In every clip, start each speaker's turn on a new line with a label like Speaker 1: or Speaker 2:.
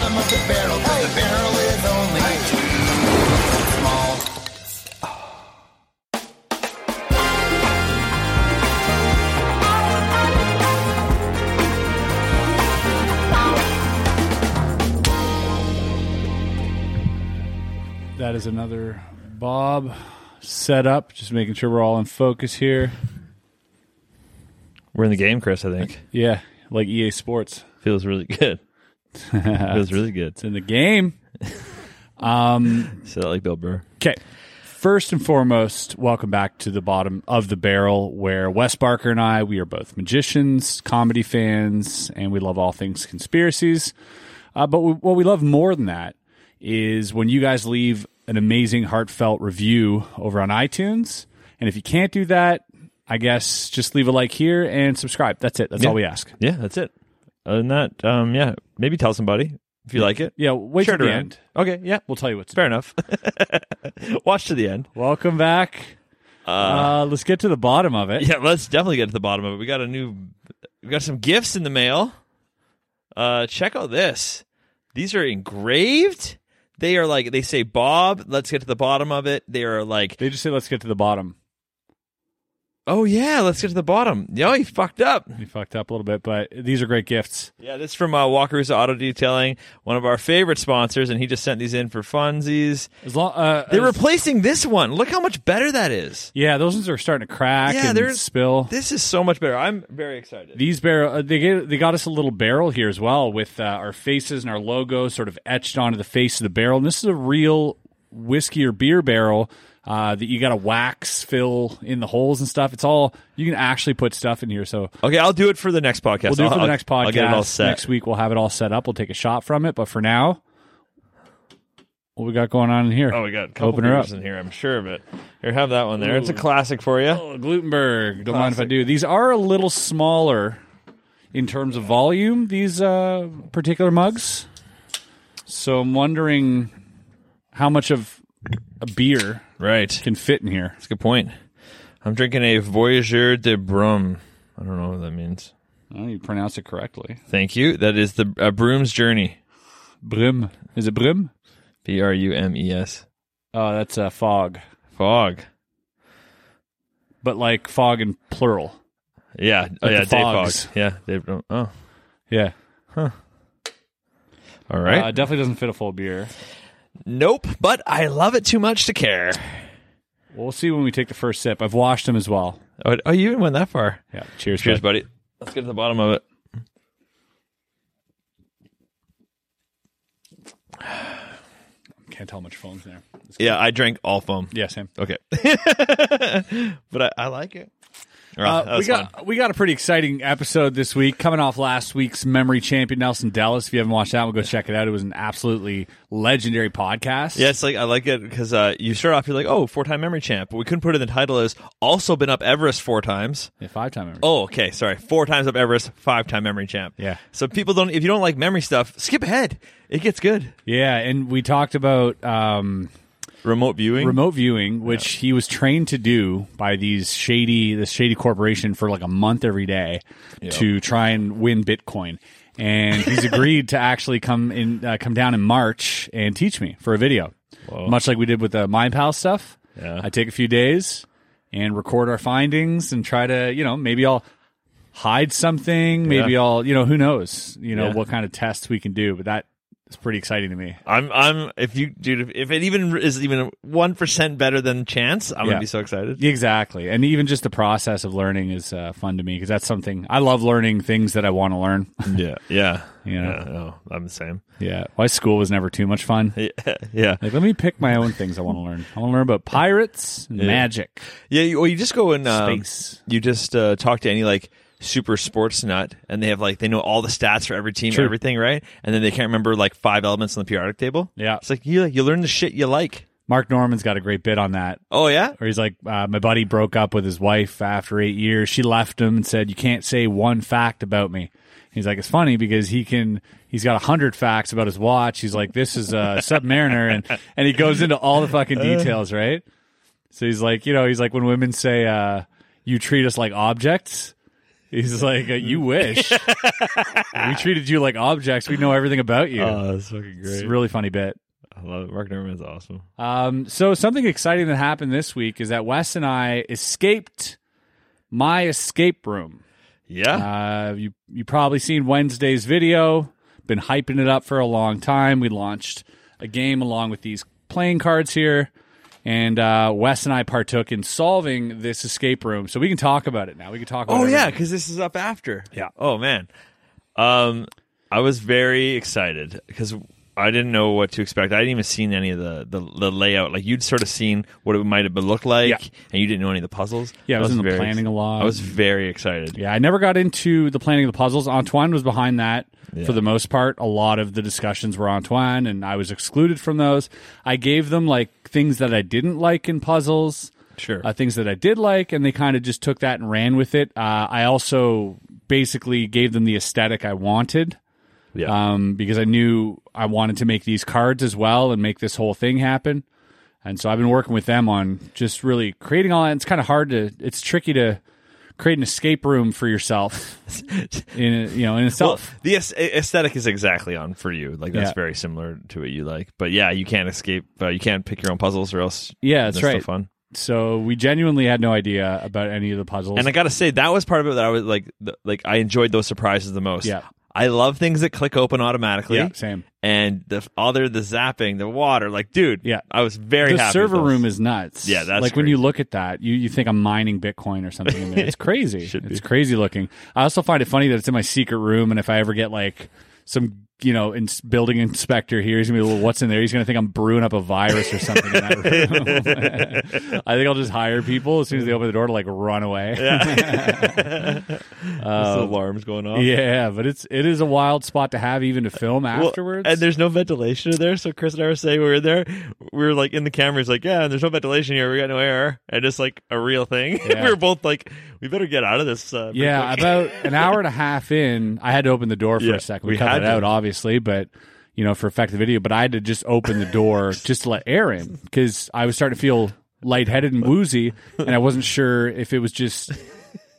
Speaker 1: barrel, but the barrel is only small.
Speaker 2: That is another Bob setup. Just making sure we're all in focus here.
Speaker 3: We're in the game, Chris. I think
Speaker 2: Yeah, like EA Sports.
Speaker 3: feels really good. feels really good.
Speaker 2: It's in the game.
Speaker 3: So like Bill Burr.
Speaker 2: Okay. First and foremost, welcome back to the bottom of the barrel where Wes Barker and I, we are both magicians, comedy fans, and we love all things conspiracies. Uh, but we, what we love more than that is when you guys leave an amazing, heartfelt review over on iTunes. And if you can't do that, I guess just leave a like here and subscribe. That's it. That's all we ask.
Speaker 3: Yeah, that's it. Other than that, um, yeah, maybe tell somebody if you like it.
Speaker 2: Yeah, wait
Speaker 3: share
Speaker 2: till
Speaker 3: it
Speaker 2: the
Speaker 3: around.
Speaker 2: end.
Speaker 3: Okay, yeah,
Speaker 2: We'll tell you what to do.
Speaker 3: fair enough. Watch to the end.
Speaker 2: Welcome back. Uh, let's get to the bottom of it.
Speaker 3: Yeah, let's definitely get to the bottom of it. We got a new, we got some gifts in the mail. Uh, check out this. These are engraved. They are like they say, Bob. Let's get to the bottom of it. They are like,
Speaker 2: They just say, let's get to the bottom.
Speaker 3: oh yeah, let's get to the bottom. Yo, you fucked up.
Speaker 2: You fucked up a little bit, but these are great gifts.
Speaker 3: Yeah, this is from uh, Walker's Auto Detailing, one of our favorite sponsors, and he just sent these in for funsies.
Speaker 2: As long, uh,
Speaker 3: They're
Speaker 2: as-
Speaker 3: replacing this one. Look how much better that is.
Speaker 2: yeah, those ones are starting to crack
Speaker 3: Yeah,
Speaker 2: and
Speaker 3: there's-
Speaker 2: spill.
Speaker 3: This is so much better. I'm very excited.
Speaker 2: These barrel, uh, they gave, they got us a little barrel here as well with uh, our faces and our logo sort of etched onto the face of the barrel. And this is a real whiskey or beer barrel uh, that you got to wax fill in the holes and stuff. It's all you can actually put stuff in here. So
Speaker 3: Okay, I'll do it for the next podcast.
Speaker 2: we'll do it
Speaker 3: I'll,
Speaker 2: for the
Speaker 3: I'll-
Speaker 2: next podcast.
Speaker 3: I'll get it all set.
Speaker 2: Next week we'll have it all set up. We'll take a shot from it. But for now, what we got going on in here?
Speaker 3: Oh, we got a couple
Speaker 2: Open her
Speaker 3: beers
Speaker 2: up.
Speaker 3: in here. I'm sure of it. Here, have that one there. It's a classic for you.
Speaker 2: Oh, Glutenberg. Don't mind if I do. These are a little smaller in terms of volume. These uh, particular mugs. So I'm wondering how much of a beer
Speaker 3: Right.
Speaker 2: can fit in here.
Speaker 3: That's a good point. I'm drinking a Voyageur de Brum. I don't know what that means.
Speaker 2: Oh, you pronounced it correctly.
Speaker 3: Thank you. That is the uh, Brum's Journey.
Speaker 2: Brim. Is it brim?
Speaker 3: B R U M E S.
Speaker 2: Oh, that's uh, fog,
Speaker 3: Fog.
Speaker 2: but like fog in plural.
Speaker 3: Yeah. Oh,
Speaker 2: Like
Speaker 3: yeah.
Speaker 2: the
Speaker 3: Dave
Speaker 2: fogs.
Speaker 3: Fogs. Yeah. Dave. Brum. Oh.
Speaker 2: Yeah,
Speaker 3: All right.
Speaker 2: uh, definitely doesn't fit a full beer.
Speaker 3: nope. But I love it too much to care.
Speaker 2: We'll see when we take the first sip. I've washed them as well.
Speaker 3: Oh, oh you even went that far.
Speaker 2: Yeah, cheers.
Speaker 3: Cheers,
Speaker 2: bud.
Speaker 3: buddy. Let's get to the bottom of it.
Speaker 2: Can't tell much phones there.
Speaker 3: Yeah, I drank all foam.
Speaker 2: Yeah, same.
Speaker 3: Okay. but I, I like it.
Speaker 2: Uh, we got we got a pretty exciting episode this week. Coming off last week's memory champion Nelson Dallas. If you haven't watched that, one, go check it out. It was an absolutely legendary podcast.
Speaker 3: Yeah, it's like I like it because uh, you start off, you're like, oh, four time memory champ. But we couldn't put it in the title as also been up Everest four times.
Speaker 2: five time.
Speaker 3: Oh, okay. Sorry. Four times up Everest, five time memory champ.
Speaker 2: Yeah.
Speaker 3: So people don't, if you don't like memory stuff, skip ahead. It gets good.
Speaker 2: yeah, and we talked about um,
Speaker 3: Remote viewing.
Speaker 2: remote viewing, which he was trained to do by these shady this shady corporation for like a month every day to try and win Bitcoin. And he's agreed to actually come in, uh, come down in March and teach me for a video, much like we did with the MindPal stuff.
Speaker 3: Yeah.
Speaker 2: I take a few days and record our findings and try to, you know, maybe I'll hide something, maybe
Speaker 3: Yeah.
Speaker 2: I'll, you know, who knows, you know,
Speaker 3: Yeah.
Speaker 2: what kind of tests we can do. But that is pretty exciting to me.
Speaker 3: I'm, I'm, if you, dude, if it even is even 1% better than chance, I'm going
Speaker 2: Yeah.
Speaker 3: to be so excited.
Speaker 2: Exactly. And even just the process of learning is uh, fun to me because that's something I love learning things that I want to learn.
Speaker 3: Yeah. Yeah.
Speaker 2: Yeah.
Speaker 3: no, I'm the same.
Speaker 2: yeah. Why school was never too much fun.
Speaker 3: Yeah. Yeah.
Speaker 2: Like, let me pick my own things I want to learn. I want to learn about pirates, and magic,
Speaker 3: Yeah, you, well, you just go and um,
Speaker 2: space.
Speaker 3: you just uh, talk to any like super sports nut, and they have like they know all the stats for every team,
Speaker 2: True.
Speaker 3: everythperiod everything, right? And then they can't remember like five elements on the periodic table.
Speaker 2: Yeah.
Speaker 3: it's like you you learn the shit you like.
Speaker 2: Mark Norman's got a great bit on that.
Speaker 3: Oh yeah,
Speaker 2: Or he's like, uh, my buddy broke up with his wife after eight years. She left him and said, "You can't say one fact about me." He's like, it's funny because he can. He's got a hundred facts about his watch. He's like, this is a submariner, and and he goes into all the fucking details, right? So he's like, you know, he's like when women say, uh, "You treat us like objects." He's like, uh, you wish. we treated you like objects. We know everything about you.
Speaker 3: Oh, that's fucking
Speaker 2: it's
Speaker 3: great.
Speaker 2: a really funny bit.
Speaker 3: I love it. Mark Norman's awesome.
Speaker 2: Um, so something exciting that happened this week is that Wes and I escaped my escape room.
Speaker 3: Yeah.
Speaker 2: Uh, you you probably seen Wednesday's video. Been hyping it up for a long time. We launched a game along with these playing cards here, and uh, Wes and I partook in solving this escape room. So we can talk about it now. We can talk. About
Speaker 3: oh yeah,
Speaker 2: everything.
Speaker 3: because this is up after.
Speaker 2: Yeah.
Speaker 3: Oh man. Um, I was very excited because I didn't know what to expect. I hadn't even seen any of the, the, the layout. Like you'd sort of seen what it might have been looked like,
Speaker 2: Yeah.
Speaker 3: and you didn't know any of the puzzles.
Speaker 2: Yeah, I was in the
Speaker 3: very
Speaker 2: planning a lot.
Speaker 3: I was very excited.
Speaker 2: yeah. I never got into the planning of the puzzles. Antoine was behind that
Speaker 3: Yeah.
Speaker 2: for the most part. A lot of the discussions were Antoine, and I was excluded from those. I gave them like things that I didn't like in puzzles.
Speaker 3: Sure.
Speaker 2: uh, things that I did like, and they kind of just took that and ran with it. Uh, I also basically gave them the aesthetic I wanted
Speaker 3: yeah.
Speaker 2: um, because I knew I wanted to make these cards as well and make this whole thing happen. And so I've been working with them on just really creating all that. It's kind of hard to, it's tricky to create an escape room for yourself in a, you know in
Speaker 3: well,
Speaker 2: itself.
Speaker 3: the aes- aesthetic is exactly on for you. Like that's
Speaker 2: Yeah.
Speaker 3: very similar to what you like. But yeah, you can't escape. Uh, you can't pick your own puzzles, or else
Speaker 2: yeah, that's
Speaker 3: that's no
Speaker 2: right.
Speaker 3: fun.
Speaker 2: So we genuinely had no idea about any of the puzzles.
Speaker 3: And I gotta say, that was part of it that I was like, th- like I enjoyed those surprises the most.
Speaker 2: Yeah.
Speaker 3: I love things that click open automatically.
Speaker 2: yeah, same.
Speaker 3: And the f- other, the zapping, the water, like, dude,
Speaker 2: Yeah.
Speaker 3: I was very
Speaker 2: the
Speaker 3: happy.
Speaker 2: server room is nuts.
Speaker 3: Yeah, that's
Speaker 2: like when
Speaker 3: crazy.
Speaker 2: you look at that, you, you think I'm mining Bitcoin or something. In there. It's crazy.
Speaker 3: Should be.
Speaker 2: it's crazy looking. I also find it funny that it's in my secret room, and if I ever get like some you know ins- building inspector here, he's gonna be like, "What's in there?" He's gonna think I'm brewing up a virus or something in that room. I think I'll just hire people as soon as they open the door to like run away.
Speaker 3: Uh, alarms going off.
Speaker 2: Yeah, but it's it is a wild spot to have even to film
Speaker 3: Well,
Speaker 2: afterwards.
Speaker 3: and there's no ventilation in there. So Chris and I were saying we were there. We were like in the camera. He's like, "Yeah, and there's no ventilation here. We got no air, and it's like a real thing."
Speaker 2: Yeah.
Speaker 3: we were both like, "We better get out of this." Uh, pretty
Speaker 2: Yeah,
Speaker 3: quick."
Speaker 2: about an hour and a half in, I had to open the door for
Speaker 3: Yeah,
Speaker 2: a second. We,
Speaker 3: we
Speaker 2: cut
Speaker 3: had
Speaker 2: it out,
Speaker 3: to.
Speaker 2: obviously, but you know, for effective video. But I had to just open the door just to let air in because I was starting to feel lightheaded and woozy, and I wasn't sure if it was just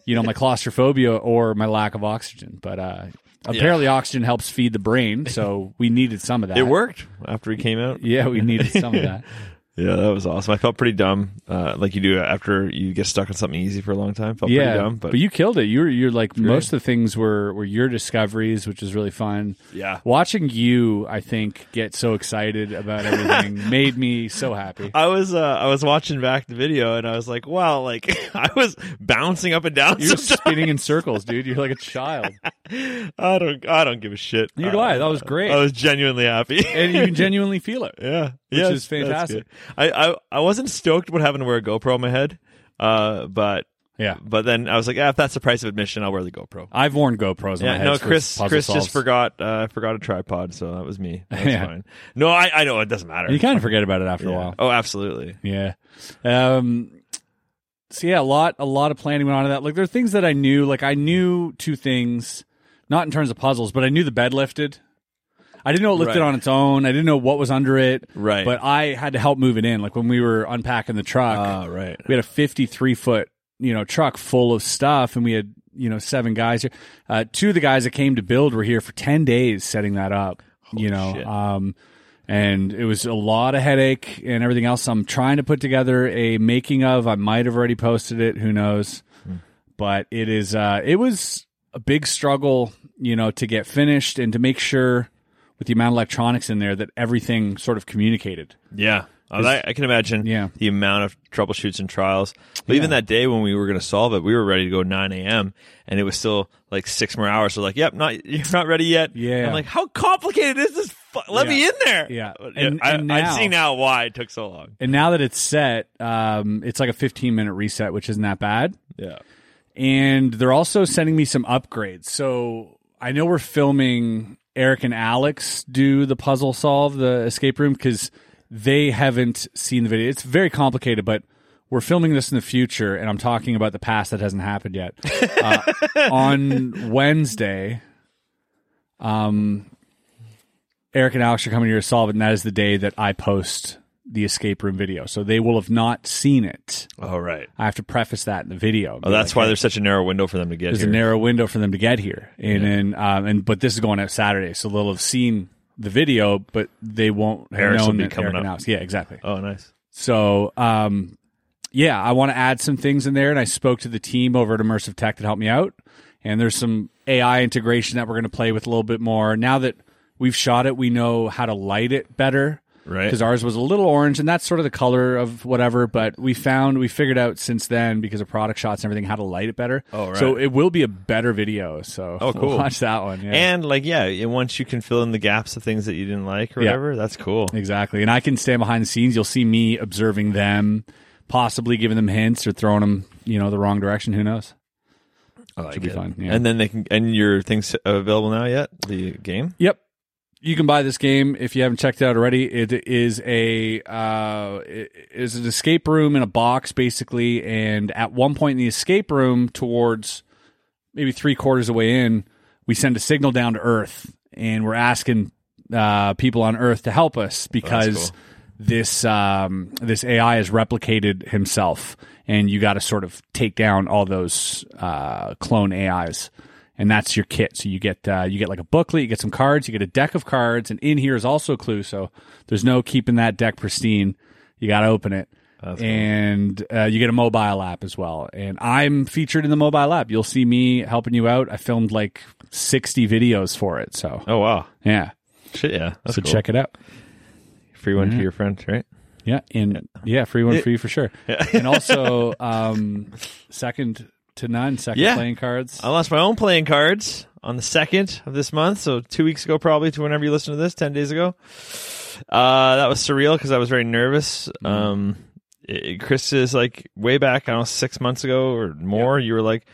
Speaker 2: you know my claustrophobia or my lack of oxygen. But uh, apparently, oxygen helps feed the brain, so we needed some of that.
Speaker 3: it worked after we came out.
Speaker 2: Yeah, we needed some of that.
Speaker 3: Yeah, that was awesome. I felt pretty dumb, uh, like you do after you get stuck on something easy for a long time. Felt
Speaker 2: yeah,
Speaker 3: pretty dumb, but,
Speaker 2: you killed it. You were you're like most of the things were were your discoveries, which is really fun.
Speaker 3: Yeah.
Speaker 2: watching you, I think, get so excited about everything made me so happy.
Speaker 3: I was uh, I was watching back the video and I was like, wow, like I was bouncing up and down.
Speaker 2: You're
Speaker 3: sometimes.
Speaker 2: spinning in circles, dude. You're like a child.
Speaker 3: I don't I don't give a shit. Uh,
Speaker 2: Neither do I. That was great.
Speaker 3: I was genuinely happy.
Speaker 2: and you can genuinely feel it.
Speaker 3: yeah,
Speaker 2: Which
Speaker 3: yeah,
Speaker 2: is fantastic.
Speaker 3: I, I I wasn't stoked what having to wear a GoPro on my head, uh, but
Speaker 2: Yeah.
Speaker 3: but then I was like, yeah, if that's the price of admission, I'll wear the GoPro.
Speaker 2: I've worn GoPros on my
Speaker 3: Yeah,
Speaker 2: head.
Speaker 3: no,
Speaker 2: for
Speaker 3: Chris.
Speaker 2: puzzle
Speaker 3: Chris
Speaker 2: solves.
Speaker 3: just forgot. Uh, forgot a tripod, so that was me. That's
Speaker 2: Yeah.
Speaker 3: fine. No, I, I know it doesn't matter.
Speaker 2: You kind of forget about it after a
Speaker 3: Yeah.
Speaker 2: while.
Speaker 3: Oh, absolutely.
Speaker 2: Yeah. Um so yeah, a lot a lot of planning went on to that. Like there are things that I knew, like I knew two things, not in terms of puzzles, but I knew the bed lifted. I didn't know it lifted
Speaker 3: Right.
Speaker 2: on its own. I didn't know what was under it.
Speaker 3: Right.
Speaker 2: But I had to help move it in. Like when we were unpacking the truck,
Speaker 3: Ah, right.
Speaker 2: we had a 53 foot you know truck full of stuff and we had you know seven guys here uh, two of the guys that came to build were here for 10 days setting that up you know
Speaker 3: shit.
Speaker 2: um and it was a lot of headache and everything else i'm trying to put together a making of i might have already posted it who knows but it is uh it was a big struggle you know to get finished and to make sure with the amount of electronics in there that everything sort of communicated
Speaker 3: Yeah. Oh, that- I can imagine
Speaker 2: Yeah.
Speaker 3: the amount of troubleshoots and trials. But even
Speaker 2: Yeah.
Speaker 3: that day when we were going to solve it, we were ready to go 9 a.m. and it was still like six more hours. So like, yep, not you're not ready yet.
Speaker 2: Yeah.
Speaker 3: I'm like, how complicated is this? Fu- Let
Speaker 2: Yeah.
Speaker 3: me in there.
Speaker 2: Yeah.
Speaker 3: But,
Speaker 2: And-
Speaker 3: I,
Speaker 2: and
Speaker 3: I
Speaker 2: now-
Speaker 3: see now why it took so long.
Speaker 2: and now that it's set, um, it's like a 15 minute reset, which isn't that bad.
Speaker 3: Yeah.
Speaker 2: And they're also sending me some upgrades. So I know we're filming Eric and Alex do the puzzle solve the escape room because they haven't seen the video. It's very complicated, but we're filming this in the future, and I'm talking about the past that hasn't happened yet. Uh, on Wednesday, um, Eric and Alex are coming here to solve it, and that is the day that I post the escape room video, so they will have not seen it.
Speaker 3: All right.
Speaker 2: I have to preface that in the video.
Speaker 3: Oh, that's why there's such a narrow window for them to get
Speaker 2: there's
Speaker 3: here.
Speaker 2: a narrow window for them to get here, and then um, and but this is going out Saturday, so they'll have seen the video, but they won't have
Speaker 3: Eric's will
Speaker 2: known
Speaker 3: be
Speaker 2: that
Speaker 3: coming
Speaker 2: Eric
Speaker 3: up.
Speaker 2: announced. Yeah, exactly.
Speaker 3: oh, nice.
Speaker 2: So, um, yeah, I want to add some things in there. And I spoke to the team over at Immersive Tech that helped me out. And there's some AI integration that we're going to play with a little bit more. Now that we've shot it, we know how to light it better.
Speaker 3: Right.
Speaker 2: Because ours was a little orange, and that's sort of the color of whatever. But we found, we figured out since then, because of product shots and everything, how to light it better.
Speaker 3: Oh, right.
Speaker 2: So it will be a better video. So
Speaker 3: Oh, cool.
Speaker 2: watch that one. Yeah.
Speaker 3: And like, yeah, and once you can fill in the gaps of things that you didn't like or
Speaker 2: Yeah.
Speaker 3: whatever, that's cool.
Speaker 2: Exactly. And I can stand behind the scenes. You'll see me observing them, possibly giving them hints or throwing them, you know, the wrong direction. Who knows?
Speaker 3: I like
Speaker 2: Should be
Speaker 3: it.
Speaker 2: fun, yeah.
Speaker 3: And then they can. And your things available now yet? The game.
Speaker 2: Yep. You can buy this game if you haven't checked it out already. It is a uh, it is an escape room in a box, basically. And at one point in the escape room, towards maybe three quarters of the way in, we send a signal down to Earth, and we're asking uh, people on Earth to help us because
Speaker 3: cool.
Speaker 2: this um, this AI has replicated himself, and you got to sort of take down all those uh, clone AIs, and that's your kit. So you get uh, you get like a booklet, you get some cards, you get a deck of cards, and in here is also a clue. So there's no keeping that deck pristine. You got to open it. and uh, you get a mobile app as well. And I'm featured in the mobile app. You'll see me helping you out. I filmed like 60 videos for it. So,
Speaker 3: Oh wow.
Speaker 2: yeah.
Speaker 3: Shit, yeah. That's
Speaker 2: so
Speaker 3: cool.
Speaker 2: check Mm-hmm. it out.
Speaker 3: free one to your friends, right?
Speaker 2: Yeah, and yeah, free one for you for sure. and also, um, second to none, second
Speaker 3: Yeah. Oh.
Speaker 2: playing cards.
Speaker 3: I lost my own playing cards on the second of this month, so two weeks ago, probably to whenever you listen to this, ten days ago. Uh, that was surreal because I was very nervous.
Speaker 2: Mm-hmm.
Speaker 3: Um, it- Chris is like way back, I don't know, six months ago or more. You were like,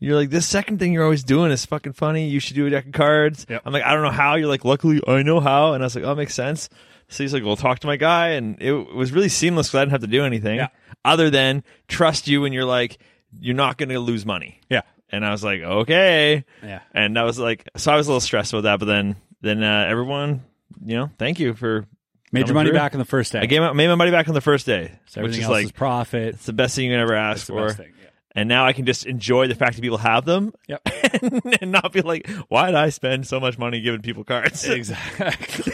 Speaker 3: you're like this second thing you're always doing is fucking funny. You should do a deck of cards.
Speaker 2: Yep.
Speaker 3: I'm like, I don't know how. You're like, luckily I know how, and I was like, oh, makes sense. So he's like, well, talk to my guy, and it was really seamless because I didn't have to do anything
Speaker 2: Yeah.
Speaker 3: other than trust you, and you're like, you're not going to lose money.
Speaker 2: Yeah.
Speaker 3: And I was like, okay.
Speaker 2: Yeah.
Speaker 3: And I was like, so I was a little stressed about that, but then then uh, everyone, you know, thank you for
Speaker 2: Made your
Speaker 3: coming
Speaker 2: money
Speaker 3: through.
Speaker 2: back on the first day.
Speaker 3: I gave my, made my money back on the first day,
Speaker 2: so
Speaker 3: which
Speaker 2: everything
Speaker 3: is
Speaker 2: else
Speaker 3: like
Speaker 2: is profit.
Speaker 3: it's the best thing you can ever ask
Speaker 2: It's the
Speaker 3: for.
Speaker 2: best thing. Yeah.
Speaker 3: And now I can just enjoy the fact that people have them,
Speaker 2: Yep.
Speaker 3: and not be like, why did I spend so much money giving people cards?
Speaker 2: exactly.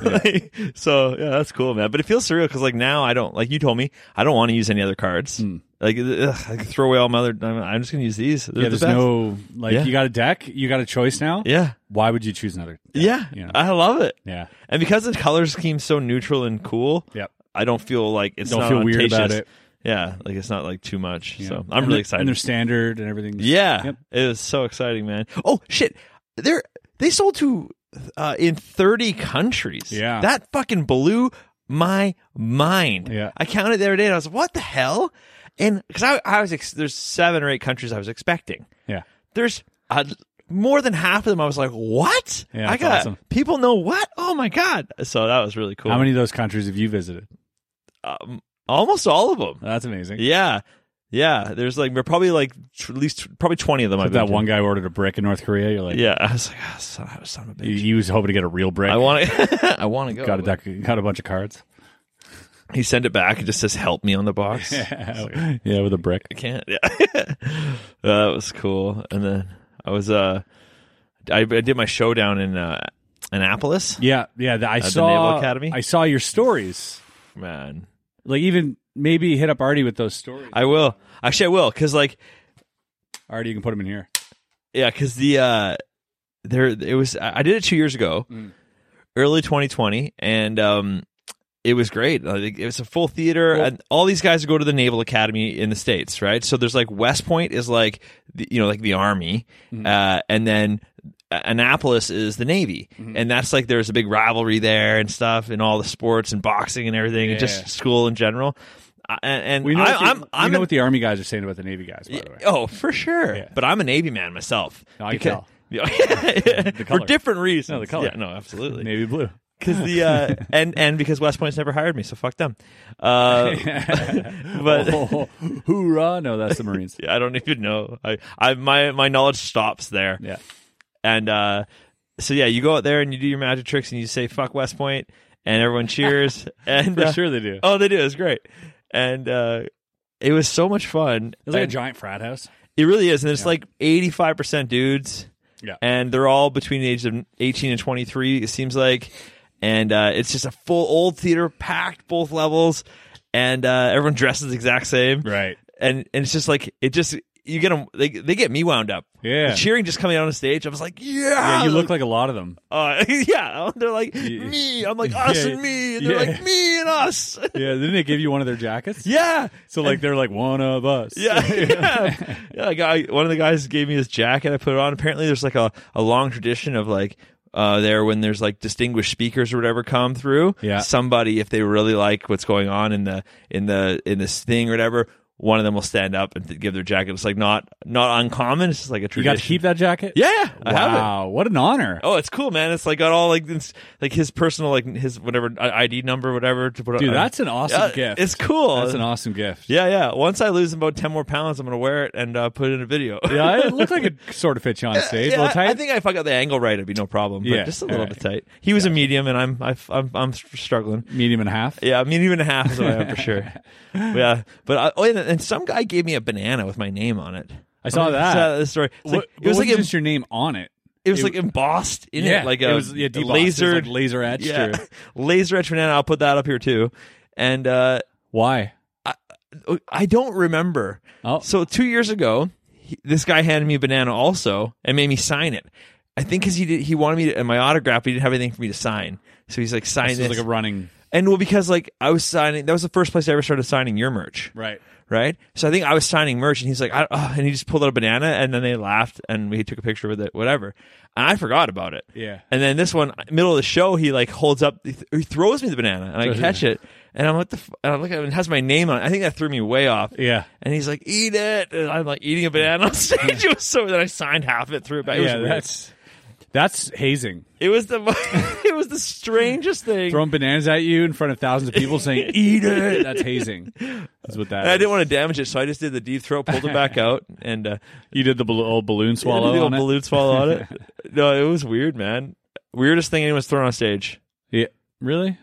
Speaker 3: Like, so yeah, that's cool, man. But it feels surreal because like now I don't like you told me I don't want to use any other cards.
Speaker 2: Hmm.
Speaker 3: Like ugh, I can throw away all my other. I'm just gonna use these. They're
Speaker 2: Yeah,
Speaker 3: the
Speaker 2: there's
Speaker 3: best.
Speaker 2: no like
Speaker 3: Yeah.
Speaker 2: you got a deck, you got a choice now.
Speaker 3: Yeah.
Speaker 2: Why would you choose another? deck?
Speaker 3: Yeah, Uh,
Speaker 2: You know?
Speaker 3: I love it.
Speaker 2: yeah.
Speaker 3: And because the color scheme's so neutral and cool,
Speaker 2: Yep.
Speaker 3: I don't feel like it's
Speaker 2: Don't
Speaker 3: not
Speaker 2: feel weird about
Speaker 3: audacious.
Speaker 2: it.
Speaker 3: Yeah, like it's not like too much.
Speaker 2: Yeah.
Speaker 3: So I'm
Speaker 2: And
Speaker 3: really
Speaker 2: they're- And
Speaker 3: excited.
Speaker 2: they're standard and everything.
Speaker 3: yeah,
Speaker 2: Yep.
Speaker 3: it was so exciting, man. Oh shit, they're they sold to uh, in 30 countries.
Speaker 2: Yeah.
Speaker 3: that fucking blew my mind.
Speaker 2: Yeah.
Speaker 3: I counted the other day and I was like, what the hell? And because I, I was ex- there's seven or eight countries I was expecting
Speaker 2: Yeah.
Speaker 3: there's uh more than half of them. I was like, what?
Speaker 2: Yeah,
Speaker 3: I
Speaker 2: that's
Speaker 3: got
Speaker 2: awesome.
Speaker 3: people know what? Oh my god! So that was really cool.
Speaker 2: How many of those countries have you visited?
Speaker 3: Um, almost all of them.
Speaker 2: That's amazing.
Speaker 3: Yeah, yeah. There's like we're probably like tr- at least probably twenty of them.
Speaker 2: But
Speaker 3: I've been
Speaker 2: that
Speaker 3: to.
Speaker 2: one guy ordered a brick in North Korea. You're like,
Speaker 3: Yeah, I was like, oh, son, I was son of a
Speaker 2: you,
Speaker 3: bitch.
Speaker 2: you was hoping to get a real brick.
Speaker 3: I want to. I want to go.
Speaker 2: got a deck, got a bunch of cards.
Speaker 3: He sent it back. It just says, "Help me" on the box.
Speaker 2: yeah, with a brick.
Speaker 3: I can't. Yeah, that was cool. And then I was uh, I, I did my show down in uh, Annapolis.
Speaker 2: Yeah, yeah. the- I
Speaker 3: the
Speaker 2: saw
Speaker 3: Naval Academy?
Speaker 2: I saw your stories.
Speaker 3: Man,
Speaker 2: Like even maybe hit up Artie with those stories.
Speaker 3: I will. Actually, I will because like
Speaker 2: Artie, you can put them in here.
Speaker 3: Yeah, because the uh, there it was. I I did it two years ago,
Speaker 2: Mm.
Speaker 3: early 2020, and um, it was great. Like, It was a full theater,
Speaker 2: Well-
Speaker 3: and all these guys go to the Naval Academy in the states, right? So there's like West Point is like the, you know like the Army,
Speaker 2: Mm-hmm.
Speaker 3: uh, and then Annapolis is the Navy,
Speaker 2: Mm-hmm.
Speaker 3: and that's like there's a big rivalry there and stuff, and all the sports and boxing and everything, and
Speaker 2: Yeah.
Speaker 3: just school in general. I- And, and
Speaker 2: We know,
Speaker 3: I,
Speaker 2: what, the,
Speaker 3: I'm,
Speaker 2: we
Speaker 3: I'm
Speaker 2: know
Speaker 3: an-
Speaker 2: what the army guys are saying about the navy guys. By the way,
Speaker 3: Oh, for sure.
Speaker 2: Yeah.
Speaker 3: But I'm a Navy man myself.
Speaker 2: No, I can
Speaker 3: Because-
Speaker 2: tell.
Speaker 3: Yeah. for
Speaker 2: color.
Speaker 3: different reasons.
Speaker 2: No, the color.
Speaker 3: Yeah, no, absolutely.
Speaker 2: navy blue.
Speaker 3: Because the uh, and and because West Point's never hired me, so fuck them. Uh, but
Speaker 2: Oh, hoorah! No, that's the Marines.
Speaker 3: I don't even know. I, I my my knowledge stops there.
Speaker 2: Yeah,
Speaker 3: And uh, so yeah, you go out there and you do your magic tricks and you say fuck West Point and everyone cheers. and
Speaker 2: For
Speaker 3: uh,
Speaker 2: sure they do.
Speaker 3: oh, they do. It's great, and uh, it was so much fun.
Speaker 2: It's like a
Speaker 3: And
Speaker 2: giant frat house.
Speaker 3: it really is, and it's like eighty five percent dudes.
Speaker 2: Yeah.
Speaker 3: and they're all between the ages of 18 and 23 it seems like and uh, it's just a full old theater packed both levels and uh, everyone dresses the exact same
Speaker 2: Right.
Speaker 3: and and it's just like it just you get them they, they get me wound up
Speaker 2: Yeah.
Speaker 3: The cheering just coming out on stage i was like yeah,
Speaker 2: Yeah, you
Speaker 3: Um,
Speaker 2: look like a lot of them.
Speaker 3: uh, yeah they're like
Speaker 2: Yeah.
Speaker 3: me i'm like us
Speaker 2: Yeah.
Speaker 3: and me and they're
Speaker 2: Yeah.
Speaker 3: like me and us
Speaker 2: Yeah, didn't they give you one of their jackets?
Speaker 3: yeah
Speaker 2: So like they're like one of us.
Speaker 3: Yeah, yeah. yeah a guy, one of the guys gave me his jacket. I put it on. Apparently, there's like a, a long tradition of like uh, there when there's like distinguished speakers or whatever come through.
Speaker 2: Yeah.
Speaker 3: somebody if they really like what's going on in the in the in this thing or whatever, one of them will stand up and th- give their jacket. It's like not not uncommon. It's just like a
Speaker 2: You
Speaker 3: tradition.
Speaker 2: got to keep that jacket?
Speaker 3: Yeah, yeah, I have it.
Speaker 2: Wow, what an honor.
Speaker 3: Oh, it's cool, man. It's like got all like this, like his personal like his whatever I- ID number, whatever to put on.
Speaker 2: Dude, that's an awesome
Speaker 3: uh, Yeah,
Speaker 2: gift.
Speaker 3: It's cool.
Speaker 2: That's an awesome gift.
Speaker 3: Yeah, yeah. Once I lose about ten more pounds, I'm gonna wear it and uh, put it in a video.
Speaker 2: Yeah, it looked like it sort of fit you on stage. a
Speaker 3: Yeah,
Speaker 2: little
Speaker 3: I,
Speaker 2: tight.
Speaker 3: I think if I got the angle right, it'd be no problem. But
Speaker 2: Yeah,
Speaker 3: just a little
Speaker 2: alright.
Speaker 3: bit tight. He was a medium, and I'm I've, I'm I'm struggling.
Speaker 2: medium and a half.
Speaker 3: Yeah, medium and a half is what I am for sure. yeah, but I, oh, and, and some guy gave me a banana with my name on it.
Speaker 2: I saw that.
Speaker 3: this story. It's
Speaker 2: What-
Speaker 3: like, it was
Speaker 2: what
Speaker 3: like em-
Speaker 2: just your name on it.
Speaker 3: it was
Speaker 2: it-
Speaker 3: like embossed in it, like a,
Speaker 2: it was yeah,
Speaker 3: a
Speaker 2: debossed. It was,
Speaker 3: laser
Speaker 2: like laser etched.
Speaker 3: yeah,
Speaker 2: or-
Speaker 3: laser etch banana. I'll put that up here too, and uh,
Speaker 2: Why?
Speaker 3: I don't remember.
Speaker 2: Oh.
Speaker 3: So two years ago, he, this guy handed me a banana also and made me sign it. I think because he did, he wanted me to, and my autograph, but he didn't have anything for me to sign. So he's like, sign
Speaker 2: This
Speaker 3: this.
Speaker 2: is like a running
Speaker 3: and well, because like I was signing, that was the first place I ever started signing your merch.
Speaker 2: right.
Speaker 3: Right. So I think I was signing merch and he's like, I, oh, and he just pulled out a banana and then they laughed and we took a picture with it, whatever. And I forgot about it.
Speaker 2: Yeah.
Speaker 3: And then this one, middle of the show, he like holds up, he, th- he throws me the banana and I catch it. And I'm like, the f-? and I look at it and it has my name on it. I think that threw me way off.
Speaker 2: Yeah.
Speaker 3: And he's like, eat it. And I'm like eating a banana on stage. It was so then I signed half of it, threw it back. It was
Speaker 2: yeah,
Speaker 3: weird.
Speaker 2: that's that's hazing.
Speaker 3: it was the it was the strangest thing.
Speaker 2: Throwing bananas at you in front of thousands of people saying "eat it." That's hazing. That's what that.
Speaker 3: and I
Speaker 2: is.
Speaker 3: didn't want to damage it, so I just did the deep throat, pulled it back out, and uh,
Speaker 2: You did the bal- old balloon swallow
Speaker 3: the
Speaker 2: on it.
Speaker 3: balloon swallow on it. No, it was weird, man. Weirdest thing anyone's thrown on stage.
Speaker 2: Yeah, really.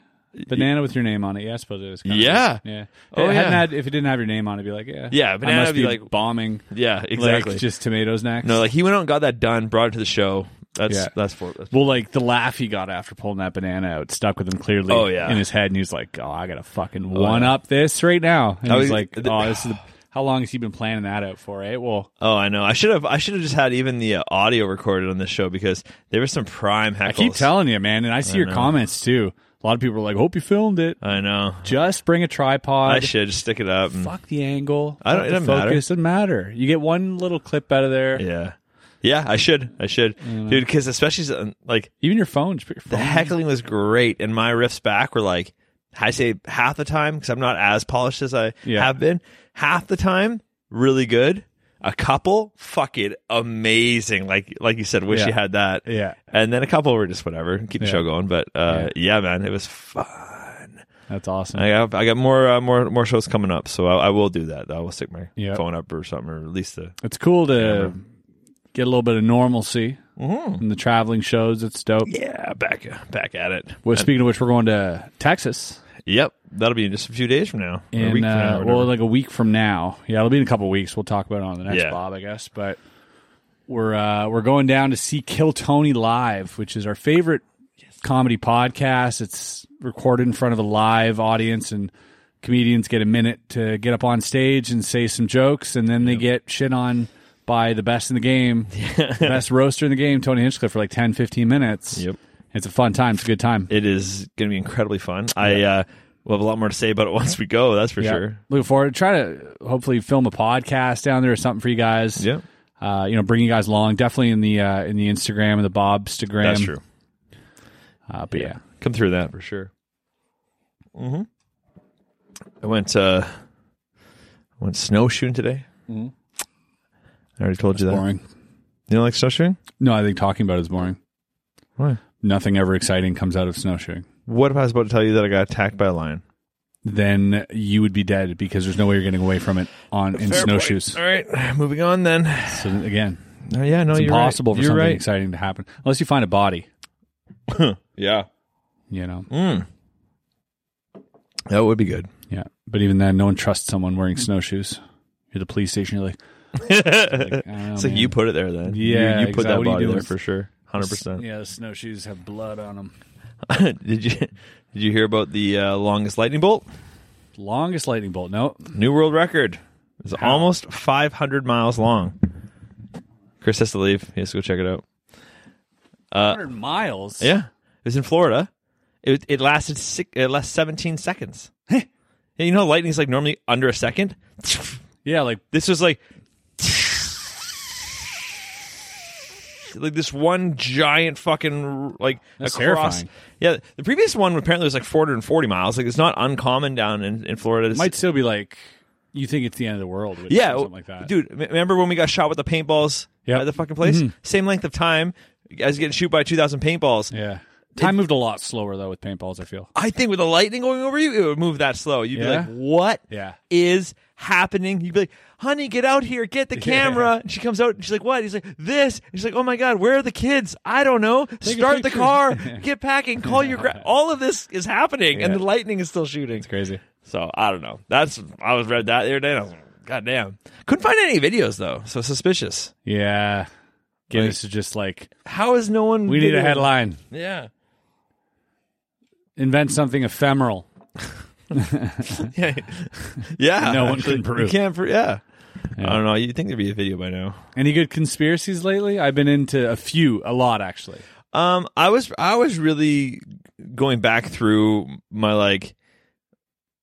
Speaker 2: Banana with your name on it. Yeah, I suppose it was. Kind
Speaker 3: Yeah.
Speaker 2: Of, yeah.
Speaker 3: Oh,
Speaker 2: If it hadn't
Speaker 3: yeah.
Speaker 2: Had, if it didn't have your name on it, it'd be like, yeah.
Speaker 3: Yeah,
Speaker 2: I
Speaker 3: banana
Speaker 2: must
Speaker 3: would be
Speaker 2: be
Speaker 3: like-
Speaker 2: bombing.
Speaker 3: Yeah,
Speaker 2: Like,
Speaker 3: exactly.
Speaker 2: just tomatoes next.
Speaker 3: no, like he went out and got that done, brought it to the show. That's
Speaker 2: Yeah.
Speaker 3: that's for that's
Speaker 2: Well, like the laugh he got after pulling that banana out stuck with him clearly
Speaker 3: Oh, yeah.
Speaker 2: in his head, and he was like, "Oh, I gotta fucking one up this right now." And
Speaker 3: I
Speaker 2: he's
Speaker 3: was-
Speaker 2: like,
Speaker 3: th-
Speaker 2: "Oh, this is the, how long has he been planning that out for?" Eh? Well,
Speaker 3: Oh, I know. I should have. I should have just had even the uh, audio recorded on this show because there was some prime heckles.
Speaker 2: I keep telling you, man, and I see your
Speaker 3: know.
Speaker 2: comments too. A lot of people are like, "Hope you filmed it."
Speaker 3: I know.
Speaker 2: Just bring a tripod.
Speaker 3: I should just stick it up. and-
Speaker 2: Fuck the angle.
Speaker 3: I don't-
Speaker 2: Fuck
Speaker 3: it
Speaker 2: the
Speaker 3: doesn't matter.
Speaker 2: focus. Doesn't matter. You get one little clip out of there.
Speaker 3: Yeah, yeah. I should. I should, dude. Because especially uh, like
Speaker 2: Even your phone. Just put your
Speaker 3: the
Speaker 2: phone.
Speaker 3: heckling was great, and my riffs back were like I say half the time because I'm not as polished as I
Speaker 2: Yeah.
Speaker 3: have been. Half the time, really good. A couple, fucking amazing. Like like you said, wish
Speaker 2: Yeah.
Speaker 3: you had that.
Speaker 2: Yeah.
Speaker 3: And then a couple were just whatever, keep the
Speaker 2: Yeah.
Speaker 3: show going. But uh, yeah. man, it was fun.
Speaker 2: That's awesome.
Speaker 3: I got I got more uh, more more shows coming up, so I, I will do that. I will stick my
Speaker 2: Yep.
Speaker 3: phone up or something, or at least the
Speaker 2: it's cool to get a little bit of normalcy in the traveling shows. It's dope.
Speaker 3: Mm-hmm. yeah back back at it.
Speaker 2: Well, speaking of which, we're going to Texas
Speaker 3: Yep, that'll be in just a few days from now. or a
Speaker 2: in
Speaker 3: week from now,
Speaker 2: uh,
Speaker 3: or
Speaker 2: well,
Speaker 3: whatever.
Speaker 2: like a week from now. Yeah, it'll be in a couple weeks. We'll talk about it on the next
Speaker 3: Yeah.
Speaker 2: Bob, I guess. But we're uh, we're going down to see Kill Tony live, which is our favorite comedy podcast. It's recorded in front of a live audience, and comedians get a minute to get up on stage and say some jokes, and then they get shit on by the best in the game, the best roaster in the game, Tony Hinchcliffe, for like 10, 15 minutes.
Speaker 3: Yep.
Speaker 2: It's a fun time. It's a good time.
Speaker 3: it is going to be incredibly fun. I uh, will have a lot more to say about it once we go. That's for
Speaker 2: Yeah.
Speaker 3: sure.
Speaker 2: Looking forward. Try to hopefully film a podcast down there or something for you guys.
Speaker 3: Yep,
Speaker 2: Uh, you know, bring you guys along. Definitely in the uh, in the Instagram and the Bobstagram.
Speaker 3: that's true.
Speaker 2: Uh, but yeah.
Speaker 3: Come through that for sure. Mm-hmm. I went uh, I went snowshoeing today. I already told you that.
Speaker 2: Mm-hmm. boring.
Speaker 3: You don't like snowshoeing?
Speaker 2: No, I think talking about it is boring.
Speaker 3: Why?
Speaker 2: Nothing ever exciting comes out of snowshoeing.
Speaker 3: What if I was about to tell you that I got attacked by a lion?
Speaker 2: Then you would be dead because there's no way you're getting away from it on in snowshoes.
Speaker 3: All right, moving on then.
Speaker 2: So again,
Speaker 3: Oh, yeah, no,
Speaker 2: it's
Speaker 3: you're
Speaker 2: impossible
Speaker 3: right.
Speaker 2: for
Speaker 3: you're
Speaker 2: something
Speaker 3: right.
Speaker 2: exciting to happen unless you find a body.
Speaker 3: Yeah,
Speaker 2: You know,
Speaker 3: Mm. That would be good.
Speaker 2: Yeah. But even then, no one trusts someone wearing snowshoes. You're the police station. You're like,
Speaker 3: it's
Speaker 2: I don't know,
Speaker 3: like
Speaker 2: man.
Speaker 3: you put it there then. You-
Speaker 2: Um, Yeah,
Speaker 3: you, put
Speaker 2: exactly. What
Speaker 3: that
Speaker 2: are you
Speaker 3: body
Speaker 2: doing?
Speaker 3: there for sure. Hundred percent.
Speaker 2: Yeah, the snowshoes have blood on them.
Speaker 3: Did you did you hear about the uh, longest lightning bolt?
Speaker 2: Longest lightning bolt. No,
Speaker 3: New world record. It's almost 500 miles long. Chris has to leave. He has to go check it out.
Speaker 2: 100 miles.
Speaker 3: Uh, Yeah, it was in Florida. It it lasted six, it lasted 17 seconds. and you know, how lightning's like normally under a second.
Speaker 2: Yeah, like
Speaker 3: This was like like this one giant fucking like
Speaker 2: That's
Speaker 3: across.
Speaker 2: terrifying.
Speaker 3: Yeah, the previous one apparently was like 440 miles. Like it's not uncommon down in, in Florida. to
Speaker 2: it might still be like you think it's the end of the world. Which
Speaker 3: Yeah,
Speaker 2: or something like that.
Speaker 3: Dude, m- remember when we got shot with the paintballs
Speaker 2: Yep. Mm-hmm.
Speaker 3: at the fucking place? Same length of time as getting shoot by 2,000 paintballs.
Speaker 2: Yeah, time moved a lot slower though with paintballs. I feel.
Speaker 3: I think with the lightning going over you, it would move that slow. You'd be
Speaker 2: Yeah?
Speaker 3: like, "What is
Speaker 2: Yeah.
Speaker 3: happening?" You'd be like, "Honey, get out here, get the camera." And she comes out, and she's like, "What?" He's like, "This." And she's like, "Oh my god, where are the kids? I don't know. Start the
Speaker 2: picture."
Speaker 3: car, get packing, call your gra-. All of this is happening, and
Speaker 2: Yeah.
Speaker 3: the lightning is still shooting.
Speaker 2: Crazy.
Speaker 3: So I don't know. That's I was read that the other day, and I was like, "God damn!" Couldn't find any videos though, so suspicious.
Speaker 2: Yeah. Guinness is just like
Speaker 3: How is no one?
Speaker 2: we need a
Speaker 3: videoing-
Speaker 2: headline.
Speaker 3: Yeah,
Speaker 2: Invent something ephemeral.
Speaker 3: yeah, yeah.
Speaker 2: No one
Speaker 3: actually.
Speaker 2: can prove.
Speaker 3: You can't. Prove, yeah.
Speaker 2: Yeah.
Speaker 3: I don't know. You'd think there'd be a video by now.
Speaker 2: Any good conspiracies lately? I've been into a few, a lot actually.
Speaker 3: Um, I was I was really going back through my like,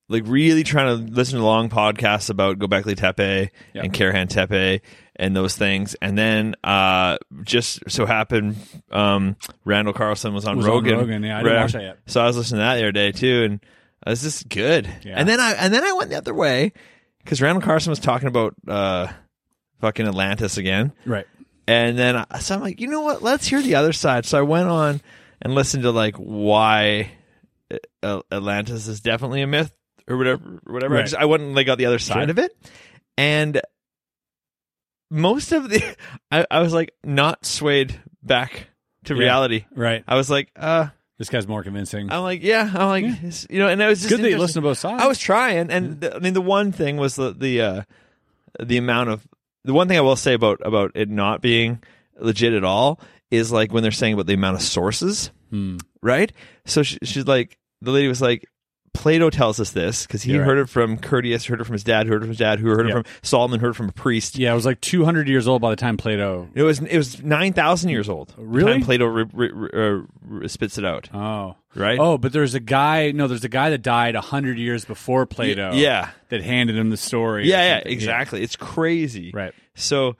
Speaker 3: like really trying to listen to long podcasts about Gobekli Tepe
Speaker 2: Yeah.
Speaker 3: and Karahan Tepe and those things, and then uh, just so happened, um, Randall Carlson was on
Speaker 2: Was on
Speaker 3: Rogan.
Speaker 2: Rogan, yeah, I didn't
Speaker 3: Right.
Speaker 2: watch that yet.
Speaker 3: So I was listening to that the other day too, and I was just good.
Speaker 2: Yeah.
Speaker 3: And then I and then I went the other way because Randall Carlson was talking about uh, fucking Atlantis again.
Speaker 2: Right.
Speaker 3: And then I, so I'm like, you know what? Let's hear the other side. So I went on and listened to like why uh, Atlantis is definitely a myth or whatever. or Whatever. I
Speaker 2: Right.
Speaker 3: just I went and like got the other side
Speaker 2: Sure.
Speaker 3: of it, and most of the I, I was like not swayed back to
Speaker 2: Yeah.
Speaker 3: reality.
Speaker 2: Right.
Speaker 3: I was like, uh,
Speaker 2: This guy's more convincing.
Speaker 3: I'm like, yeah, I'm like, it's- you know, and I was just
Speaker 2: Good that you listen
Speaker 3: interested-
Speaker 2: to both sides.
Speaker 3: I was trying, and the, I mean, the one thing was the the uh, the amount of the one thing I will say about about it not being legit at all is like when they're saying about the amount of sources,
Speaker 2: Hmm.
Speaker 3: right? So she, she's like, the lady was like, Plato tells us this because he
Speaker 2: Yeah, right.
Speaker 3: heard it from Curtius, heard it from his dad, who heard it from his dad, who heard
Speaker 2: Yeah.
Speaker 3: it from Solomon, heard it from a priest.
Speaker 2: Yeah, I was like 200 years old by the time Plato.
Speaker 3: It was it was nine thousand years old. by the
Speaker 2: Really?
Speaker 3: time Plato re, re, re, uh, spits it out,
Speaker 2: Oh.
Speaker 3: right?
Speaker 2: Oh, but there's a guy. No, there's a guy that died 100 years before Plato.
Speaker 3: yeah.
Speaker 2: That handed him the story. or
Speaker 3: yeah, yeah,
Speaker 2: something.
Speaker 3: exactly. It's crazy,
Speaker 2: Right.
Speaker 3: So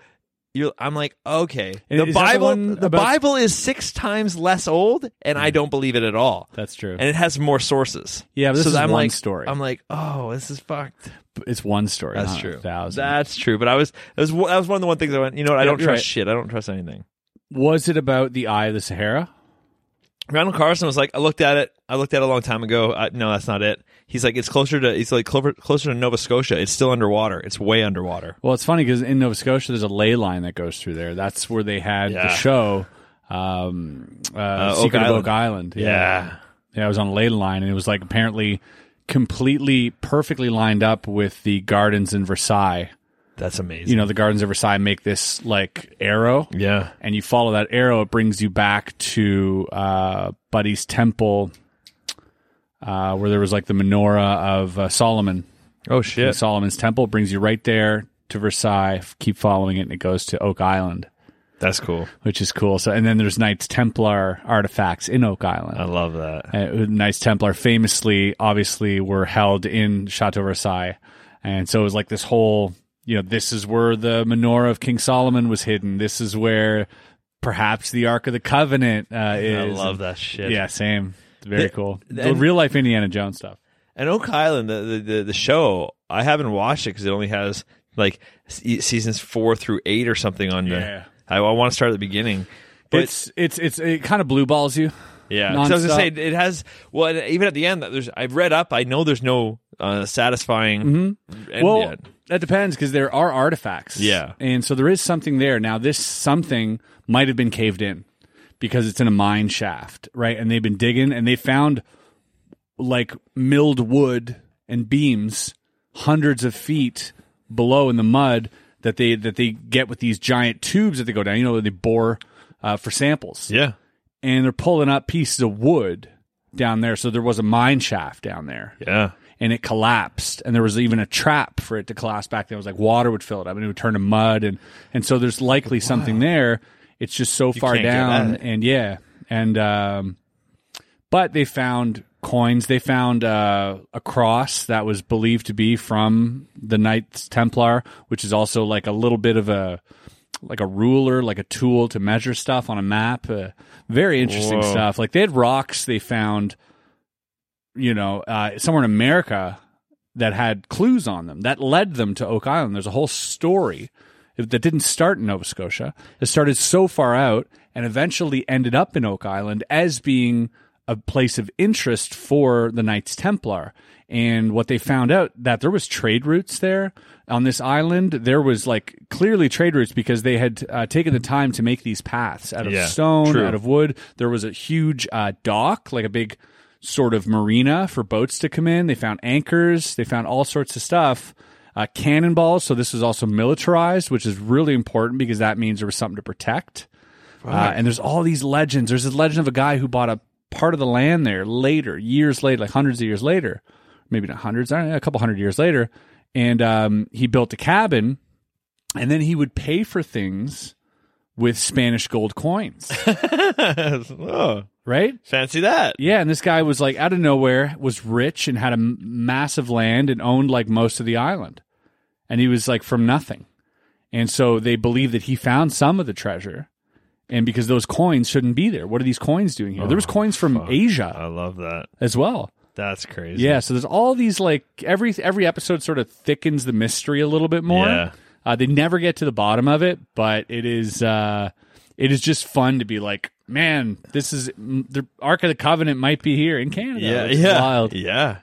Speaker 3: you I'm like, okay.
Speaker 2: And is that
Speaker 3: The
Speaker 2: the
Speaker 3: Bible
Speaker 2: one
Speaker 3: the,
Speaker 2: about- Hmm.
Speaker 3: Bible is 6 times less old and I don't believe it at all.
Speaker 2: That's true.
Speaker 3: And it has more sources.
Speaker 2: Yeah, but this
Speaker 3: so
Speaker 2: is
Speaker 3: I'm
Speaker 2: one
Speaker 3: like,
Speaker 2: story.
Speaker 3: I'm like, oh, this is fucked.
Speaker 2: it's one story. not a thousand.
Speaker 3: That's true. But I was, that was, one- that was one of the one things I went. You know what? I
Speaker 2: Yeah,
Speaker 3: don't
Speaker 2: you're
Speaker 3: trust
Speaker 2: right.
Speaker 3: shit. I don't trust anything.
Speaker 2: Was it about the Eye of the Sahara?
Speaker 3: Randall Carson was like, I looked at it. I looked at it a long time ago. I, no, that's not it. He's like, it's closer to. He's like closer, closer to Nova Scotia. It's still underwater. It's way underwater.
Speaker 2: Well, it's funny because in Nova Scotia, there's a ley line that goes through there. That's where they had
Speaker 3: Yeah.
Speaker 2: the show, um, uh,
Speaker 3: Oak
Speaker 2: Secret of
Speaker 3: Island.
Speaker 2: Oak Island. yeah, I was on a ley line, and it was like apparently completely perfectly lined up with the gardens in Versailles.
Speaker 3: that's amazing.
Speaker 2: You know, the gardens of Versailles make this like arrow,
Speaker 3: yeah,
Speaker 2: and you follow that arrow, it brings you back to uh, Buddy's temple, uh, where there was like the menorah of uh, Solomon.
Speaker 3: Oh
Speaker 2: And
Speaker 3: shit.
Speaker 2: Solomon's temple brings you right there to Versailles. F- Keep following it, and it goes to Oak Island,
Speaker 3: That's cool.
Speaker 2: which is cool. So, and then there's Knights Templar artifacts in Oak Island.
Speaker 3: I love that.
Speaker 2: Uh, Knights Templar famously, obviously, were held in Chateau Versailles, and so it was like this whole, you know, this is where the menorah of King Solomon was hidden. This is where perhaps the Ark of the Covenant uh,
Speaker 3: I
Speaker 2: is.
Speaker 3: love that shit.
Speaker 2: Yeah, same. It's very
Speaker 3: The-
Speaker 2: cool.
Speaker 3: the-
Speaker 2: The real life Indiana Jones stuff.
Speaker 3: And Oak Island, the the, the, the show, I haven't watched it because it only has like se- seasons four through eight or something on
Speaker 2: Yeah.
Speaker 3: the. I, I want to start at the beginning. But
Speaker 2: it's it's it's it kind of blue balls you.
Speaker 3: yeah, 'Cause I was gonna say
Speaker 2: nonstop.
Speaker 3: it has. Well, and even at the end, there's. I've read up. I know there's no uh, satisfying end
Speaker 2: Mm-hmm. well,
Speaker 3: yet.
Speaker 2: that depends because there are artifacts.
Speaker 3: Yeah.
Speaker 2: And so there is something there. Now, this something might have been caved in because it's in a mine shaft, right? And they've been digging and they found like milled wood and beams hundreds of feet below in the mud that they that they get with these giant tubes that they go down. You know, they bore uh, for samples,
Speaker 3: Yeah.
Speaker 2: and they're pulling up pieces of wood down there. So there was a mine shaft down there,
Speaker 3: Yeah.
Speaker 2: and it collapsed, and there was even a trap for it to collapse back. There It was like water would fill it up, and it would turn to mud, and and so there's likely something there. It's just so far
Speaker 3: can't get
Speaker 2: down,
Speaker 3: at it.
Speaker 2: and yeah, and um, but they found coins. They found uh, a cross that was believed to be from the Knights Templar, which is also like a little bit of a like a ruler, like a tool to measure stuff on a map. Uh, very interesting
Speaker 3: Whoa.
Speaker 2: stuff. Like they had rocks they found, you know, uh, somewhere in America that had clues on them that led them to Oak Island. There's a whole story that didn't start in Nova Scotia. It started so far out and eventually ended up in Oak Island as being a place of interest for the Knights Templar. And what they found out that there was trade routes there on this island. There was like clearly trade routes because they had uh, taken the time to make these paths out of
Speaker 3: Yeah,
Speaker 2: stone,
Speaker 3: true.
Speaker 2: out of wood. There was a huge uh, dock, like a big sort of marina for boats to come in. They found anchors. They found all sorts of stuff. Uh, cannonballs. So this was also militarized, which is really important because that means there was something to protect. Uh, and there's all these legends. There's this legend of a guy who bought a part of the land there later, years later, like hundreds of years later, maybe not hundreds, I don't know, a couple hundred years later. And um, he built a cabin, and then he would pay for things with Spanish gold coins,
Speaker 3: oh,
Speaker 2: right?
Speaker 3: fancy that.
Speaker 2: Yeah, and this guy was like out of nowhere, was rich and had a m- massive land and owned like most of the island. And he was like from nothing. And so they believe that he found some of the treasure. And because those coins shouldn't be there. What are these coins doing here? there was coins from Asia
Speaker 3: I love that.
Speaker 2: as well.
Speaker 3: That's crazy.
Speaker 2: Yeah, so there's all these like every every episode sort of thickens the mystery a little bit more.
Speaker 3: Yeah.
Speaker 2: Uh, they never get to the bottom of it, but it is uh, it is just fun to be like, man, this is m- the Ark of the Covenant might be here in Canada.
Speaker 3: Yeah.
Speaker 2: which is
Speaker 3: yeah.
Speaker 2: wild.
Speaker 3: Yeah.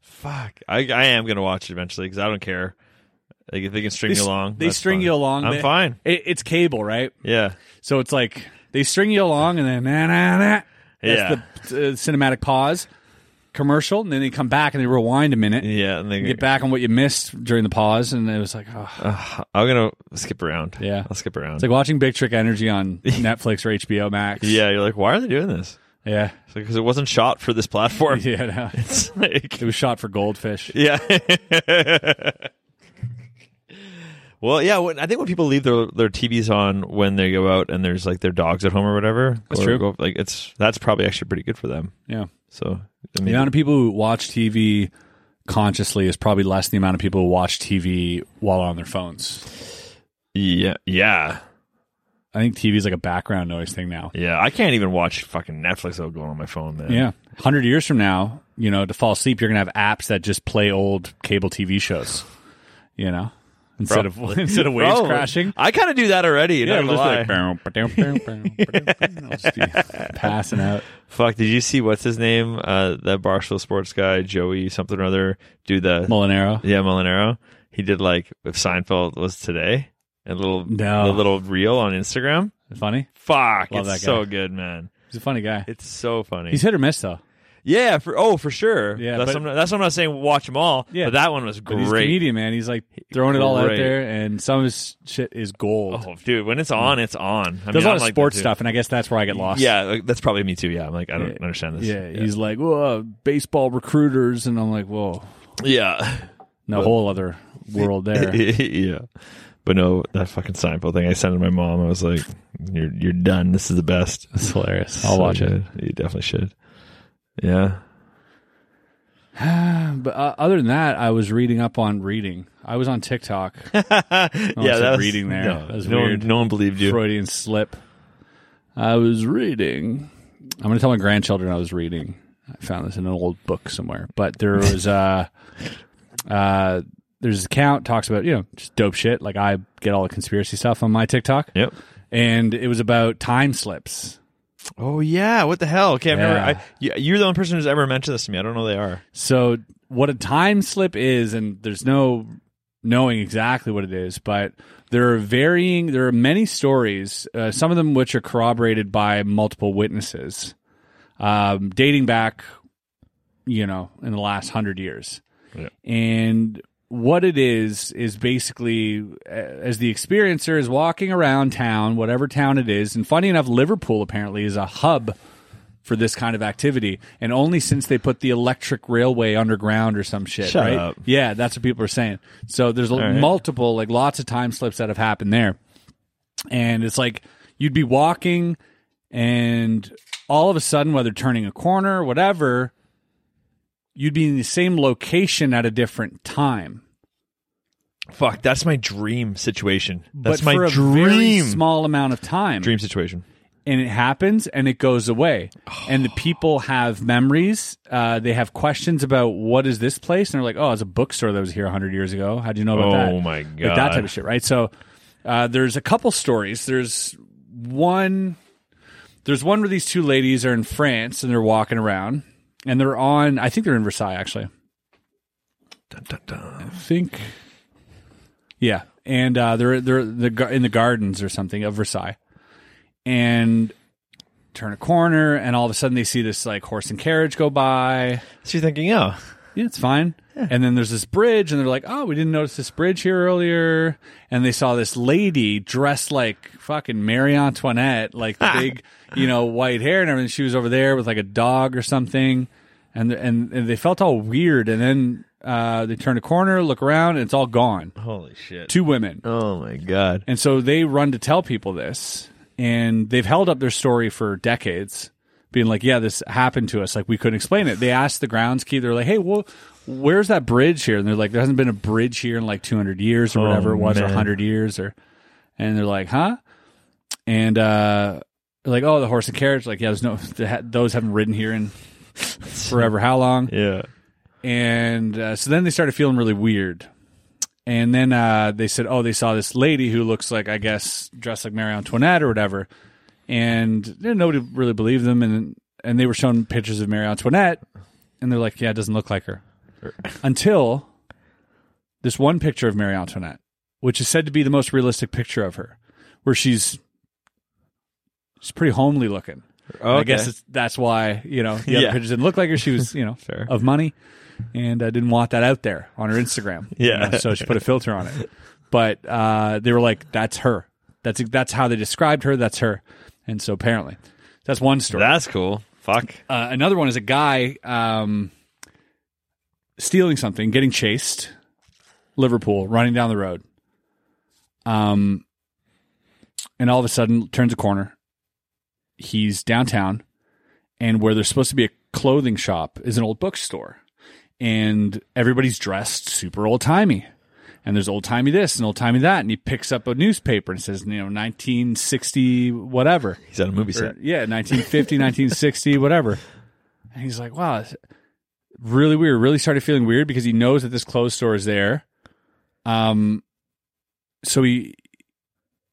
Speaker 3: Fuck. I, I am going to watch it eventually because I don't care. Like, if they can string
Speaker 2: They
Speaker 3: you
Speaker 2: s-
Speaker 3: along.
Speaker 2: They
Speaker 3: that's
Speaker 2: string
Speaker 3: fine.
Speaker 2: you along.
Speaker 3: I'm
Speaker 2: They-
Speaker 3: fine.
Speaker 2: It, it's cable, right?
Speaker 3: Yeah.
Speaker 2: So it's like they string you along, and then na na na.
Speaker 3: Yeah.
Speaker 2: That's the uh, cinematic pause, commercial, and then they come back and they rewind a minute,
Speaker 3: Yeah. And then
Speaker 2: get back on what you missed during the pause, and it was like, oh.
Speaker 3: Ugh, I'm going to skip around.
Speaker 2: Yeah.
Speaker 3: I'll skip around.
Speaker 2: It's like watching Big Trick Energy on Netflix or HBO Max.
Speaker 3: yeah. You're like, why are they doing this?
Speaker 2: Yeah.
Speaker 3: Because it wasn't shot for this platform.
Speaker 2: Yeah. no.
Speaker 3: It's like,
Speaker 2: It was shot for goldfish.
Speaker 3: Yeah. well, yeah. When, I think when people leave their their TVs on when they go out and there's like their dogs at home or whatever,
Speaker 2: That's
Speaker 3: or
Speaker 2: true.
Speaker 3: go- like it's that's probably actually pretty good for them.
Speaker 2: Yeah.
Speaker 3: So I
Speaker 2: The
Speaker 3: mean,
Speaker 2: amount of people who watch TV consciously is probably less than the amount of people who watch TV while on their phones.
Speaker 3: yeah, yeah,
Speaker 2: I think TV is like a background noise thing now.
Speaker 3: yeah. I can't even watch fucking Netflix without going on my phone. Then
Speaker 2: Yeah. 100 years from now, you know, to fall asleep, you're going to have apps that just play old cable TV shows, you know, instead of
Speaker 3: Probably.
Speaker 2: instead of waves
Speaker 3: Probably.
Speaker 2: crashing.
Speaker 3: I kind of do that already. Yeah,
Speaker 2: it'll just be like, I'll just be passing out.
Speaker 3: Fuck! Did you see what's his name? Uh, that Barstool Sports guy, Joey something or other, do the
Speaker 2: Molinaro.
Speaker 3: Yeah, Molinaro. He did like if Seinfeld was today, a little
Speaker 2: No.
Speaker 3: a little reel on Instagram.
Speaker 2: Funny.
Speaker 3: Fuck,
Speaker 2: Love
Speaker 3: it's
Speaker 2: that guy.
Speaker 3: so good, man.
Speaker 2: He's a funny guy.
Speaker 3: It's so funny.
Speaker 2: He's hit or miss though.
Speaker 3: yeah, for oh for sure.
Speaker 2: Yeah,
Speaker 3: that's
Speaker 2: but-
Speaker 3: what I'm, that's what I'm not saying. Watch them all.
Speaker 2: Yeah.
Speaker 3: but that one was
Speaker 2: But he's a
Speaker 3: great.
Speaker 2: comedian, man. He's like throwing it all out
Speaker 3: Great.
Speaker 2: there, and some of his shit is gold.
Speaker 3: Oh, dude, when it's on, it's on. I
Speaker 2: There's a
Speaker 3: mean, I'm
Speaker 2: lot of
Speaker 3: like that
Speaker 2: sports
Speaker 3: too.
Speaker 2: stuff, and I guess that's where I get lost.
Speaker 3: Yeah, like, that's probably me too. Yeah, I'm like I don't
Speaker 2: Yeah.
Speaker 3: understand this.
Speaker 2: yeah. He's like, whoa, baseball recruiters, and I'm like, whoa,
Speaker 3: yeah,
Speaker 2: no whole other world there.
Speaker 3: yeah. yeah. But no, that fucking Seinfeld thing. I sent it to my mom. I was like, "You're you're done. This is the best."
Speaker 2: It's hilarious. I'll watch it.
Speaker 3: You definitely should. Yeah.
Speaker 2: But uh, other than that, I was reading up on reading. I was on TikTok.
Speaker 3: yeah,
Speaker 2: said
Speaker 3: that was,
Speaker 2: reading there.
Speaker 3: No,
Speaker 2: That was
Speaker 3: no
Speaker 2: weird.
Speaker 3: One, no one believed you.
Speaker 2: Freudian slip. I was reading. I'm going to tell my grandchildren I was reading. I found this in an old book somewhere, but there was uh, uh, there's this account talks about you know just dope shit. Like I get all the conspiracy stuff on my TikTok,
Speaker 3: Yep.
Speaker 2: and it was about time slips.
Speaker 3: Oh yeah. What the hell? Okay, I've never.
Speaker 2: Yeah.
Speaker 3: I, you- you're the only person who's ever mentioned this to me. I don't know who they are.
Speaker 2: So what a time slip is, and there's no knowing exactly what it is, but there are varying. There are many stories, uh, some of them which are corroborated by multiple witnesses, um, dating back you know, in the last hundred years.
Speaker 3: Yeah.
Speaker 2: And what it is is basically uh, as the experiencer is walking around town, whatever town it is, and funny enough, Liverpool apparently is a hub for this kind of activity, and only since they put the electric railway underground or some shit,
Speaker 3: Shut
Speaker 2: right?
Speaker 3: up.
Speaker 2: Yeah, that's what people are saying. So there's l- multiple, like lots of time slips that have happened there and it's like you'd be walking and all of a sudden whether turning a corner or whatever you'd be in the same location at a different time
Speaker 3: Fuck, that's my dream situation. That's
Speaker 2: but
Speaker 3: my
Speaker 2: for a very
Speaker 3: dream
Speaker 2: small amount of time
Speaker 3: dream situation.
Speaker 2: and it happens and it goes away and the people have memories uh, they have questions about what is this place and they're like oh it's a bookstore that was here 100 years ago how do you know about that
Speaker 3: Oh my
Speaker 2: like that type
Speaker 3: God.
Speaker 2: of shit right so uh, there's a couple stories there's one there's one where these two ladies are in france and they're walking around and they're on i think they're in versailles actually
Speaker 3: Dun, dun, dun.
Speaker 2: think. Yeah, and uh, they're they're the gar- in the gardens or something of Versailles, and turn a corner, and all of a sudden they see this like horse and carriage go by.
Speaker 3: So you're thinking, oh,
Speaker 2: Yeah, it's fine. And then there's this bridge, and they're like, "Oh, we didn't notice this bridge here earlier." And they saw this lady dressed like fucking Marie Antoinette, like the big, you know, white hair and everything. She was over there with like a dog or something, and and, and they felt all weird. And then uh, they turn a corner, look around, and it's all gone.
Speaker 3: holy shit.
Speaker 2: Two women,
Speaker 3: Oh my god.
Speaker 2: and so they run to tell people this, and they've held up their story for decades, being like, "Yeah, this happened to us. Like we couldn't explain it." They asked the groundskeeper, they're like, "Hey, well, where's that bridge here?" And they're like, "There hasn't been a bridge here in like 200 years or whatever it was, or
Speaker 3: man.
Speaker 2: 100 years." Or, and they're like, "Huh?" And uh, they're like, "Oh, the horse and carriage. Like, yeah, there's no those haven't ridden here in forever. How long?"
Speaker 3: Yeah.
Speaker 2: And uh, so then they started feeling really weird. And then uh, they said, oh, they saw this lady who looks like, I guess, dressed like Marie Antoinette or whatever. And you know, nobody really believed them. And, and they were shown pictures of Marie Antoinette. And they're like, yeah, it doesn't look like her. Until this one picture of Marie Antoinette, which is said to be the most realistic picture of her, where she's, she's pretty homely looking.
Speaker 3: Oh,
Speaker 2: I guess it's, that's why you know the other
Speaker 3: Yeah.
Speaker 2: pictures didn't look like her. She was you know
Speaker 3: Fair.
Speaker 2: of money, and I didn't want that out there on her Instagram. you
Speaker 3: Yeah.
Speaker 2: know, so she put a filter on it. But uh, they were like, "That's her. That's that's how they described her. That's her." And so apparently, that's one story.
Speaker 3: that's cool. Fuck.
Speaker 2: uh, another one is a guy um, stealing something, getting chased, Liverpool, running down the road, um, and all of a sudden turns a corner. He's downtown, and where there's supposed to be a clothing shop is an old bookstore, and everybody's dressed super old timey. And there's old timey this and old timey that, and he picks up a newspaper and says, you know, 1960 whatever,
Speaker 3: He's at a movie
Speaker 2: or,
Speaker 3: set.
Speaker 2: yeah, 1950, 1960, whatever. And he's like, wow, it's really weird. Really started feeling weird because he knows that this clothes store is there. Um, so he,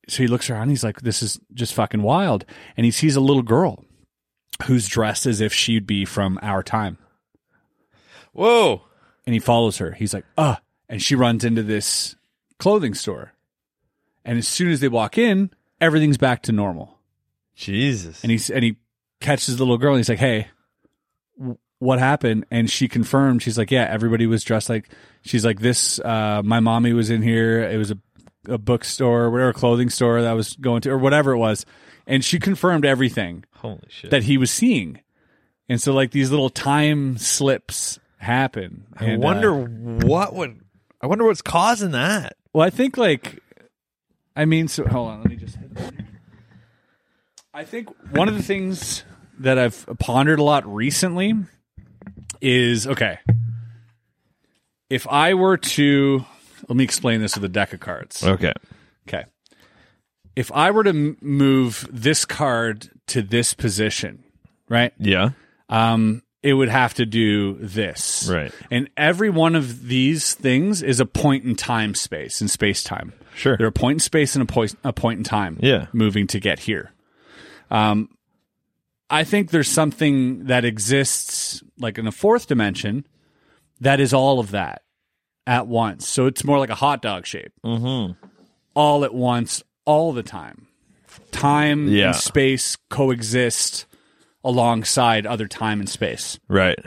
Speaker 2: so he looks around. He's like, this is just fucking wild. And he sees a little girl who's dressed as if she'd be from our time.
Speaker 3: Whoa.
Speaker 2: And he follows her. He's like, ah, and she runs into this clothing store. And as soon as they walk in, everything's back to normal.
Speaker 3: Jesus.
Speaker 2: and he's and he catches the little girl and he's like, "Hey, w- what happened?" And she confirmed. She's like, "Yeah, everybody was dressed like." She's like, "This, uh, my mommy was in here. It was a a bookstore, whatever clothing store that I was going to, or whatever it was." And she confirmed everything
Speaker 3: Holy shit.
Speaker 2: that he was seeing, and so like these little time slips happen.
Speaker 3: I
Speaker 2: And, uh,
Speaker 3: wonder what would. I wonder what's causing that.
Speaker 2: Well, I think like, I mean, so hold on, let me just. Hit it. I think one of the things that I've pondered a lot recently is okay. If I were to, let me explain this with a deck of cards.
Speaker 3: Okay.
Speaker 2: Okay. If I were to m- move this card to this position, right?
Speaker 3: Yeah.
Speaker 2: um, it would have to do this.
Speaker 3: Right.
Speaker 2: And every one of these things is a point in time space, in space time.
Speaker 3: Sure.
Speaker 2: They're a point in space and a point, a point in time
Speaker 3: Yeah.
Speaker 2: moving to get here. Um, I think there's something that exists, like in the fourth dimension, that is all of that at once. So it's more like a hot dog shape,
Speaker 3: Mm-hmm.
Speaker 2: all at once, all the time. Time
Speaker 3: Yeah.
Speaker 2: and space coexist alongside other time and space.
Speaker 3: Right.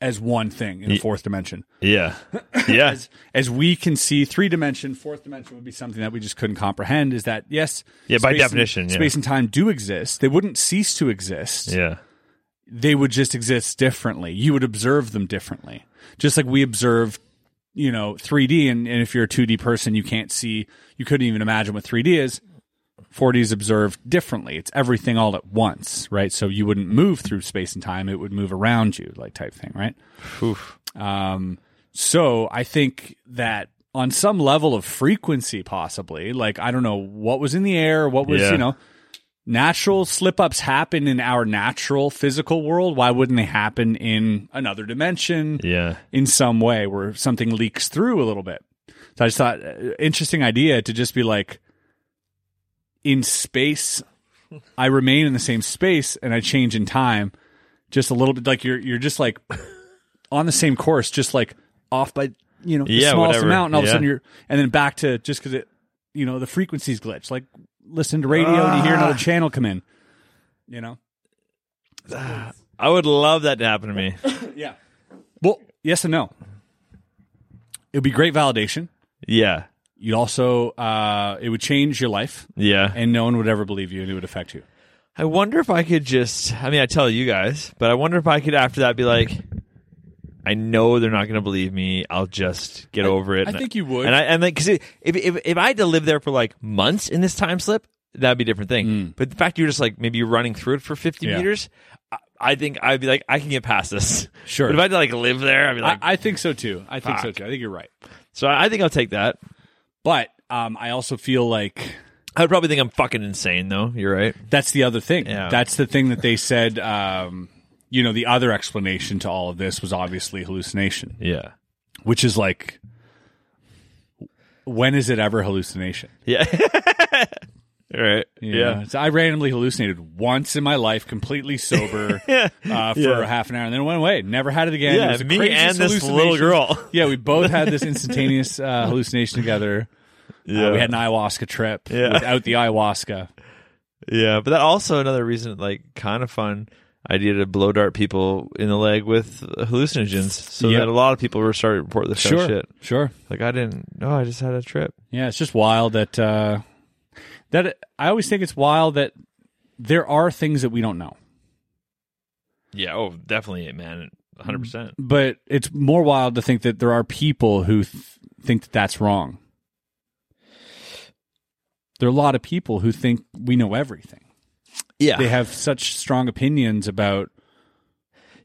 Speaker 2: as one thing in the fourth dimension.
Speaker 3: Yeah. Yeah.
Speaker 2: As, as we can see, three dimension, fourth dimension would be something that we just couldn't comprehend. Is that yes?
Speaker 3: Yeah,
Speaker 2: space
Speaker 3: by
Speaker 2: and-
Speaker 3: definition, yeah.
Speaker 2: space and time do exist. They wouldn't cease to exist.
Speaker 3: yeah.
Speaker 2: They would just exist differently. You would observe them differently, just like we observe, you know, 3D. And, and if you're a 2D person, you can't see. You couldn't even imagine what 3D is. 4D is observed differently. It's everything all at once, right? So you wouldn't move through space and time; it would move around you, like type thing, right? Um, so I think that on some level of frequency, possibly, like I don't know what was in the air, what was
Speaker 3: Yeah.
Speaker 2: you know, natural slip ups happen in our natural physical world. Why wouldn't they happen in another dimension?
Speaker 3: Yeah.
Speaker 2: in some way where something leaks through a little bit. So I just thought uh, interesting idea to just be like in space I remain in the same space and I change in time just a little bit like you're you're just like on the same course just like off by you know the
Speaker 3: Yeah,
Speaker 2: smallest
Speaker 3: whatever.
Speaker 2: amount and all of a
Speaker 3: Yeah.
Speaker 2: sudden you're and then back to just cuz it you know the frequencies glitch like listen to radio and you hear
Speaker 3: Ah.
Speaker 2: another channel come in you know
Speaker 3: I would love that to happen to me.
Speaker 2: yeah well yes and no it would be great validation
Speaker 3: Yeah.
Speaker 2: you also uh, it would change your life
Speaker 3: Yeah.
Speaker 2: and no one would ever believe you and it would affect you
Speaker 3: I wonder if I could just I mean I tell you guys, but I wonder if I could after that be like I know they're not going to believe me. I'll just get over it.
Speaker 2: I
Speaker 3: And
Speaker 2: think you would.
Speaker 3: And I and like cuz if, if if I had to live there for like months in this time slip, that'd be a different thing. But the fact you're just like maybe you're running through it for 50
Speaker 2: Mm. Yeah.
Speaker 3: meters, I, I think I'd be like I can get past this.
Speaker 2: Sure.
Speaker 3: But if I had to like live there, I'd be like
Speaker 2: I, I think so too i think so
Speaker 3: Fuck.
Speaker 2: too i think you're right
Speaker 3: so I think I'll take that.
Speaker 2: but um, i also feel like
Speaker 3: I would probably think I'm fucking insane though. You're right.
Speaker 2: that's the other thing
Speaker 3: Yeah.
Speaker 2: that's the thing that they said um, you know the other explanation to all of this was obviously hallucination
Speaker 3: Yeah.
Speaker 2: which is like when is it ever hallucination
Speaker 3: Yeah. All right.
Speaker 2: You know, so I randomly hallucinated once in my life, completely sober, uh, for half an hour, and then it went away. Never had it again.
Speaker 3: Yeah,
Speaker 2: it was the
Speaker 3: me
Speaker 2: craziest
Speaker 3: and this little
Speaker 2: hallucination.
Speaker 3: girl.
Speaker 2: yeah, we both had this instantaneous uh, hallucination together. Uh,
Speaker 3: Yeah.
Speaker 2: we had an ayahuasca trip
Speaker 3: Yeah.
Speaker 2: without the ayahuasca.
Speaker 3: Yeah, but that also another reason, like, kind of fun idea to blow dart people in the leg with hallucinogens, so
Speaker 2: Yep.
Speaker 3: that a lot of people were starting to report this kind of shit.
Speaker 2: sure.
Speaker 3: Like, I didn't. No, I just had a trip.
Speaker 2: Yeah, it's just wild that uh, that I always think it's wild that there are things that we don't know.
Speaker 3: Yeah. Oh, definitely, man. Hundred percent.
Speaker 2: but it's more wild to think that there are people who th- think that that's wrong. There are a lot of people who think we know everything.
Speaker 3: Yeah.
Speaker 2: They have such strong opinions about.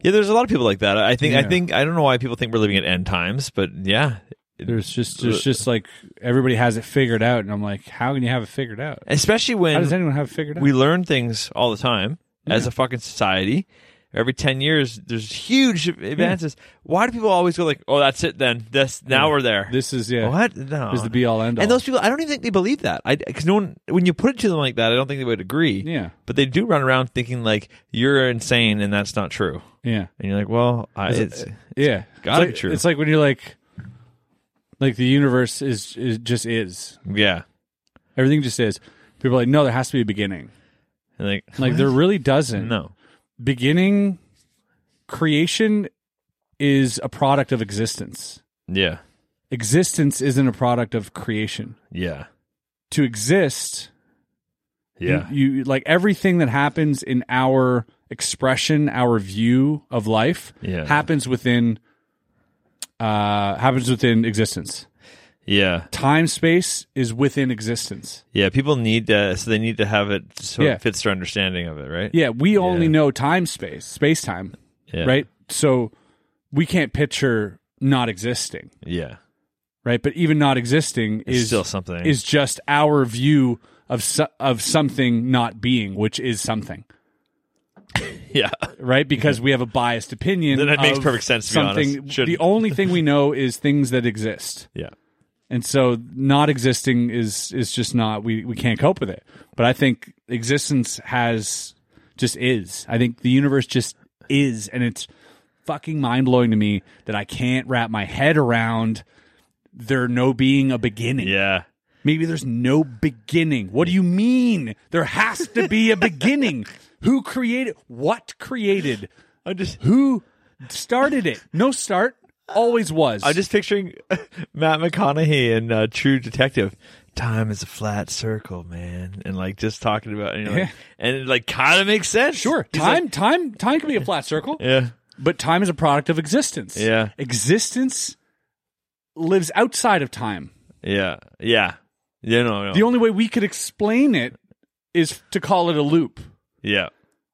Speaker 3: yeah. There's a lot of people like that. I think. I
Speaker 2: Yeah.
Speaker 3: think. I don't know why people think we're living at end times, but yeah.
Speaker 2: There's just
Speaker 3: Uh,
Speaker 2: there's just like everybody has it figured out, and I'm like, how can you have it figured out?
Speaker 3: Especially
Speaker 2: How does
Speaker 3: when
Speaker 2: anyone have it figured out?
Speaker 3: we learn things all the time as a fucking society. Every ten years, there's huge advances. Why do people always go like, "Oh, that's it then. This now we're there."
Speaker 2: this is yeah.
Speaker 3: What? No.
Speaker 2: Is the be all end all.
Speaker 3: And those people, I don't even think they believe that. I because no one when you put it to them like that, I don't think they would agree.
Speaker 2: Yeah.
Speaker 3: But they do run around thinking like you're insane and that's not true.
Speaker 2: Yeah.
Speaker 3: And you're like, well, I, it's
Speaker 2: Yeah,
Speaker 3: gotta
Speaker 2: it's like,
Speaker 3: be true.
Speaker 2: It's like when you're like, like the universe is, is just is
Speaker 3: yeah.
Speaker 2: everything just is. People are like, no, there has to be a beginning.
Speaker 3: And like,
Speaker 2: Like there really doesn't.
Speaker 3: no.
Speaker 2: beginning creation is a product of existence.
Speaker 3: Yeah.
Speaker 2: Existence isn't a product of creation.
Speaker 3: Yeah.
Speaker 2: To exist, you-
Speaker 3: Yeah.
Speaker 2: you, like everything that happens in our expression, our view of life
Speaker 3: Yeah.
Speaker 2: happens within uh happens within existence.
Speaker 3: Yeah.
Speaker 2: Time space is within existence.
Speaker 3: Yeah. People need to, so they need to have it so
Speaker 2: Yeah.
Speaker 3: it fits their understanding of it, right?
Speaker 2: Yeah, we only
Speaker 3: Yeah.
Speaker 2: know time space, space time,
Speaker 3: Yeah.
Speaker 2: right? So we can't picture not existing.
Speaker 3: Yeah.
Speaker 2: right? But even not existing
Speaker 3: It's
Speaker 2: is
Speaker 3: still something.
Speaker 2: is just our view of so- of something not being, which is something,
Speaker 3: yeah.
Speaker 2: right? Because we have a biased opinion.
Speaker 3: Then Mm-hmm. that makes
Speaker 2: of
Speaker 3: perfect sense, to be honest.
Speaker 2: something.
Speaker 3: Should-
Speaker 2: The only thing we know is things that exist,
Speaker 3: Yeah.
Speaker 2: and so not existing is is just not we we can't cope with it. But I think existence has just is. I think the universe just is, and it's fucking mind blowing to me that I can't wrap my head around there no being a beginning.
Speaker 3: Yeah.
Speaker 2: Maybe there's no beginning. What do you mean? There has to be a beginning. Who created? What created?
Speaker 3: I just,
Speaker 2: Who started it. No start. Always was.
Speaker 3: I'm just picturing Matt McConaughey in uh, True Detective. Time is a flat circle, man, and like just talking about and, you're like,
Speaker 2: Yeah.
Speaker 3: and it like kind of makes sense.
Speaker 2: sure.
Speaker 3: He's
Speaker 2: Time,
Speaker 3: like-
Speaker 2: time, time can be a flat circle,
Speaker 3: yeah,
Speaker 2: but time is a product of existence.
Speaker 3: Yeah.
Speaker 2: Existence lives outside of time.
Speaker 3: yeah, yeah, yeah. No, no.
Speaker 2: The only way we could explain it is to call it a loop
Speaker 3: yeah,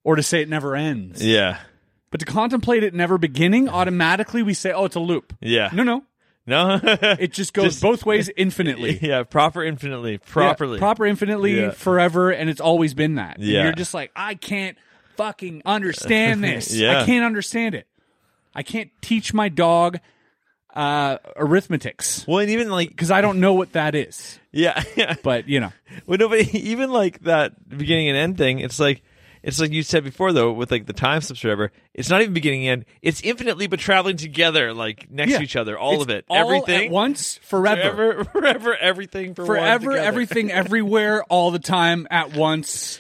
Speaker 2: or to say it never ends.
Speaker 3: yeah,
Speaker 2: But to contemplate it never beginning, automatically we say, oh, it's a loop.
Speaker 3: yeah.
Speaker 2: No, no.
Speaker 3: no.
Speaker 2: It just goes
Speaker 3: Just-
Speaker 2: both ways infinitely.
Speaker 3: yeah, proper infinitely,
Speaker 2: Yeah,
Speaker 3: properly,
Speaker 2: proper infinitely
Speaker 3: Yeah.
Speaker 2: forever, and it's always been that. And
Speaker 3: Yeah.
Speaker 2: You're just like, I can't fucking understand this.
Speaker 3: Yeah.
Speaker 2: I can't understand it. I can't teach my dog uh arithmetics
Speaker 3: Well, and even like,
Speaker 2: because I don't know what that is.
Speaker 3: yeah, yeah.
Speaker 2: But you know.
Speaker 3: Well, no, but even like that beginning and end thing, it's like it's like you said before though, with like the time subscriber, it's not even beginning and end. It's infinitely but traveling together, like next
Speaker 2: Yeah.
Speaker 3: to each other, all
Speaker 2: It's
Speaker 3: of it.
Speaker 2: all
Speaker 3: everything
Speaker 2: at once, forever.
Speaker 3: Forever, forever, everything for one
Speaker 2: Forever,
Speaker 3: together.
Speaker 2: everything, everywhere, all the time, at once.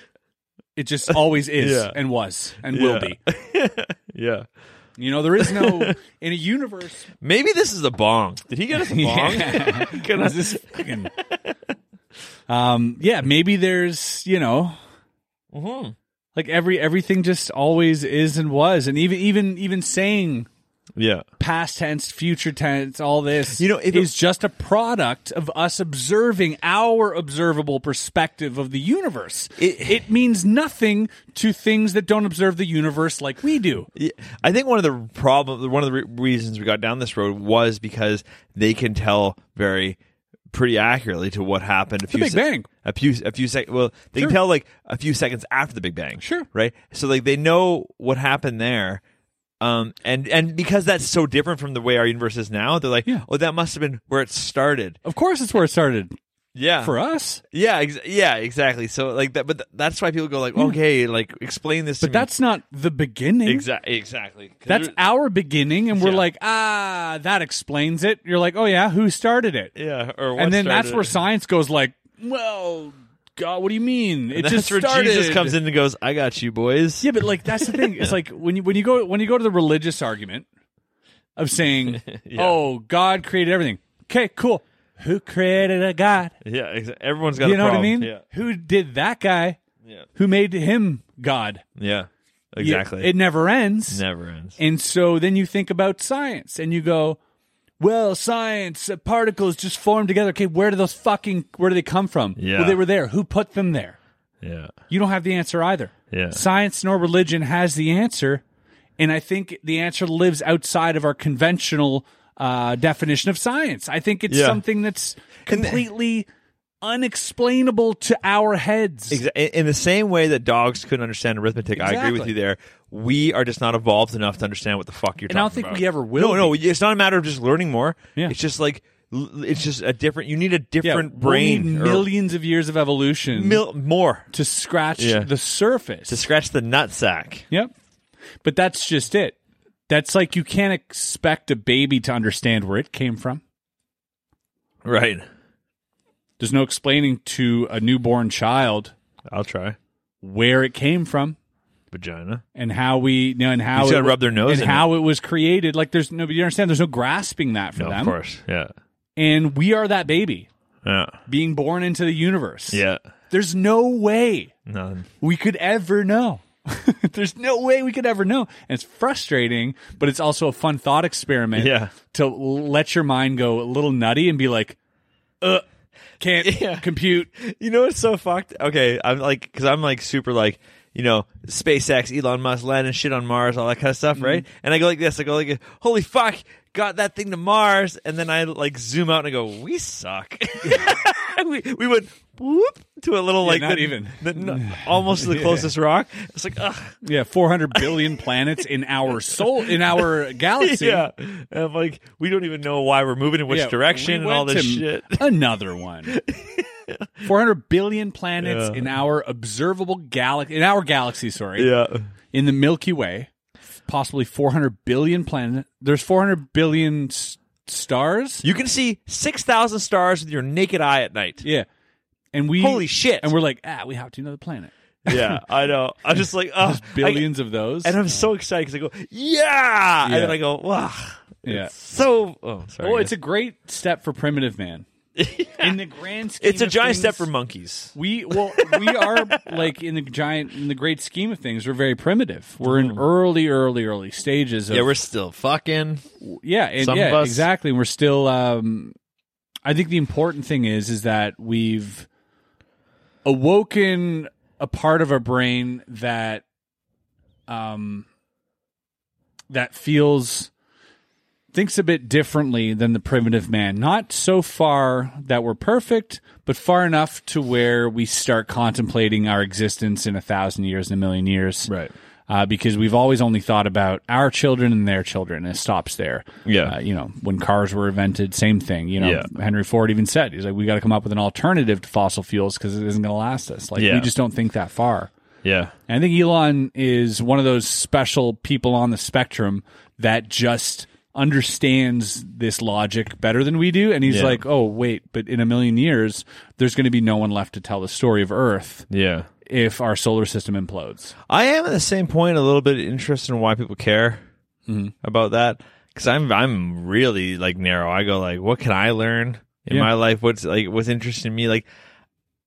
Speaker 2: It just always is
Speaker 3: Yeah.
Speaker 2: and was and
Speaker 3: Yeah.
Speaker 2: will be.
Speaker 3: Yeah.
Speaker 2: You know, there is no in a universe.
Speaker 3: Maybe this is a bong. Did he get us a bong?
Speaker 2: Yeah.
Speaker 3: Can I-
Speaker 2: Is this fucking- um, yeah, maybe there's you know, Mm-hmm. like every everything just always is and was, and even even even saying
Speaker 3: yeah.
Speaker 2: past tense, future tense, all this
Speaker 3: You know, if it-
Speaker 2: is just a product of us observing our observable perspective of the universe.
Speaker 3: It-
Speaker 2: it means nothing to things that don't observe the universe like we do.
Speaker 3: Yeah, I think one of the problem, one of the re- reasons we got down this road was because they can tell very pretty accurately to what happened a few
Speaker 2: Big Bang.
Speaker 3: a few a few seconds. Well, they
Speaker 2: Sure.
Speaker 3: can tell like a few seconds after the Big Bang.
Speaker 2: Sure.
Speaker 3: right? So like they know what happened there. Um, and and because that's so different from the way our universe is now, they're like,
Speaker 2: Yeah.
Speaker 3: oh, that must have been where it started.
Speaker 2: Of course, it's where it started
Speaker 3: Yeah,
Speaker 2: for us.
Speaker 3: yeah, ex- yeah, exactly. So like that, but th- that's why people go like, okay, like explain this.
Speaker 2: But that's not the beginning.
Speaker 3: exactly exactly 'Cause
Speaker 2: That's
Speaker 3: there-
Speaker 2: our beginning, and we're
Speaker 3: Yeah.
Speaker 2: like, ah, that explains it. You're like, oh yeah, who started it?
Speaker 3: yeah, or what
Speaker 2: and then that's
Speaker 3: started
Speaker 2: where
Speaker 3: it.
Speaker 2: science goes like, well, God, what do you mean? It
Speaker 3: That's
Speaker 2: just
Speaker 3: where
Speaker 2: started.
Speaker 3: Jesus comes in and goes, "I got you, boys."
Speaker 2: Yeah, but like that's the thing. It's like when you when you go when you go to the religious argument of saying, oh, God created everything. Okay, cool. Who created a God?
Speaker 3: yeah. exa- Everyone's got.
Speaker 2: you
Speaker 3: a
Speaker 2: know what I
Speaker 3: problem.
Speaker 2: mean? Who did that guy?
Speaker 3: Yeah,
Speaker 2: Who made him God?
Speaker 3: yeah, yeah. Exactly.
Speaker 2: It, it never ends.
Speaker 3: never ends.
Speaker 2: And so then you think about science and you go, well, science, uh, particles just form together. Okay, where do those fucking, where do they come from?
Speaker 3: Yeah.
Speaker 2: Well, they were there. Who put them there?
Speaker 3: yeah,
Speaker 2: You don't have the answer either.
Speaker 3: yeah,
Speaker 2: Science nor religion has the answer. And I think the answer lives outside of our conventional uh, definition of science. I think it's
Speaker 3: Yeah.
Speaker 2: something that's completely unexplainable to our heads.
Speaker 3: Exa- in- In the same way that dogs couldn't understand arithmetic, I agree with
Speaker 2: Exactly.
Speaker 3: you there. We are just not evolved enough to understand what the fuck you're
Speaker 2: And I don't
Speaker 3: talking
Speaker 2: think
Speaker 3: about.
Speaker 2: we ever will
Speaker 3: No, no,
Speaker 2: be.
Speaker 3: it's not a matter of just learning more.
Speaker 2: Yeah.
Speaker 3: It's just like l- it's just a different. You need a
Speaker 2: Yeah,
Speaker 3: different
Speaker 2: we'll
Speaker 3: brain.
Speaker 2: need
Speaker 3: or
Speaker 2: millions of years of evolution
Speaker 3: mil- more
Speaker 2: to scratch
Speaker 3: Yeah.
Speaker 2: the surface.
Speaker 3: to scratch the nutsack.
Speaker 2: Yep. But that's just it. That's like you can't expect a baby to understand where it came from.
Speaker 3: Right.
Speaker 2: There's no explaining to a newborn child
Speaker 3: I'll try
Speaker 2: where it came from
Speaker 3: vagina.
Speaker 2: and how we no, and how
Speaker 3: just
Speaker 2: it,
Speaker 3: gotta rub their nose
Speaker 2: and
Speaker 3: in
Speaker 2: how it. was created. Like there's no you understand there's no grasping that for
Speaker 3: No,
Speaker 2: them.
Speaker 3: of course. Yeah.
Speaker 2: And we are that baby
Speaker 3: Yeah.
Speaker 2: being born into the universe.
Speaker 3: Yeah.
Speaker 2: There's no way
Speaker 3: None.
Speaker 2: we could ever know. There's no way we could ever know. And it's frustrating, but it's also a fun thought experiment
Speaker 3: Yeah.
Speaker 2: to l- let your mind go a little nutty and be like, uh, can't
Speaker 3: Yeah.
Speaker 2: compute.
Speaker 3: You know what's so fucked? Okay, I'm like, because I'm like super like, you know, SpaceX, Elon Musk, landing shit on Mars, all that kind of stuff, right?
Speaker 2: Mm-hmm.
Speaker 3: And I go like this, I go like, holy fuck, got that thing to Mars, and then I like zoom out and I go, we suck. we, we went whoop to a little like
Speaker 2: not
Speaker 3: the-
Speaker 2: even.
Speaker 3: the- n- almost the closest rock. It's like, ugh,
Speaker 2: Yeah, 400 billion planets in our soul, in our galaxy.
Speaker 3: yeah. And I'm like, we don't even know why we're moving in which
Speaker 2: Yeah,
Speaker 3: direction
Speaker 2: we
Speaker 3: and
Speaker 2: went
Speaker 3: all this
Speaker 2: to
Speaker 3: shit.
Speaker 2: Another one. 400 billion planets
Speaker 3: Yeah.
Speaker 2: in our observable galaxy, in our galaxy, sorry,
Speaker 3: yeah,
Speaker 2: in the Milky Way, possibly 400 billion planet. There's 400 billion s- stars.
Speaker 3: you can see six thousand stars with your naked eye at night.
Speaker 2: Yeah. And we
Speaker 3: Holy shit!
Speaker 2: And we're like, ah, we hopped to another planet.
Speaker 3: Yeah, I know. I'm just like, oh,
Speaker 2: Billions of those.
Speaker 3: and I'm so excited because I go, yeah,
Speaker 2: Yeah.
Speaker 3: and then I go, wow,
Speaker 2: Yeah.
Speaker 3: so. Oh, sorry.
Speaker 2: Well, it's a great step for primitive man. In the grand scheme,
Speaker 3: it's a
Speaker 2: of
Speaker 3: giant
Speaker 2: things,
Speaker 3: step for monkeys.
Speaker 2: We well, we are like in the giant in the great scheme of things, we're very primitive. We're in early, early, early stages of
Speaker 3: Yeah, we're still fucking.
Speaker 2: yeah, and
Speaker 3: Some of
Speaker 2: yeah,
Speaker 3: us-
Speaker 2: exactly. We're still. Um, I think the important thing is is that we've awoken a part of our brain that, um, that feels thinks a bit differently than the primitive man. Not so far that we're perfect, but far enough to where we start contemplating our existence in a thousand years, in a million years,
Speaker 3: Right.
Speaker 2: uh, because we've always only thought about our children and their children, and it stops there.
Speaker 3: Yeah.
Speaker 2: Uh, you know, when cars were invented, same thing. You know,
Speaker 3: Yeah.
Speaker 2: Henry Ford even said, he's like, we got to come up with an alternative to fossil fuels because it isn't going to last us. Like,
Speaker 3: Yeah.
Speaker 2: we just don't think that far.
Speaker 3: Yeah.
Speaker 2: And I think Elon is one of those special people on the spectrum that just understands this logic better than we do. And he's
Speaker 3: Yeah.
Speaker 2: like, oh, wait, but in a million years, there's going to be no one left to tell the story of Earth
Speaker 3: Yeah.
Speaker 2: if our solar system implodes.
Speaker 3: I am at the same point a little bit interested in why people care about that because I'm I'm really like narrow. I go like, what can I learn in
Speaker 2: Yeah.
Speaker 3: my life? What's like what's interesting to me? Like,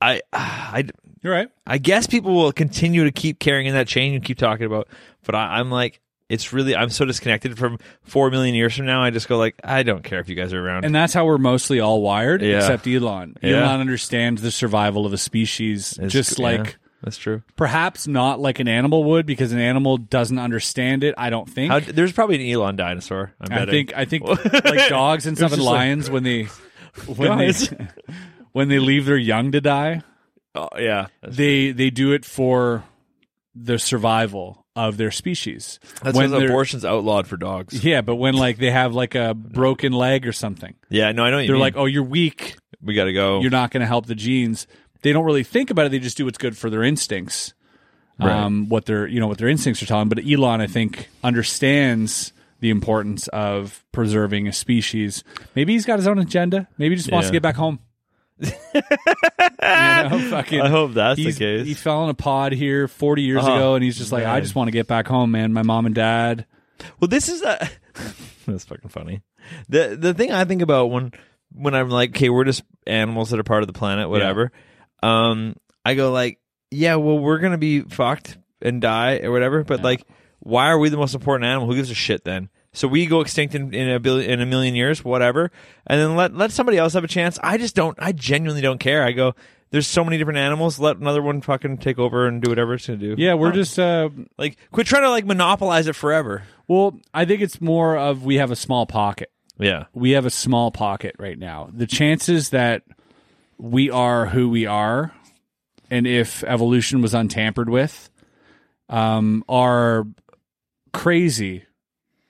Speaker 3: I I
Speaker 2: You're right.
Speaker 3: I guess people will continue to keep carrying in that chain you keep talking about, but I, I'm like, it's really I'm so disconnected from four million years from now. I just go like, I don't care if you guys are around.
Speaker 2: And that's how we're mostly all wired,
Speaker 3: Yeah.
Speaker 2: except Elon.
Speaker 3: Yeah.
Speaker 2: Elon understands the survival of a species,
Speaker 3: It's-
Speaker 2: just
Speaker 3: yeah,
Speaker 2: like
Speaker 3: that's true.
Speaker 2: perhaps not like an animal would, because an animal doesn't understand it. I don't think.
Speaker 3: How, there's probably an Elon dinosaur. I'm
Speaker 2: I
Speaker 3: betting.
Speaker 2: think I think like dogs and stuff and
Speaker 3: just like-
Speaker 2: lions when they when
Speaker 3: Guys.
Speaker 2: they when they leave their young to die,
Speaker 3: Oh, yeah, that's-
Speaker 2: they they do it for the survival of their species.
Speaker 3: that's
Speaker 2: when
Speaker 3: when
Speaker 2: they're-
Speaker 3: abortion's outlawed for dogs.
Speaker 2: Yeah, but when like they have like a broken leg or something,
Speaker 3: Yeah, no, I know. What you
Speaker 2: they're
Speaker 3: mean.
Speaker 2: like, "Oh, you're weak.
Speaker 3: we gotta go.
Speaker 2: You're not going to help the genes." They don't really think about it. They just do what's good for their instincts. Um, what their you know what their instincts are telling. But Elon, I think, understands the importance of preserving a species. Maybe he's got his own agenda. Maybe he just wants to
Speaker 3: Yeah.
Speaker 2: get back home. You know, fucking-
Speaker 3: I hope that's the
Speaker 2: he's-
Speaker 3: case.
Speaker 2: He fell in a pod here 40 years
Speaker 3: Uh-huh.
Speaker 2: ago, and he's just like, I
Speaker 3: Man.
Speaker 2: just want to get back home, man. My mom and dad.
Speaker 3: well, this is a that's fucking funny. The the thing I think about when when I'm like, okay, we're just animals that are part of the planet, whatever. Um, I go like, yeah, well, we're gonna be fucked and die or whatever. But like, why are we the most important animal? Who gives a shit then? So we go extinct in, in a billion in a million years, whatever, and then let let somebody else have a chance. I just don't. I genuinely don't care. I go. There's so many different animals. Let another one fucking take over and do whatever it's gonna do.
Speaker 2: Yeah, we're just. Uh,
Speaker 3: Like, quit trying to like monopolize it forever.
Speaker 2: well, I think it's more of we have a small pocket.
Speaker 3: Yeah.
Speaker 2: we have a small pocket right now. The chances that we are who we are, and if evolution was untampered with, um, are crazy.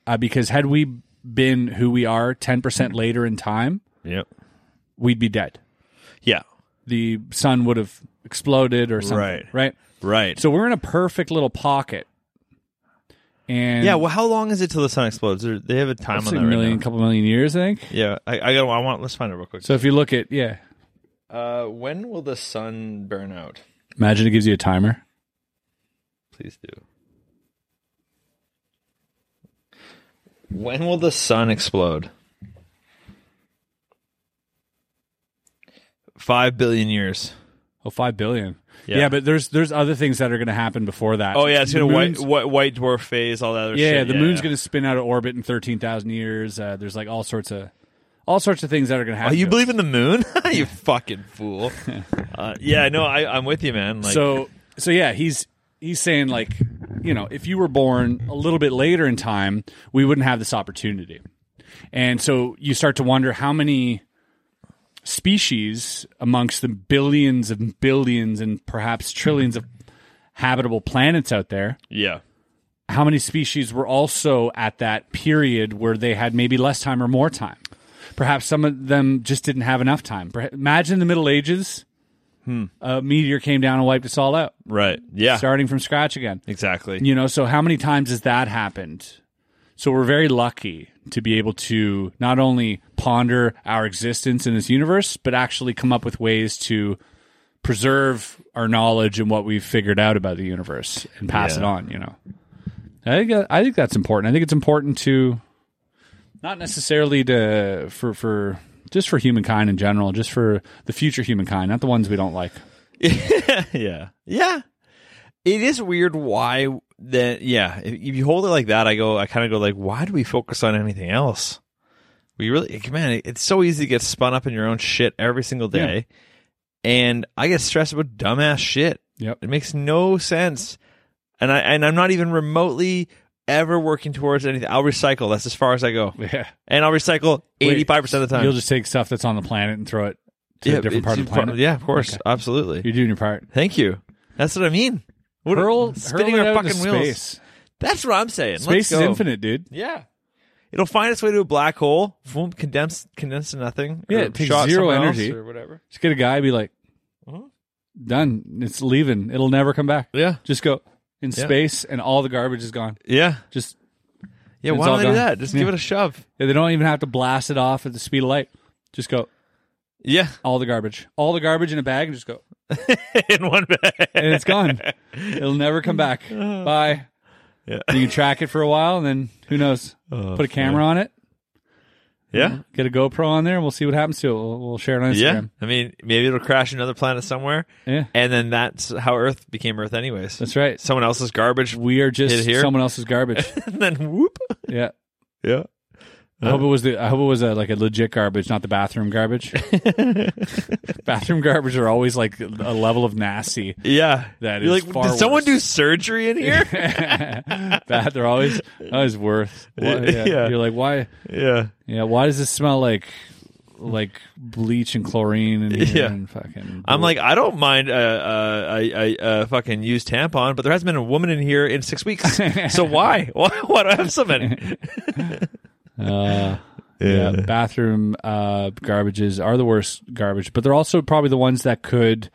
Speaker 2: Uh, because had we been who we are 10% later in time,
Speaker 3: Yep.
Speaker 2: we'd be dead.
Speaker 3: Yeah.
Speaker 2: The sun would have exploded or something.
Speaker 3: Right.
Speaker 2: Right.
Speaker 3: Right.
Speaker 2: So we're in a perfect little pocket. And
Speaker 3: yeah. Well, how long is it till the sun explodes? They're, they have a time
Speaker 2: it's
Speaker 3: on
Speaker 2: like
Speaker 3: that
Speaker 2: a million,
Speaker 3: right
Speaker 2: couple million years, I think.
Speaker 3: now. Yeah. I, I got. I want. Let's find it real quick.
Speaker 2: So if you look at, yeah,
Speaker 3: uh, when will the sun burn out?
Speaker 2: imagine it gives you a timer.
Speaker 3: Please do. When will the sun explode? Five billion years.
Speaker 2: Oh, five billion. Yeah.
Speaker 3: Yeah.
Speaker 2: but there's there's other things that are going to happen before that.
Speaker 3: Oh yeah, it's
Speaker 2: The
Speaker 3: gonna white,
Speaker 2: moon's-
Speaker 3: white white dwarf phase, all that other
Speaker 2: Yeah,
Speaker 3: shit.
Speaker 2: the moon's going to spin out of orbit in thirteen thousand years. Uh, there's like all sorts of all sorts of things that are going to
Speaker 3: Oh,
Speaker 2: happen.
Speaker 3: you
Speaker 2: to
Speaker 3: believe in the moon? you fucking fool. Uh, yeah, no, I, I'm with you, man.
Speaker 2: us.
Speaker 3: Like,
Speaker 2: so so yeah, he's he's saying like you know if you were born a little bit later in time, we wouldn't have this opportunity, and so you start to wonder how many species amongst the billions and billions and perhaps trillions of habitable planets out there
Speaker 3: yeah.
Speaker 2: how many species were also at that period where they had maybe less time or more time. Perhaps some of them just didn't have enough time. Perha- Imagine the Middle Ages. A meteor came down and wiped us all out,
Speaker 3: Right. Yeah.
Speaker 2: starting from scratch again.
Speaker 3: Exactly.
Speaker 2: You know, so how many times has that happened? So we're very lucky to be able to not only ponder our existence in this universe, but actually come up with ways to preserve our knowledge and what we've figured out about the universe and pass it
Speaker 3: Yeah.
Speaker 2: on. You know, I think I think that's important. I think it's important to not necessarily to for for just for humankind in general, just for the future humankind, not the ones we don't like.
Speaker 3: yeah. Yeah. It is weird why that yeah, if if you hold it like that, I go I kind of go like why do we focus on anything else? We really like, man, it's so easy to get spun up in your own shit every single day. And I get stressed about dumbass shit.
Speaker 2: Yep.
Speaker 3: It makes no sense. And I and I'm not even remotely ever working towards anything. I'll recycle. That's as far as I go.
Speaker 2: Yeah.
Speaker 3: And I'll recycle 85% of the time.
Speaker 2: You'll just take stuff that's on the planet and throw it to
Speaker 3: yeah,
Speaker 2: a different
Speaker 3: it's-
Speaker 2: part of the planet.
Speaker 3: Yeah, of course.
Speaker 2: Okay.
Speaker 3: Absolutely.
Speaker 2: You're doing your part.
Speaker 3: Thank you. That's what I mean. What
Speaker 2: Hurl,
Speaker 3: spinning
Speaker 2: hurl it
Speaker 3: our
Speaker 2: out into
Speaker 3: fucking wheels.
Speaker 2: Space,
Speaker 3: That's what I'm saying.
Speaker 2: space
Speaker 3: Let's
Speaker 2: is
Speaker 3: go.
Speaker 2: infinite, dude.
Speaker 3: Yeah. It'll find its way to a black hole, boom, condense, condense to nothing.
Speaker 2: Yeah,
Speaker 3: or
Speaker 2: it takes
Speaker 3: shot
Speaker 2: zero
Speaker 3: someone else
Speaker 2: energy.
Speaker 3: or whatever.
Speaker 2: Just get a guy, be like,
Speaker 3: Mhm.
Speaker 2: done. It's leaving. It'll never come back.
Speaker 3: Yeah,
Speaker 2: Just go in
Speaker 3: Yeah.
Speaker 2: space, and all the garbage is gone.
Speaker 3: yeah,
Speaker 2: Just
Speaker 3: yeah.
Speaker 2: It's
Speaker 3: why
Speaker 2: all
Speaker 3: don't they do
Speaker 2: gone.
Speaker 3: that? Just
Speaker 2: Yeah.
Speaker 3: give it a shove.
Speaker 2: they don't even have to blast it off at the speed of light. Just go
Speaker 3: Yeah,
Speaker 2: all the garbage, all the garbage in a bag, and just go,
Speaker 3: in one bag.
Speaker 2: and it's gone. It'll never come back. Bye.
Speaker 3: Yeah.
Speaker 2: You can track it for a while, and then who knows?
Speaker 3: Oh,
Speaker 2: Put a camera on it,
Speaker 3: Yeah,
Speaker 2: get a GoPro on there, and we'll see what happens to it. We'll, we'll share it on
Speaker 3: yeah.
Speaker 2: Instagram.
Speaker 3: I mean, maybe it'll crash another planet somewhere,
Speaker 2: Yeah,
Speaker 3: and then that's how Earth became Earth, anyways.
Speaker 2: that's right.
Speaker 3: Someone else's garbage,
Speaker 2: We are just
Speaker 3: Hit here.
Speaker 2: someone else's garbage.
Speaker 3: and then whoop.
Speaker 2: yeah.
Speaker 3: Yeah.
Speaker 2: I hope it was the I hope it was a, like a legit garbage, not the bathroom garbage. bathroom garbage are always like a level of nasty.
Speaker 3: Yeah,
Speaker 2: That
Speaker 3: You're
Speaker 2: is
Speaker 3: like,
Speaker 2: far
Speaker 3: did someone
Speaker 2: worse.
Speaker 3: do surgery in here?
Speaker 2: that they're always always worth. Why- yeah.
Speaker 3: Yeah.
Speaker 2: You're like why?
Speaker 3: yeah,
Speaker 2: Yeah, why does this smell like like bleach and chlorine and,
Speaker 3: Yeah.
Speaker 2: and fucking?
Speaker 3: I'm like, I don't mind a, a, a, a, a fucking used tampon, but there hasn't been a woman in here in six weeks. so why? Why, why do I have so many?
Speaker 2: Uh, yeah. bathroom uh, garbages are the worst garbage, but they're also probably the ones that could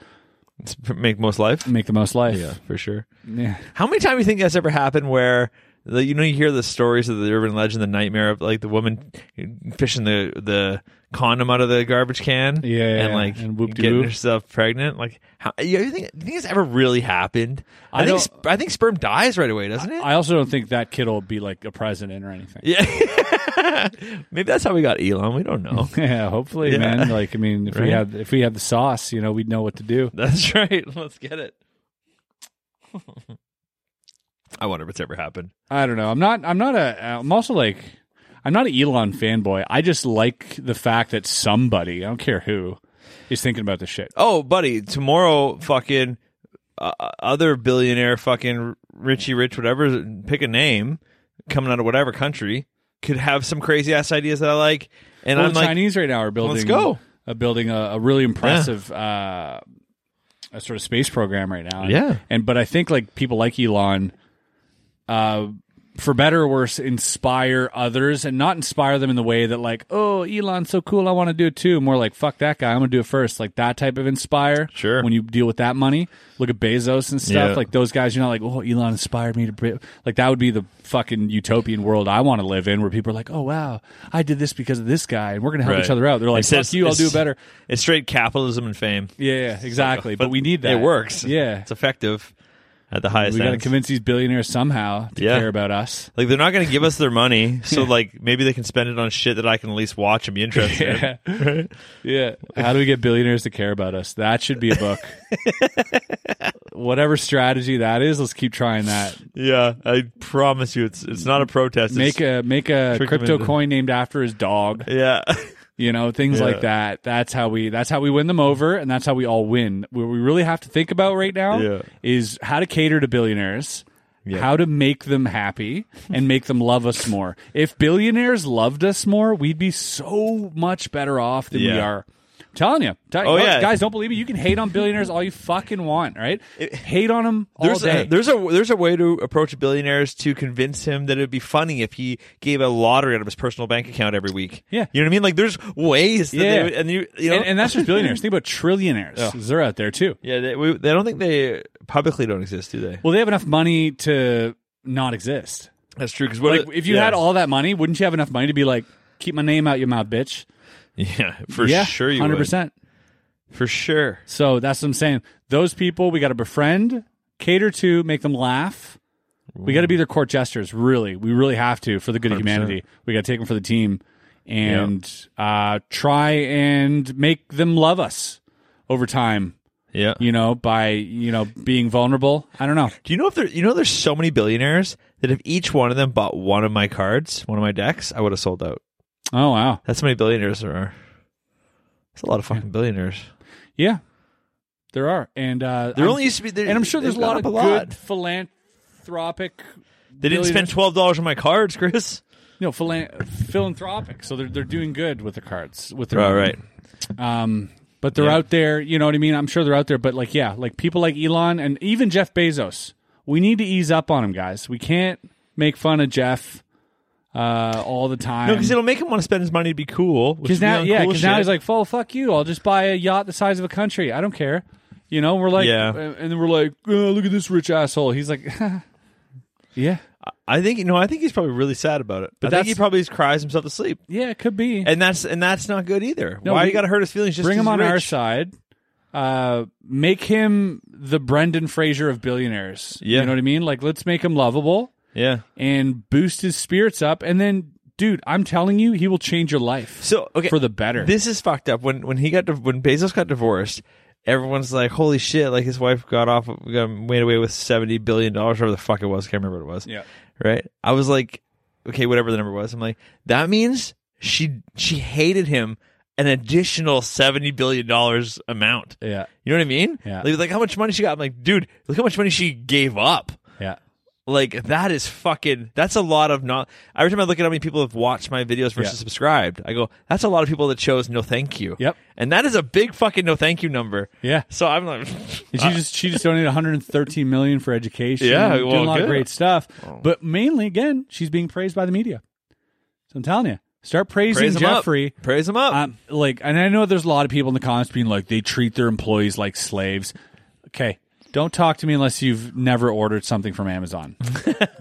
Speaker 3: It's p- Make most life.
Speaker 2: make the most life.
Speaker 3: for sure.
Speaker 2: yeah.
Speaker 3: How many times do you think that's ever happened where, the, you know, you hear the stories of the urban legend, the nightmare of like the woman fishing the, the condom out of the garbage can
Speaker 2: Yeah, yeah,
Speaker 3: and
Speaker 2: yeah.
Speaker 3: like
Speaker 2: And whoop-de-whoop.
Speaker 3: getting herself pregnant? Like, how, you think, you think it's ever really happened? I,
Speaker 2: I
Speaker 3: think
Speaker 2: don't-
Speaker 3: sp- I think sperm dies right away, doesn't it?
Speaker 2: I also don't think that kid will be like a president or anything.
Speaker 3: yeah. Maybe that's how we got Elon. We don't know.
Speaker 2: Yeah, hopefully,
Speaker 3: Yeah.
Speaker 2: man. Like, I mean, if we
Speaker 3: Right?
Speaker 2: had if we had the sauce, you know, we'd know what to do.
Speaker 3: That's right. Let's get it. I wonder if it's ever happened.
Speaker 2: I don't know. I'm not. I'm not a. I'm also like. I'm not an Elon fanboy. I just like the fact that somebody, I don't care who, is thinking about this shit.
Speaker 3: Oh, buddy, tomorrow, fucking uh, other billionaire, fucking Richie Rich, whatever, pick a name, coming out of whatever country, could have some crazy ass ideas that I like. And
Speaker 2: Well,
Speaker 3: I'm
Speaker 2: the
Speaker 3: like,
Speaker 2: Chinese right now are building.
Speaker 3: let's go.
Speaker 2: A building a, a really impressive. Uh, a sort of space program right now.
Speaker 3: Yeah.
Speaker 2: And but I think like people like Elon, uh, for better or worse, inspire others and not inspire them in the way that like, oh, Elon's so cool, I want to do it too. More like, fuck that guy, I'm gonna do it first. Like that type of inspire.
Speaker 3: Sure.
Speaker 2: When you deal with that money, look at Bezos and stuff.
Speaker 3: Yeah.
Speaker 2: Like those guys, you're not like, oh, Elon inspired me to. Bri-. Like that would be the fucking utopian world I want to live in, where people are like, oh wow, I did this because of this guy, and we're gonna help
Speaker 3: Right.
Speaker 2: each other out. They're like,
Speaker 3: It's just-
Speaker 2: fuck you, I'll do
Speaker 3: it's-
Speaker 2: better.
Speaker 3: it's straight capitalism and fame.
Speaker 2: Yeah, yeah, exactly. But, we need that.
Speaker 3: It works.
Speaker 2: Yeah.
Speaker 3: It's effective at the highest
Speaker 2: We got to
Speaker 3: ends.
Speaker 2: convince these billionaires somehow to
Speaker 3: Yeah.
Speaker 2: care about us.
Speaker 3: Like they're not going to give us their money, so like maybe they can spend it on shit that I can at least watch and be interested. in.
Speaker 2: Yeah. yeah. How do we get billionaires to care about us? That should be a book. Whatever strategy that is, let's keep trying that.
Speaker 3: Yeah, I promise you, it's it's not a protest.
Speaker 2: Make
Speaker 3: it's,
Speaker 2: a make a
Speaker 3: Trick 'em
Speaker 2: crypto
Speaker 3: into-
Speaker 2: coin named after his dog.
Speaker 3: yeah,
Speaker 2: You know, things
Speaker 3: Yeah.
Speaker 2: like that. That's how we that's how we win them over and that's how we all win. What we really have to think about right now
Speaker 3: Yeah.
Speaker 2: is how to cater to billionaires. How to make them happy and make them love us more. If billionaires loved us more, we'd be so much better off than we
Speaker 3: Yeah.
Speaker 2: are. telling you. Tell-
Speaker 3: Oh, yeah.
Speaker 2: Guys, don't believe me. You can hate on billionaires all you fucking want, right? Hate on them all
Speaker 3: there's
Speaker 2: day.
Speaker 3: a, there's a there's a way to approach billionaires to convince him that it'd be funny if he gave a lottery out of his personal bank account every week.
Speaker 2: Yeah.
Speaker 3: you know what I mean. Like there's ways. That
Speaker 2: Yeah.
Speaker 3: they, would- and you, you know,
Speaker 2: and, and that's just billionaires. Think about trillionaires. They're out there too.
Speaker 3: yeah, they, we, they don't think they publicly don't exist, do they?
Speaker 2: Well, they have enough money to not exist.
Speaker 3: That's true. Because
Speaker 2: Like, if you had all that money, wouldn't you have enough money to be like, keep my name out your mouth, bitch?
Speaker 3: yeah, for
Speaker 2: yeah,
Speaker 3: sure you
Speaker 2: 100%.
Speaker 3: would. for sure.
Speaker 2: So that's what I'm saying. Those people we got to befriend, cater to, make them laugh. We got to be their court jesters. Really, we really have to for the good of humanity. We got to take them for the team and uh, try and make them love us over time.
Speaker 3: Yeah.
Speaker 2: You know, by you know being vulnerable. I don't know.
Speaker 3: Do you know if there? You know, there's so many billionaires that if each one of them bought one of my cards, one of my decks, I would have sold out.
Speaker 2: Oh wow.
Speaker 3: That's how many billionaires there are. That's a lot of fucking billionaires.
Speaker 2: Yeah, there are, and uh,
Speaker 3: There
Speaker 2: I'm-
Speaker 3: only used to be, there,
Speaker 2: and I'm sure there's a
Speaker 3: they've
Speaker 2: lot of
Speaker 3: gone up a lot.
Speaker 2: good philanthropic.
Speaker 3: They didn't spend twelve dollars on my cards, Chris.
Speaker 2: No, philan- philanthropic. So they're they're doing good with their cards. With their
Speaker 3: All right.
Speaker 2: Um, but they're
Speaker 3: Yeah.
Speaker 2: out there. You know what I mean? I'm sure they're out there. But like, yeah, like people like Elon and even Jeff Bezos. We need to ease up on him, guys. We can't make fun of Jeff uh, all the time.
Speaker 3: No, because it'll make him want to spend his money to be cool. which
Speaker 2: Because
Speaker 3: would be
Speaker 2: now,
Speaker 3: on
Speaker 2: yeah,
Speaker 3: cool
Speaker 2: 'cause now
Speaker 3: shit.
Speaker 2: he's like, "Well, fuck you! I'll just buy a yacht the size of a country. I don't care." You know, we're like,
Speaker 3: Yeah.
Speaker 2: and and then we're like, oh, "Look at this rich asshole." He's like, "Yeah,
Speaker 3: I think you know. I think he's probably really sad about it. I think he
Speaker 2: that's-
Speaker 3: probably cries himself to sleep,
Speaker 2: yeah, it could be."
Speaker 3: and that's and that's not good either.
Speaker 2: No,
Speaker 3: Why
Speaker 2: we-
Speaker 3: you got to hurt his feelings? Just
Speaker 2: Bring him
Speaker 3: 'cause
Speaker 2: on
Speaker 3: he's
Speaker 2: our
Speaker 3: rich?
Speaker 2: side. Uh, make him the Brendan Fraser of billionaires.
Speaker 3: Yeah.
Speaker 2: you know what I mean. Like, let's make him lovable
Speaker 3: Yeah.
Speaker 2: and boost his spirits up. And then, dude, I'm telling you, he will change your life
Speaker 3: So okay,
Speaker 2: for the better.
Speaker 3: This is fucked up. When when he got div- when Bezos got divorced, everyone's like, "Holy shit!" Like his wife got off, got made away with seventy billion dollars, whatever the fuck it was. Can't remember what it was.
Speaker 2: yeah,
Speaker 3: Right. I was like, okay, whatever the number was. I'm like, that means she she hated him an additional seventy billion dollars amount.
Speaker 2: yeah,
Speaker 3: You know what I mean?
Speaker 2: Yeah.
Speaker 3: Like, like how much money she got? I'm like, dude, look how much money she gave up.
Speaker 2: yeah.
Speaker 3: Like that is fucking. That's a lot of not. Every time I look at how many people have watched my videos versus
Speaker 2: Yeah.
Speaker 3: subscribed, I go, that's a lot of people that chose no thank you.
Speaker 2: Yep.
Speaker 3: And that is a big fucking no thank you number.
Speaker 2: Yeah.
Speaker 3: So I'm like,
Speaker 2: And she just she just donated 113 million for education.
Speaker 3: Uh, Yeah,
Speaker 2: doing a
Speaker 3: well,
Speaker 2: lot
Speaker 3: good.
Speaker 2: of great stuff. But mainly, again, she's being praised by the media. So I'm telling you, start praising
Speaker 3: praise him
Speaker 2: Jeffrey.
Speaker 3: up. Praise him up.
Speaker 2: Um, like, and I know there's a lot of people in the comments being like, they treat their employees like slaves. Okay, don't talk to me unless you've never ordered something from Amazon.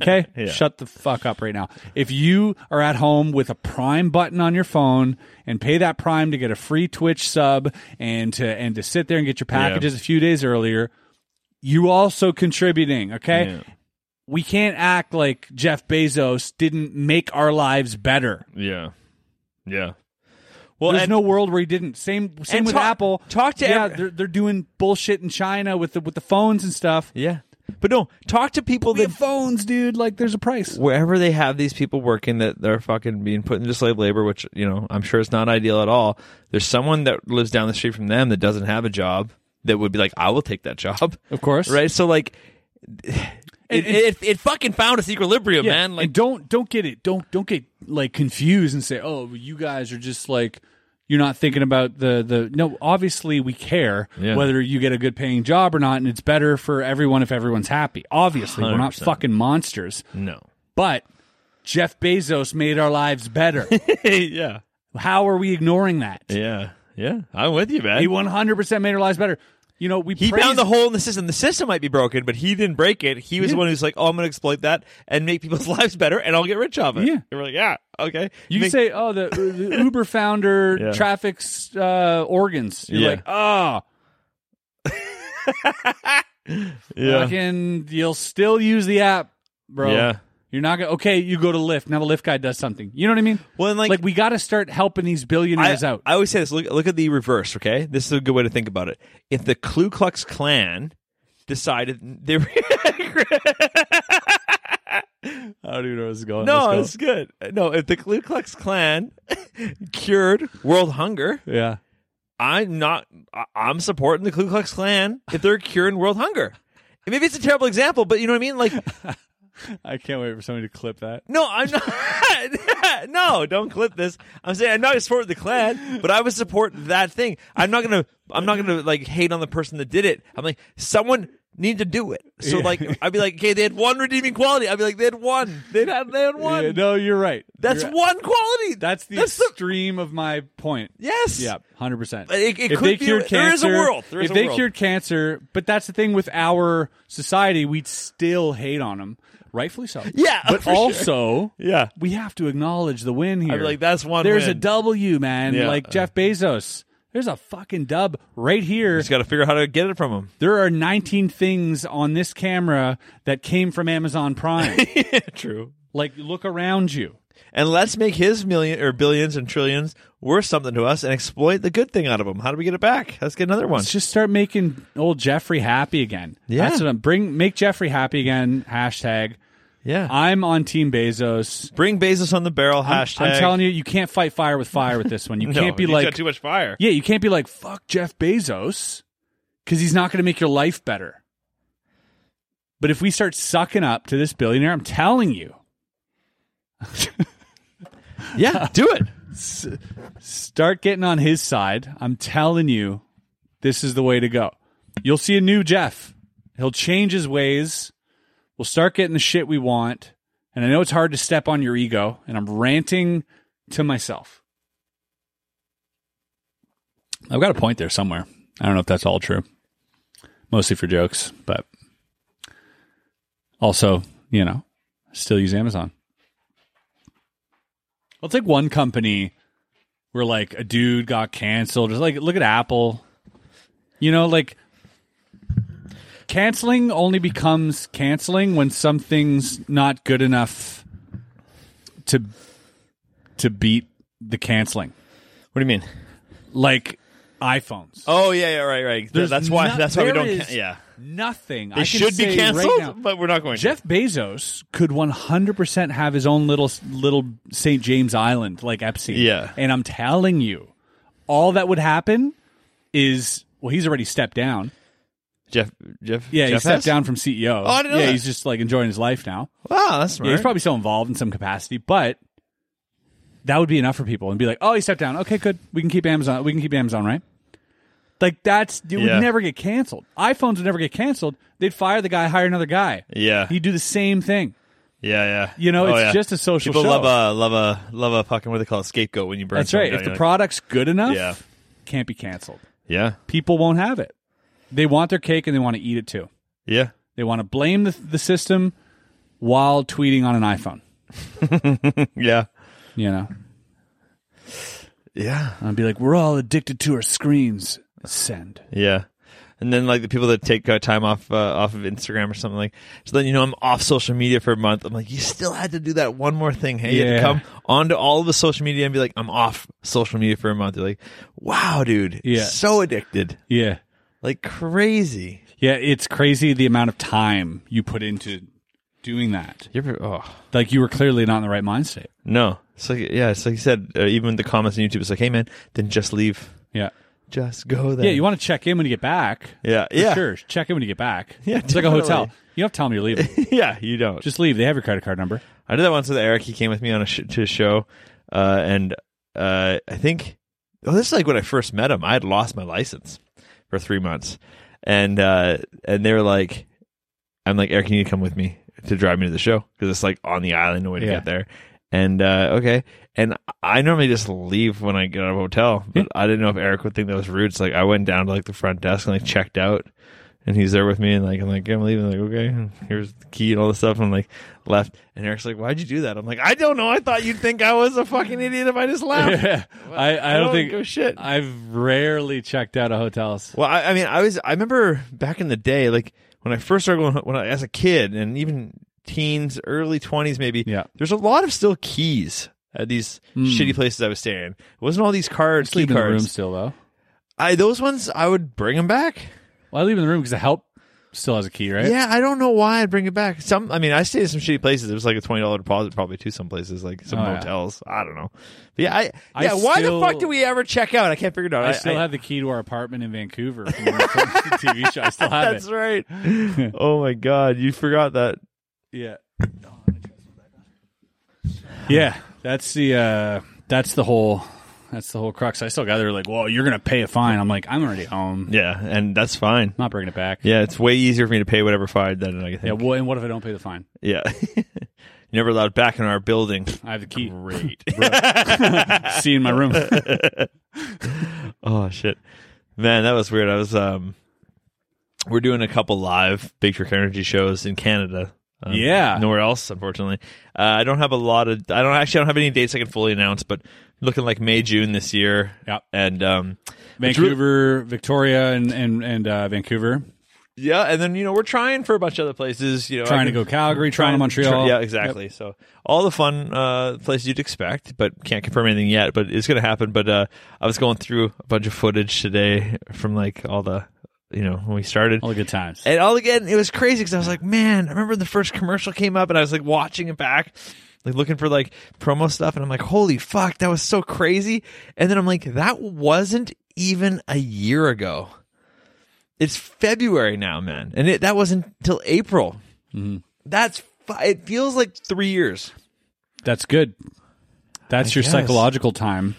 Speaker 2: Okay, shut the fuck up right now. If you are at home with a Prime button on your phone and pay that Prime to get a free Twitch sub and to and to sit there and get your packages a few days earlier, you also contributing. Okay, we can't act like Jeff Bezos didn't make our lives better.
Speaker 3: yeah. Yeah. Well,
Speaker 2: There's
Speaker 3: and-
Speaker 2: no world where he didn't. Same same
Speaker 3: and
Speaker 2: with
Speaker 3: talk-
Speaker 2: Apple.
Speaker 3: talk to
Speaker 2: yeah,
Speaker 3: every-
Speaker 2: they're they're doing bullshit in China with the with the phones and stuff.
Speaker 3: yeah. But no, talk to people
Speaker 2: We
Speaker 3: that
Speaker 2: have phones, dude. Like there's a price.
Speaker 3: wherever they have these people working that they're fucking being put into slave labor, which you know I'm sure it's not ideal at all. There's someone that lives down the street from them that doesn't have a job that would be like, I will take that job,
Speaker 2: Of course.
Speaker 3: right? So like, it
Speaker 2: And- and-
Speaker 3: it, it fucking found its equilibrium,
Speaker 2: Yeah.
Speaker 3: man. Like,
Speaker 2: and don't don't get it. Don't don't get like confused and say, "Oh, you guys are just like you're not thinking about the the no, obviously we care
Speaker 3: Yeah.
Speaker 2: whether you get a good paying job or not and it's better for everyone if everyone's happy. Obviously, we are not
Speaker 3: 100%.
Speaker 2: fucking monsters,
Speaker 3: no,
Speaker 2: but Jeff Bezos made our lives better.
Speaker 3: yeah,
Speaker 2: How are we ignoring that?
Speaker 3: yeah, yeah. I'm with you, man.
Speaker 2: He
Speaker 3: He,
Speaker 2: 100% made our lives better. You know, we praise,
Speaker 3: found the hole in the system. The system might be broken, but he didn't break it. He was the one who's like, "Oh, I'm going to exploit that and make people's lives better, and I'll get rich off it."
Speaker 2: Yeah.
Speaker 3: and we're like, "Yeah, okay."
Speaker 2: You
Speaker 3: Make-
Speaker 2: say, oh, the, the Uber founder
Speaker 3: Yeah.
Speaker 2: traffics uh, organs. You're
Speaker 3: Yeah.
Speaker 2: like, oh,
Speaker 3: yeah,
Speaker 2: fucking, you'll still use the app, bro.
Speaker 3: Yeah.
Speaker 2: You're not gonna okay. You go to Lyft now. The Lyft guy does something. You know what I mean?
Speaker 3: Well, and, like-
Speaker 2: like, we got to start helping these
Speaker 3: I,
Speaker 2: billionaires out.
Speaker 3: I always say this. Look, look at the reverse. Okay, this is a good way to think about it. If the Ku Klux Klan decided they were
Speaker 2: I don't even know where this is going.
Speaker 3: no, it's good. No, if the Ku Klux Klan cured world hunger,
Speaker 2: yeah,
Speaker 3: I'm not. I- I'm supporting the Ku Klux Klan if they're curing world hunger. And Maybe it's a terrible example, but you know what I mean. Like,
Speaker 2: I can't wait for somebody to clip that.
Speaker 3: no, I'm not. no, don't clip this. I'm saying I'm not supporting the Klan, but I would support that thing. I'm not gonna. I'm not gonna like hate on the person that did it. I'm like someone need to do it. So like I'd be like, okay, they had one redeeming quality. I'd be like, they had one. They had. They had one.
Speaker 2: Yeah, no, you're right.
Speaker 3: That's
Speaker 2: You're-
Speaker 3: one quality.
Speaker 2: That's the
Speaker 3: That's the.
Speaker 2: extreme of my point.
Speaker 3: Yes.
Speaker 2: Yeah, hundred percent.
Speaker 3: It- it could be- there is a world. There
Speaker 2: if
Speaker 3: is a
Speaker 2: they
Speaker 3: world.
Speaker 2: cured cancer, but that's the thing with our society, we'd still hate on them, rightfully so.
Speaker 3: Yeah,
Speaker 2: but
Speaker 3: for sure.
Speaker 2: also,
Speaker 3: Yeah.
Speaker 2: we have to acknowledge the win here.
Speaker 3: like, that's one
Speaker 2: There's a
Speaker 3: win.
Speaker 2: W, man.
Speaker 3: Yeah.
Speaker 2: Like Jeff Bezos, There's a fucking dub right here.
Speaker 3: Just got to figure out how to get it from him.
Speaker 2: There are 19 things on this camera that came from Amazon Prime.
Speaker 3: True.
Speaker 2: like, look around you.
Speaker 3: And let's make his million or billions and trillions worth something to us and exploit the good thing out of him. How do we get it back? Let's get another one.
Speaker 2: Let's just start making old Jeffrey happy again.
Speaker 3: Yeah.
Speaker 2: That's what I'm bring make Jeffrey happy again. Hashtag.
Speaker 3: Yeah.
Speaker 2: I'm on Team Bezos.
Speaker 3: Bring Bezos on the barrel. Hashtag.
Speaker 2: I'm telling you, you can't fight fire with fire with this one. You
Speaker 3: No,
Speaker 2: can't be
Speaker 3: he's
Speaker 2: like
Speaker 3: got too much fire.
Speaker 2: Yeah, you can't be like, fuck Jeff Bezos, because he's not going to make your life better. But if we start sucking up to this billionaire, I'm telling you,
Speaker 3: Yeah, do it.
Speaker 2: start getting on his side. I'm telling you, this is the way to go. You'll see a new Jeff. He'll change his ways. We'll start getting the shit we want. And I know it's hard to step on your ego, and I'm ranting to myself. I've got a point there somewhere. I don't know if that's all true. Mostly for jokes, but also, you know, still use Amazon. I'll take one company where like a dude got canceled. Just like look at Apple. You know, like canceling only becomes canceling when something's not good enough to to beat the canceling.
Speaker 3: What do you mean?
Speaker 2: Like iPhones.
Speaker 3: Oh yeah, yeah, right, right.
Speaker 2: There's
Speaker 3: that's why.
Speaker 2: no-
Speaker 3: that's why we
Speaker 2: there
Speaker 3: don't.
Speaker 2: is
Speaker 3: Ca- yeah,
Speaker 2: Nothing.
Speaker 3: they
Speaker 2: I can
Speaker 3: should be
Speaker 2: say right
Speaker 3: canceled,
Speaker 2: now.
Speaker 3: but we're not going.
Speaker 2: Jeff Bezos could 100% have his own little little St. James Island like Epstein.
Speaker 3: Yeah.
Speaker 2: And I'm telling you, all that would happen is well, he's already stepped down.
Speaker 3: to. Jeff. Jeff.
Speaker 2: Yeah,
Speaker 3: Jeff
Speaker 2: he stepped
Speaker 3: has?
Speaker 2: down from CEO. Oh,
Speaker 3: I didn't know
Speaker 2: yeah,
Speaker 3: that.
Speaker 2: he's just like enjoying his life now.
Speaker 3: Wow, that's smart.
Speaker 2: Yeah, he's probably still involved in some capacity, but that would be enough for people and be like, "Oh, he stepped down. Okay, good. We can keep Amazon. We can keep Amazon, right?" Like that's it
Speaker 3: Yeah.
Speaker 2: would never get canceled. iPhones would never get canceled. They'd fire the guy, hire another guy.
Speaker 3: yeah,
Speaker 2: He'd do the same thing.
Speaker 3: yeah, yeah.
Speaker 2: You know,
Speaker 3: Oh,
Speaker 2: it's
Speaker 3: yeah.
Speaker 2: just a social
Speaker 3: People
Speaker 2: show.
Speaker 3: love a love a love a fucking what do they call it scapegoat when you burn.
Speaker 2: That's right.
Speaker 3: something
Speaker 2: If the
Speaker 3: down,
Speaker 2: product's good enough,
Speaker 3: Yeah.
Speaker 2: can't be canceled.
Speaker 3: you're like,
Speaker 2: People won't have it. They want their cake and they want to eat it too.
Speaker 3: yeah, yeah.
Speaker 2: They want to blame the, the system while tweeting on an iPhone.
Speaker 3: Yeah.
Speaker 2: You know,
Speaker 3: Yeah.
Speaker 2: and I'd be like, we're all addicted to our screens. Send.
Speaker 3: Yeah. And then like the people that take uh, time off uh, off of Instagram or something like so then you know I'm off social media for a month. I'm like you still had to do that one more thing. Hey, you had to
Speaker 2: Yeah.
Speaker 3: come onto all of the social media and be like I'm off social media for a month. You're like, "Wow, dude.
Speaker 2: Yeah.
Speaker 3: So addicted.
Speaker 2: Yeah,
Speaker 3: Like crazy."
Speaker 2: yeah. It's crazy the amount of time you put into doing that.
Speaker 3: You ever oh.
Speaker 2: Like you were clearly not in the right mind state.
Speaker 3: No. It's like yeah, it's like you said uh, even the comments on YouTube it's like, "Hey man, then just leave.
Speaker 2: Yeah.
Speaker 3: Just go there."
Speaker 2: Yeah, you want to check in when you get back.
Speaker 3: Yeah.
Speaker 2: For
Speaker 3: Yeah.
Speaker 2: Sure. Check in when you get back.
Speaker 3: Yeah,
Speaker 2: It's like a hotel.
Speaker 3: definitely.
Speaker 2: You don't have to tell them you're leaving.
Speaker 3: yeah, you don't.
Speaker 2: Just leave. They have your credit card number.
Speaker 3: I did that once with Eric. He came with me on a sh- to a show, uh, and uh, I think oh, this is like when I first met him. I had lost my license for three months, and uh, and they were like, "I'm like Eric, you need to come with me to drive me to the show because it's like on the island, no way to
Speaker 2: Yeah.
Speaker 3: get there." And uh, okay, and I normally just leave when I get out of a hotel, but I didn't know if Eric would think that was rude. So like, I went down to like the front desk and like checked out, and he's there with me, and like I'm like, yeah, I'm leaving. like, okay, and here's the key and all this stuff. And I'm like, left. And Eric's like, why'd you do that? I'm like, I don't know. I thought you'd think I was a fucking idiot if I just left.
Speaker 2: I, I, don't think
Speaker 3: give a shit.
Speaker 2: I've rarely checked out of hotels.
Speaker 3: Well, I, I mean, I was I remember back in the day, like when I first started going when I as a kid and even teens, early twenties, maybe.
Speaker 2: Yeah.
Speaker 3: There's a lot of still keys at these shitty places I was staying. in. It wasn't all these cards, key
Speaker 2: Sleep in the room
Speaker 3: cards.
Speaker 2: still though.
Speaker 3: I those ones I would bring them back.
Speaker 2: Well, I leave in the room because the help still has a key, right?
Speaker 3: Yeah, I don't know why I'd bring it back. Some, I mean, I stayed at some shitty places. It was like a twenty dollar deposit, probably to some places, like some
Speaker 2: Oh, yeah.
Speaker 3: hotels. I don't know. But yeah, I,
Speaker 2: I
Speaker 3: yeah. why the
Speaker 2: still-
Speaker 3: fuck do we ever check out? I can't figure it out.
Speaker 2: I still have the key to our apartment in Vancouver from when we filmed the TV show. I still have
Speaker 3: That's
Speaker 2: it.
Speaker 3: right. oh my god, you forgot that.
Speaker 2: Yeah. Yeah, that's the uh, that's the whole that's the whole crux. I still got there like, "Whoa, you're gonna pay a fine." I'm like, "I'm already home.
Speaker 3: Yeah, and that's fine.
Speaker 2: I'm not bringing it back."
Speaker 3: Yeah, it's way easier for me to pay whatever fine than I
Speaker 2: Yeah.
Speaker 3: think.
Speaker 2: Well, and what if I don't pay the fine?
Speaker 3: Yeah, You're never allowed back in our building.
Speaker 2: I have the key.
Speaker 3: Great.
Speaker 2: See you in my room.
Speaker 3: oh shit, man, that was weird. I was um, we're doing a couple live Big Trick Energy shows in Canada Um,
Speaker 2: Yeah.
Speaker 3: Nowhere else, unfortunately. Uh, I don't have a lot of. I don't actually. I don't have any dates I can fully announce, but looking like May, June this year.
Speaker 2: Yep.
Speaker 3: And um, which really-
Speaker 2: Vancouver, Victoria, and and and uh, Vancouver.
Speaker 3: yeah, and then you know we're trying for a bunch of other places. You know, I
Speaker 2: Trying to
Speaker 3: can-
Speaker 2: go Calgary, trying to Montreal.
Speaker 3: yeah, exactly. So all the fun uh, places you'd expect, but can't confirm anything yet. But it's going to happen. But uh, I was going through a bunch of footage today from like all the, you know, when we started.
Speaker 2: All the good times.
Speaker 3: And all again, it was crazy because I was like, man, I remember the first commercial came up and I was like watching it back, like looking for like promo stuff. And I'm like, holy fuck, that was so crazy. And then I'm like, that wasn't even a year ago. It's February now, man. And it, that wasn't until April.
Speaker 2: Mm-hmm.
Speaker 3: That's, fu- it feels like three years.
Speaker 2: That's good. That's
Speaker 3: I
Speaker 2: your
Speaker 3: guess.
Speaker 2: psychological time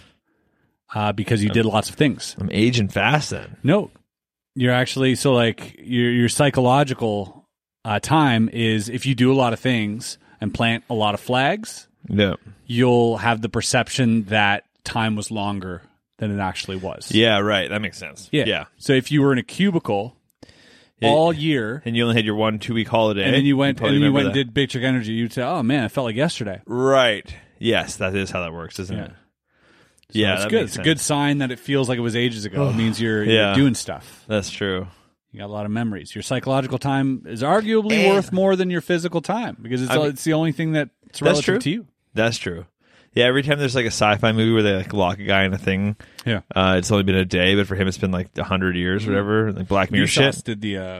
Speaker 2: uh, because you did lots of things.
Speaker 3: I'm aging fast then.
Speaker 2: No, you're actually so like your your psychological uh, time is if you do a lot of things and plant a lot of flags,
Speaker 3: Yeah.
Speaker 2: you'll have the perception that time was longer than it actually was.
Speaker 3: Yeah, right. That makes sense.
Speaker 2: Yeah.
Speaker 3: Yeah.
Speaker 2: So if you were in a cubicle all year
Speaker 3: And you only had your one two week holiday.
Speaker 2: and then you went and
Speaker 3: probably
Speaker 2: then you
Speaker 3: remember
Speaker 2: went and
Speaker 3: that.
Speaker 2: did Big Chick Energy, you'd say, "Oh man, it felt like yesterday."
Speaker 3: Right. Yes, that is how that works, isn't it? yeah,
Speaker 2: it's
Speaker 3: that
Speaker 2: good.
Speaker 3: makes
Speaker 2: It's a good
Speaker 3: sense.
Speaker 2: sign that it feels like it was ages ago. it means you're, you're
Speaker 3: Yeah.
Speaker 2: doing stuff.
Speaker 3: That's true.
Speaker 2: You got a lot of memories. Your psychological time is arguably
Speaker 3: And-
Speaker 2: worth more than your physical time because it's,
Speaker 3: I mean-
Speaker 2: it's the only thing that's relative
Speaker 3: That's true.
Speaker 2: to you.
Speaker 3: That's true. Yeah, every time there's like a sci-fi movie where they like lock a guy in a thing,
Speaker 2: Yeah.
Speaker 3: uh, it's only been a day, but for him it's been like hundred years, or whatever. Like Black Mirror shit.
Speaker 2: Mm-hmm. Vsauce did the uh,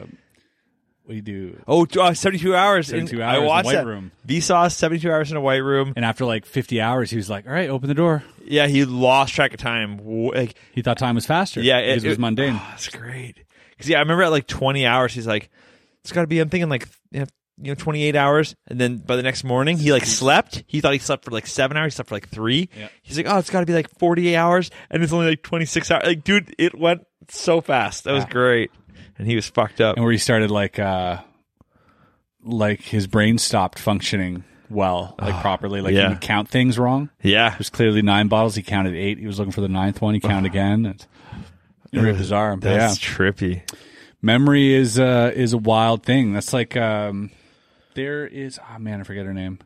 Speaker 2: what do you do?
Speaker 3: Oh, t- uh, 72 hours.
Speaker 2: 72
Speaker 3: in,
Speaker 2: hours
Speaker 3: I
Speaker 2: in
Speaker 3: watched
Speaker 2: White
Speaker 3: that.
Speaker 2: Room.
Speaker 3: Vsauce, 72 hours in a white room.
Speaker 2: And after like 50 hours, he was like, "All right, open the door."
Speaker 3: Yeah, he lost track of time. W- Like,
Speaker 2: He thought time was faster.
Speaker 3: yeah,
Speaker 2: because it, was mundane.
Speaker 3: Oh, that's great. Because yeah, I remember at like 20 hours, he's like, "It's got to be." I'm thinking like, you know, you know, 28 hours, and then by the next morning, he like slept. He thought he slept for like seven hours. He slept for like three.
Speaker 2: Yeah.
Speaker 3: He's like, "Oh, it's got to be like 48 hours," and it's only like 26 hours. Like, dude, it went so fast. That was
Speaker 2: Yeah.
Speaker 3: great, and he was fucked up.
Speaker 2: and where he started like uh like his brain stopped functioning well like properly like
Speaker 3: Ah, yeah.
Speaker 2: he would count things wrong
Speaker 3: Yeah,
Speaker 2: there's clearly nine bottles he counted eight he was looking for the ninth one he counted again and he ripped his arm But yeah
Speaker 3: Ah. that's trippy.
Speaker 2: memory is uh is a wild thing that's like um there is oh man i forget her name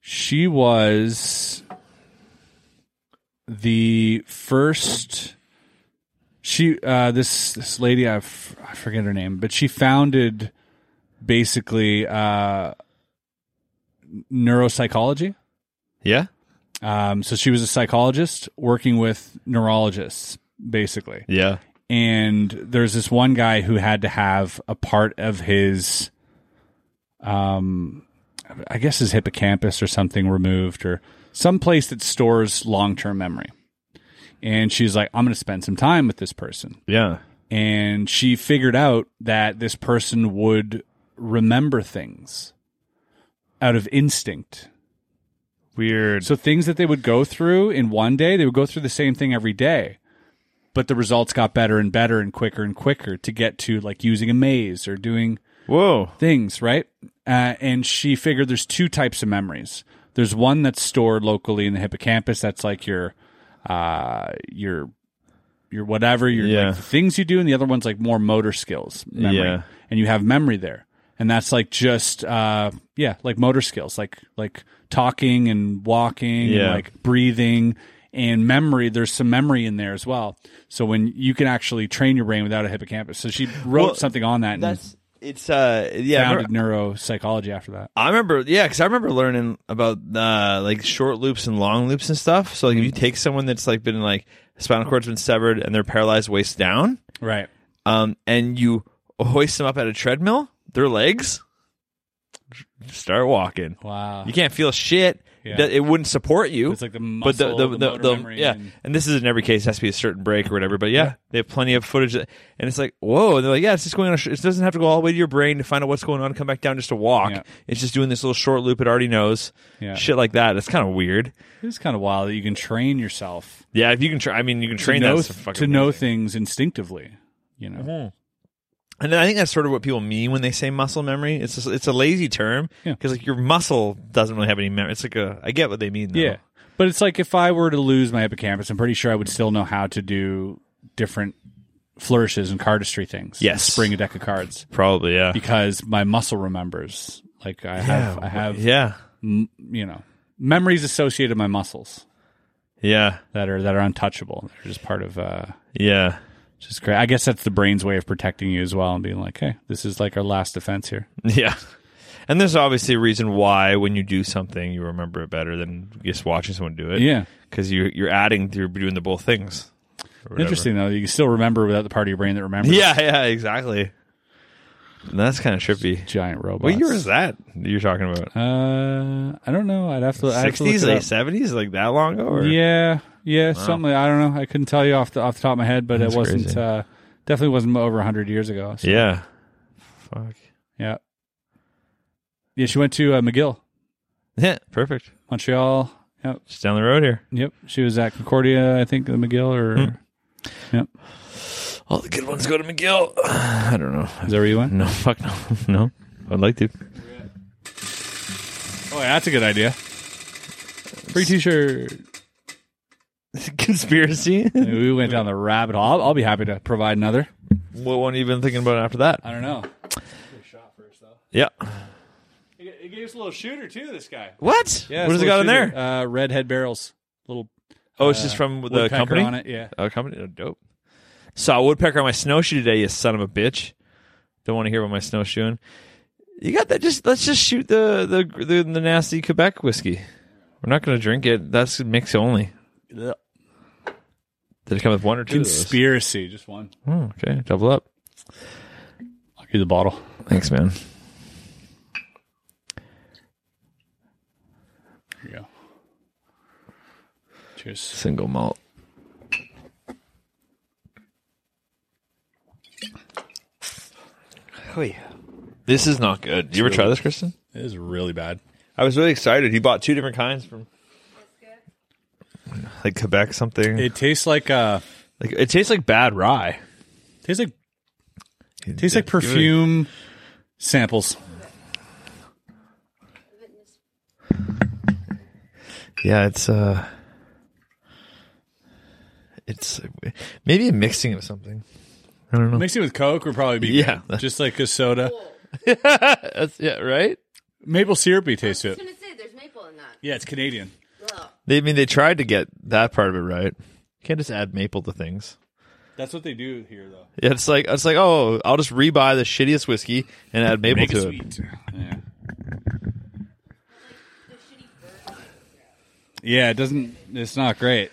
Speaker 2: she was the first she uh this this lady I f- I forget her name but she founded basically uh neuropsychology
Speaker 3: Yeah,
Speaker 2: um so she was a psychologist working with neurologists basically
Speaker 3: yeah,
Speaker 2: and there's this one guy who had to have a part of his um i guess his hippocampus or something removed or some place that stores long-term memory and she's like i'm going to spend some time with this person
Speaker 3: yeah.
Speaker 2: and she figured out that this person would remember things out of instinct
Speaker 3: Weird.
Speaker 2: so things that they would go through in one day, they would go through the same thing every day. But the results got better and better and quicker and quicker to get to like using a maze or doing
Speaker 3: Whoa.
Speaker 2: things, right? Uh, and she figured there's two types of memories. There's one that's stored locally in the hippocampus. That's like your, uh, your, your whatever, your
Speaker 3: Yeah.
Speaker 2: like, the things you do, and the other one's like more motor skills memory,
Speaker 3: Yeah.
Speaker 2: and you have memory there, and that's like just uh, yeah, like motor skills, like like talking and walking, and,
Speaker 3: Yeah.
Speaker 2: like breathing. And memory, there's some memory in there as well. So when you can actually train your brain without a hippocampus, so she wrote
Speaker 3: Well,
Speaker 2: something on that. And
Speaker 3: That's it's uh yeah. I remember-
Speaker 2: founded neuropsychology after that.
Speaker 3: I remember, yeah, because I remember learning about uh, like short loops and long loops and stuff. So like, if you take someone that's like been like spinal cord's been severed and they're paralyzed waist down,
Speaker 2: Right.
Speaker 3: um, and you hoist them up at a treadmill, their legs start walking.
Speaker 2: Wow.
Speaker 3: You can't feel shit.
Speaker 2: Yeah.
Speaker 3: That- It wouldn't support you.
Speaker 2: It's like the muscle, the, motor memory
Speaker 3: yeah,
Speaker 2: and-
Speaker 3: and this is in every case it has to be a certain break or whatever. But yeah, they have plenty of footage, that, and it's like, whoa, and they're like, yeah, it's just going on. A sh- it doesn't have to go all the way to your brain to find out what's going on, and come back down just to walk.
Speaker 2: Yeah.
Speaker 3: It's just doing this little short loop. It already knows
Speaker 2: Yeah.
Speaker 3: shit like that. It's kind of weird.
Speaker 2: It's kind of wild that you can train yourself
Speaker 3: Yeah, if you can, tra- I mean, you can train
Speaker 2: to know,
Speaker 3: that
Speaker 2: th-
Speaker 3: stuff fucking
Speaker 2: to know
Speaker 3: amazing.
Speaker 2: things instinctively. You know,
Speaker 3: And I think that's sort of what people mean when they say muscle memory. It's just, it's a lazy term
Speaker 2: Yeah.
Speaker 3: because like your muscle doesn't really have any memory. It's like a I get what they mean. Though.
Speaker 2: yeah. But it's like if I were to lose my hippocampus, I'm pretty sure I would still know how to do different flourishes and cardistry things.
Speaker 3: Yes.
Speaker 2: spring a deck of cards
Speaker 3: probably. Yeah,
Speaker 2: because my muscle remembers Like I have, I have,
Speaker 3: Yeah.
Speaker 2: m- you know, memories associated with my muscles
Speaker 3: Yeah.
Speaker 2: that are that are untouchable. They're just part of uh,
Speaker 3: Yeah.
Speaker 2: just crazy. I guess that's the brain's way of protecting you as well and being like, hey, this is like our last defense here.
Speaker 3: Yeah. And there's obviously a reason why when you do something you remember it better than just watching someone do it.
Speaker 2: Yeah.
Speaker 3: Because you you're adding you're doing the both things. or whatever.
Speaker 2: Interesting though, you can still remember without the part of your brain that remembers.
Speaker 3: Yeah, yeah, exactly. And that's kind of trippy.
Speaker 2: giant robots.
Speaker 3: What year is that you're talking about?
Speaker 2: Uh, I don't know. I'd have to. I'd have to look
Speaker 3: Sixties,
Speaker 2: it
Speaker 3: like
Speaker 2: up.
Speaker 3: seventies, like that long ago? Or?
Speaker 2: Yeah, yeah, something. like- I don't know. I couldn't tell you off the off the top of my head, but
Speaker 3: That's
Speaker 2: it wasn't.
Speaker 3: crazy.
Speaker 2: Uh, definitely wasn't over hundred years ago. So,
Speaker 3: Yeah. Fuck.
Speaker 2: yeah, yeah. She went to uh, McGill,
Speaker 3: Yeah. Perfect.
Speaker 2: Montreal. Yep,
Speaker 3: Just down the road here.
Speaker 2: yep. She was at Concordia, I think, uh, McGill, or
Speaker 3: Hmm. All the good ones go to McGill. I don't know.
Speaker 2: is that where you went?
Speaker 3: No, fuck no, no. I'd like to.
Speaker 2: Oh, yeah, that's a good idea. Free T-shirt.
Speaker 3: Conspiracy.
Speaker 2: we went down the rabbit hole. I'll, I'll be happy to provide another.
Speaker 3: what one even thinking about after that?
Speaker 2: I don't know.
Speaker 3: Yeah.
Speaker 2: It gave us a little shooter too. This guy.
Speaker 3: What?
Speaker 2: Yeah,
Speaker 3: what
Speaker 2: it's
Speaker 3: has
Speaker 2: a
Speaker 3: it got
Speaker 2: little
Speaker 3: in there?
Speaker 2: shooter. Uh, redhead barrels. Little
Speaker 3: oh, it's
Speaker 2: uh,
Speaker 3: just from the
Speaker 2: woodpecker
Speaker 3: company.
Speaker 2: on it. Yeah.
Speaker 3: Oh, company. Oh, dope. Saw a woodpecker on my snowshoe today. You son of a bitch. Don't want to hear about my snowshoeing. You got that? Just let's just shoot the the the, the nasty Quebec whiskey. We're not going to drink it. That's mix only. Did it come with one or two? of those?
Speaker 2: Conspiracy. Just one.
Speaker 3: Oh, okay, double up.
Speaker 2: I'll give you the bottle.
Speaker 3: Thanks, man.
Speaker 2: Here you go. Cheers.
Speaker 3: Single malt. This is not good. You ever try this, Kristen?
Speaker 2: It is really bad.
Speaker 3: I was really excited. He bought two different kinds from like Quebec something. It,
Speaker 2: It tastes like uh
Speaker 3: like, it tastes like bad rye.
Speaker 2: tastes like tastes like perfume samples.
Speaker 3: Yeah, it's uh it's maybe a mixing of something. I don't know.
Speaker 2: Mixing with Coke would probably be
Speaker 3: Yeah.
Speaker 2: good. just like a soda.
Speaker 3: That's yeah, right?
Speaker 2: Maple syrupy taste
Speaker 4: I was
Speaker 2: to it.
Speaker 4: gonna say there's maple in that.
Speaker 2: Yeah, it's Canadian.
Speaker 4: Ugh.
Speaker 3: They I mean they tried to get that part of it right. Can't just add maple to things.
Speaker 2: That's what they do here though.
Speaker 3: Yeah, it's like it's like oh, I'll just rebuy the shittiest whiskey and add maple to it.
Speaker 2: Yeah. Yeah, it doesn't it's not great.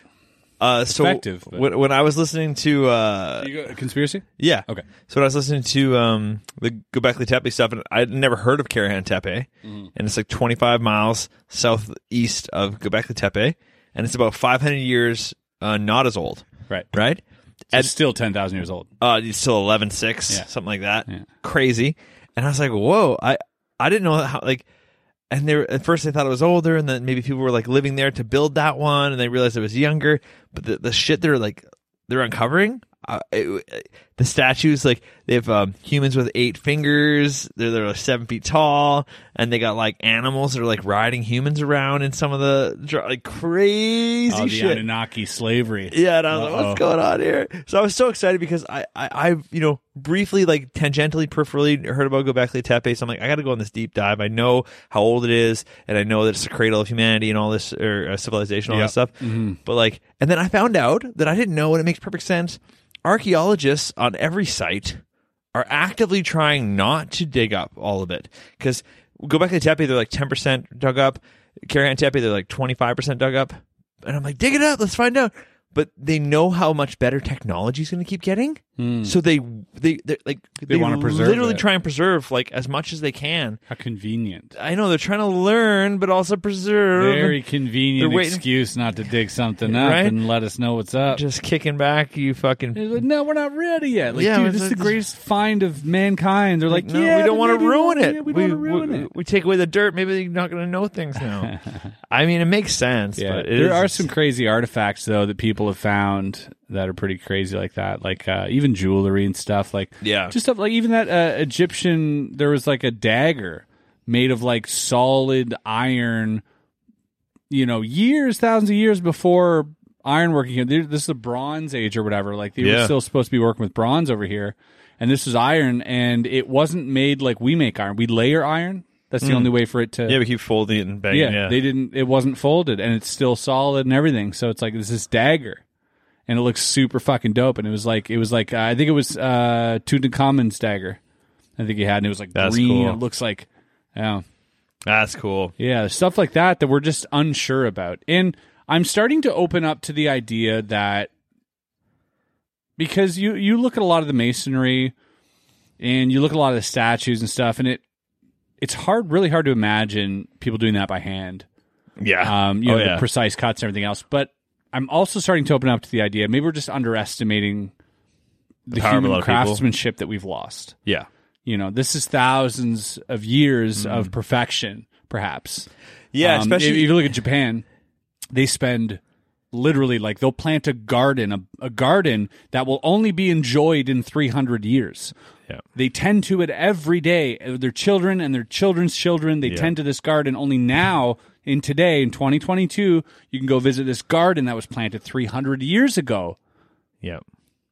Speaker 3: Uh, so
Speaker 2: Effective, but-
Speaker 3: when, when I was listening to uh,
Speaker 2: You go, conspiracy?
Speaker 3: yeah,
Speaker 2: Okay. So
Speaker 3: So when I was listening to um, the Göbekli Tepe stuff, and I'd never heard of Karahan Tepe,
Speaker 2: Mm-hmm.
Speaker 3: and it's like 25 miles southeast of Göbekli Tepe, and it's about 500 years uh, not as old,
Speaker 2: Right.
Speaker 3: right?
Speaker 2: It's still ten thousand years old.
Speaker 3: uh, he's still 11 6
Speaker 2: Yeah.
Speaker 3: something like that
Speaker 2: Yeah.
Speaker 3: crazy and i was like whoa i i didn't know how like and they were, at first they thought it was older and then maybe people were like living there to build that one and they realized it was younger but the, the shit they're like they're uncovering uh, it, it- the statues like they have um, humans with eight fingers they're, they're like seven feet tall and they got like animals that are like riding humans around in some of the dr- like crazy
Speaker 2: Oh, the
Speaker 3: shit
Speaker 2: Anunnaki slavery.
Speaker 3: yeah, and I was like,
Speaker 2: Uh-oh.
Speaker 3: "What's going on here?" So I was so excited because I, I, I you know, briefly, like tangentially, peripherally heard about Göbekli Tepe. So I'm like, I got to go on this deep dive. I know how old it is, and I know that it's the cradle of humanity and all this, or uh, civilization, all
Speaker 2: Yeah. Mm-hmm.
Speaker 3: that stuff. But like, and then I found out that I didn't know, and it makes perfect sense. Archaeologists on every site are actively trying not to dig up all of it because Göbekli Tepe, they're like 10% dug up. Karahan Tepe, they're like 25% dug up. And I'm like, dig it up. Let's find out. But they know how much better technology is going to keep getting, so they they they're like they,
Speaker 2: Hmm. wanna preserve
Speaker 3: literally
Speaker 2: it.
Speaker 3: try and preserve like as much as they can.
Speaker 2: How convenient.
Speaker 3: I know they're trying to learn, but also preserve.
Speaker 2: Very
Speaker 3: and
Speaker 2: convenient
Speaker 3: They're waiting-
Speaker 2: excuse not to dig something up
Speaker 3: Right?
Speaker 2: and let us know what's up.
Speaker 3: just kicking back, you fucking.
Speaker 2: They're like, no, we're not ready yet. Like,
Speaker 3: Yeah,
Speaker 2: dude,
Speaker 3: it's
Speaker 2: this is the
Speaker 3: like-
Speaker 2: greatest find of mankind. They're like,
Speaker 3: No,
Speaker 2: yeah,
Speaker 3: we
Speaker 2: but
Speaker 3: don't want
Speaker 2: maybe
Speaker 3: to ruin
Speaker 2: we'll-
Speaker 3: it.
Speaker 2: yeah, we
Speaker 3: we,
Speaker 2: don't want to ruin
Speaker 3: we-
Speaker 2: it.
Speaker 3: we take away the dirt. Maybe they're not going to know things now. I mean, it makes sense.
Speaker 2: Yeah,
Speaker 3: but it
Speaker 2: there
Speaker 3: is-
Speaker 2: are some crazy artifacts though that people have found that are pretty crazy, like that, like uh, even jewelry and stuff. Like,
Speaker 3: Yeah.
Speaker 2: just stuff like even that uh, Egyptian. There was like a dagger made of like solid iron. You know, years, thousands of years before ironworking. here. There- This is the Bronze Age or whatever. Like they were
Speaker 3: Yeah.
Speaker 2: still supposed to be working with bronze over here, and this was iron, and it wasn't made like we make iron. We layer iron. That's the only way for it to.
Speaker 3: Hmm. Yeah, we keep folding it and banging.
Speaker 2: yeah,
Speaker 3: Yeah,
Speaker 2: they didn't. It wasn't folded, and it's still solid and everything. So it's like this is dagger, and it looks super fucking dope. And it was like it was like uh, I think it was uh Tutankhamen's dagger. I think he had, and it was like
Speaker 3: That's
Speaker 2: green.
Speaker 3: cool.
Speaker 2: It looks like, yeah,
Speaker 3: that's cool.
Speaker 2: yeah, there's stuff like that that we're just unsure about. And I'm starting to open up to the idea that because you you look at a lot of the masonry and you look at a lot of the statues and stuff, and it it's hard, really hard to imagine people doing that by hand
Speaker 3: Yeah,
Speaker 2: um, you
Speaker 3: Oh,
Speaker 2: know,
Speaker 3: yeah.
Speaker 2: the precise cuts and everything else. But I'm also starting to open up to the idea. Maybe we're just underestimating the,
Speaker 3: power of a lot
Speaker 2: human
Speaker 3: of people.
Speaker 2: craftsmanship that we've lost.
Speaker 3: yeah.
Speaker 2: You know, this is thousands of years of perfection, perhaps.
Speaker 3: Hmm. Yeah,
Speaker 2: Um, if,
Speaker 3: especially
Speaker 2: if you look at Japan, they spend literally like they'll plant a garden, a, a garden that will only be enjoyed in 300 years.
Speaker 3: Yeah.
Speaker 2: They tend to it every day. Uh, Their children and their children's children, they tend to this garden. Only now, in today, in 2022, you can go visit this garden that was planted 300 years ago
Speaker 3: yeah.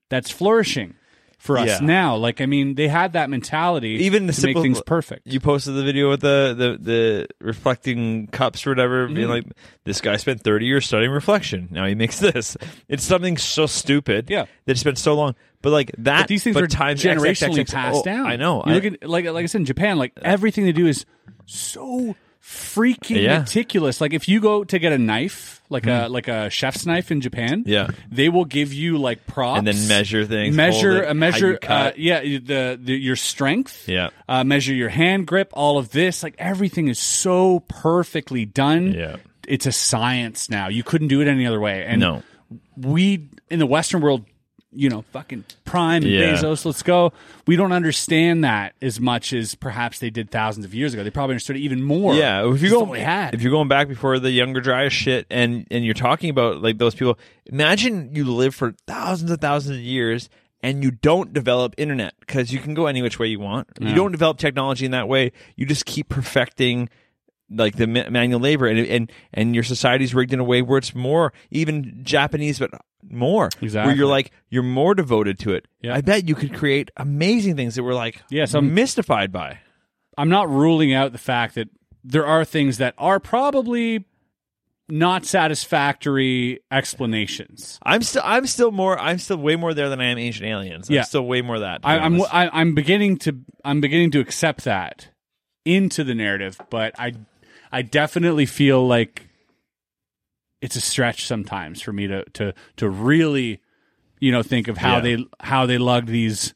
Speaker 2: that's flourishing for us
Speaker 3: Yeah.
Speaker 2: now. Like, I mean, they had that mentality
Speaker 3: Even the
Speaker 2: to
Speaker 3: simple-
Speaker 2: make things perfect.
Speaker 3: You posted the video with the the, the reflecting cups or whatever, being like, "This guy spent 30 years studying reflection. Now he makes this." It's something so stupid.
Speaker 2: Yeah.
Speaker 3: that he spent so long. But like that,
Speaker 2: these things
Speaker 3: but
Speaker 2: are
Speaker 3: times X, X, X,
Speaker 2: generationally
Speaker 3: X,
Speaker 2: passed
Speaker 3: oh,
Speaker 2: down.
Speaker 3: I know.
Speaker 2: You
Speaker 3: I-
Speaker 2: look at like like I said in Japan, like everything they do is so freaking
Speaker 3: Yeah. Hmm.
Speaker 2: meticulous. Like if you go to get a knife, like a like a chef's knife in Japan,
Speaker 3: Yeah.
Speaker 2: they will give you like props
Speaker 3: And then measure things,
Speaker 2: measure
Speaker 3: hold it,
Speaker 2: a measure,
Speaker 3: how you
Speaker 2: uh,
Speaker 3: cut.
Speaker 2: yeah, you- the, the your strength,
Speaker 3: Yeah.
Speaker 2: uh, measure your hand grip, all of this, like everything is so perfectly done.
Speaker 3: Yeah.
Speaker 2: It's a science now. You couldn't do it any other way. And
Speaker 3: no,
Speaker 2: we in the Western world, you know, fucking Prime and
Speaker 3: Yeah.
Speaker 2: Bezos, let's go. We don't understand that as much as perhaps they did thousands of years ago. They probably understood it even more.
Speaker 3: Yeah, if you
Speaker 2: It's
Speaker 3: go,
Speaker 2: all we had.
Speaker 3: if you're going back before the younger dryas shit, and and you're talking about like those people, imagine you live for thousands and thousands of years and you don't develop internet because you can go any which way you want. You don't develop technology in that way. You just keep perfecting like the ma- manual labor and and and your society's rigged in a way where it's more even Japanese, but more
Speaker 2: Exactly.
Speaker 3: where you're like you're more devoted to it.
Speaker 2: Yeah.
Speaker 3: I bet you could create amazing things that we're like
Speaker 2: Yeah, some-
Speaker 3: mystified by.
Speaker 2: I'm not ruling out the fact that there are things that are probably not satisfactory explanations.
Speaker 3: I'm still I'm still more I'm still way more there than I am ancient aliens.
Speaker 2: Yeah.
Speaker 3: I'm still way more that. to be
Speaker 2: I, I'm
Speaker 3: honest.
Speaker 2: I, I'm beginning to I'm beginning to accept that into the narrative, but I I definitely feel like it's a stretch sometimes for me to to to really you know think of how
Speaker 3: Yeah.
Speaker 2: they how they lugged these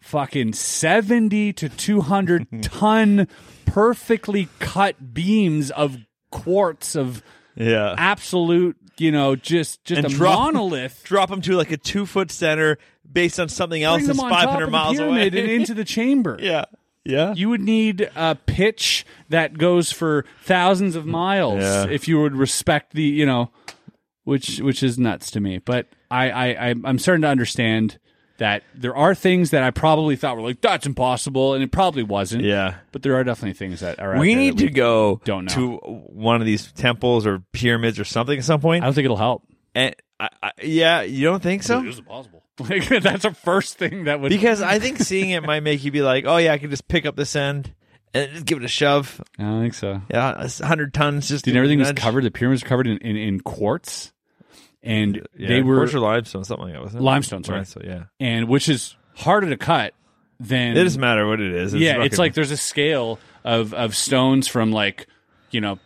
Speaker 2: fucking 70 to 200 ton perfectly cut beams of quartz of
Speaker 3: yeah.
Speaker 2: absolute you know just just
Speaker 3: And
Speaker 2: a
Speaker 3: drop-
Speaker 2: monolith
Speaker 3: Drop them to like a two foot center based on something else
Speaker 2: bring
Speaker 3: that's
Speaker 2: them on top
Speaker 3: 500
Speaker 2: of the
Speaker 3: miles away.
Speaker 2: pyramid and into the chamber
Speaker 3: yeah. Yeah.
Speaker 2: You would need a pitch that goes for thousands of miles
Speaker 3: Yeah.
Speaker 2: if you would respect the, you know, which which is nuts to me. But I, I I'm- I'm starting to understand that there are things that I probably thought were like that's impossible, and it probably wasn't.
Speaker 3: yeah.
Speaker 2: But there are definitely things that are. out
Speaker 3: We
Speaker 2: there
Speaker 3: need
Speaker 2: that
Speaker 3: to go
Speaker 2: don't know.
Speaker 3: to one of these temples or pyramids or something at some point.
Speaker 2: I don't think it'll help.
Speaker 3: and I, I, yeah, you don't think so?
Speaker 2: is impossible. Like that's the first thing that would.
Speaker 3: Because I think seeing it might make you be like, oh yeah, I could just pick up this end and just give it a shove.
Speaker 2: I don't think so.
Speaker 3: Yeah, it's 100 tons. Just
Speaker 2: Dude, everything was
Speaker 3: nudge.
Speaker 2: covered. The pyramids were covered in in, in quartz, and
Speaker 3: Yeah,
Speaker 2: they were
Speaker 3: quartz or limestone, something like that. Wasn't it?
Speaker 2: Limestone, sorry.
Speaker 3: Limestone, yeah.
Speaker 2: and which is harder to cut than
Speaker 3: It doesn't matter what it is. It's
Speaker 2: yeah it's
Speaker 3: fucking-
Speaker 2: like there's a scale of of stones from like you know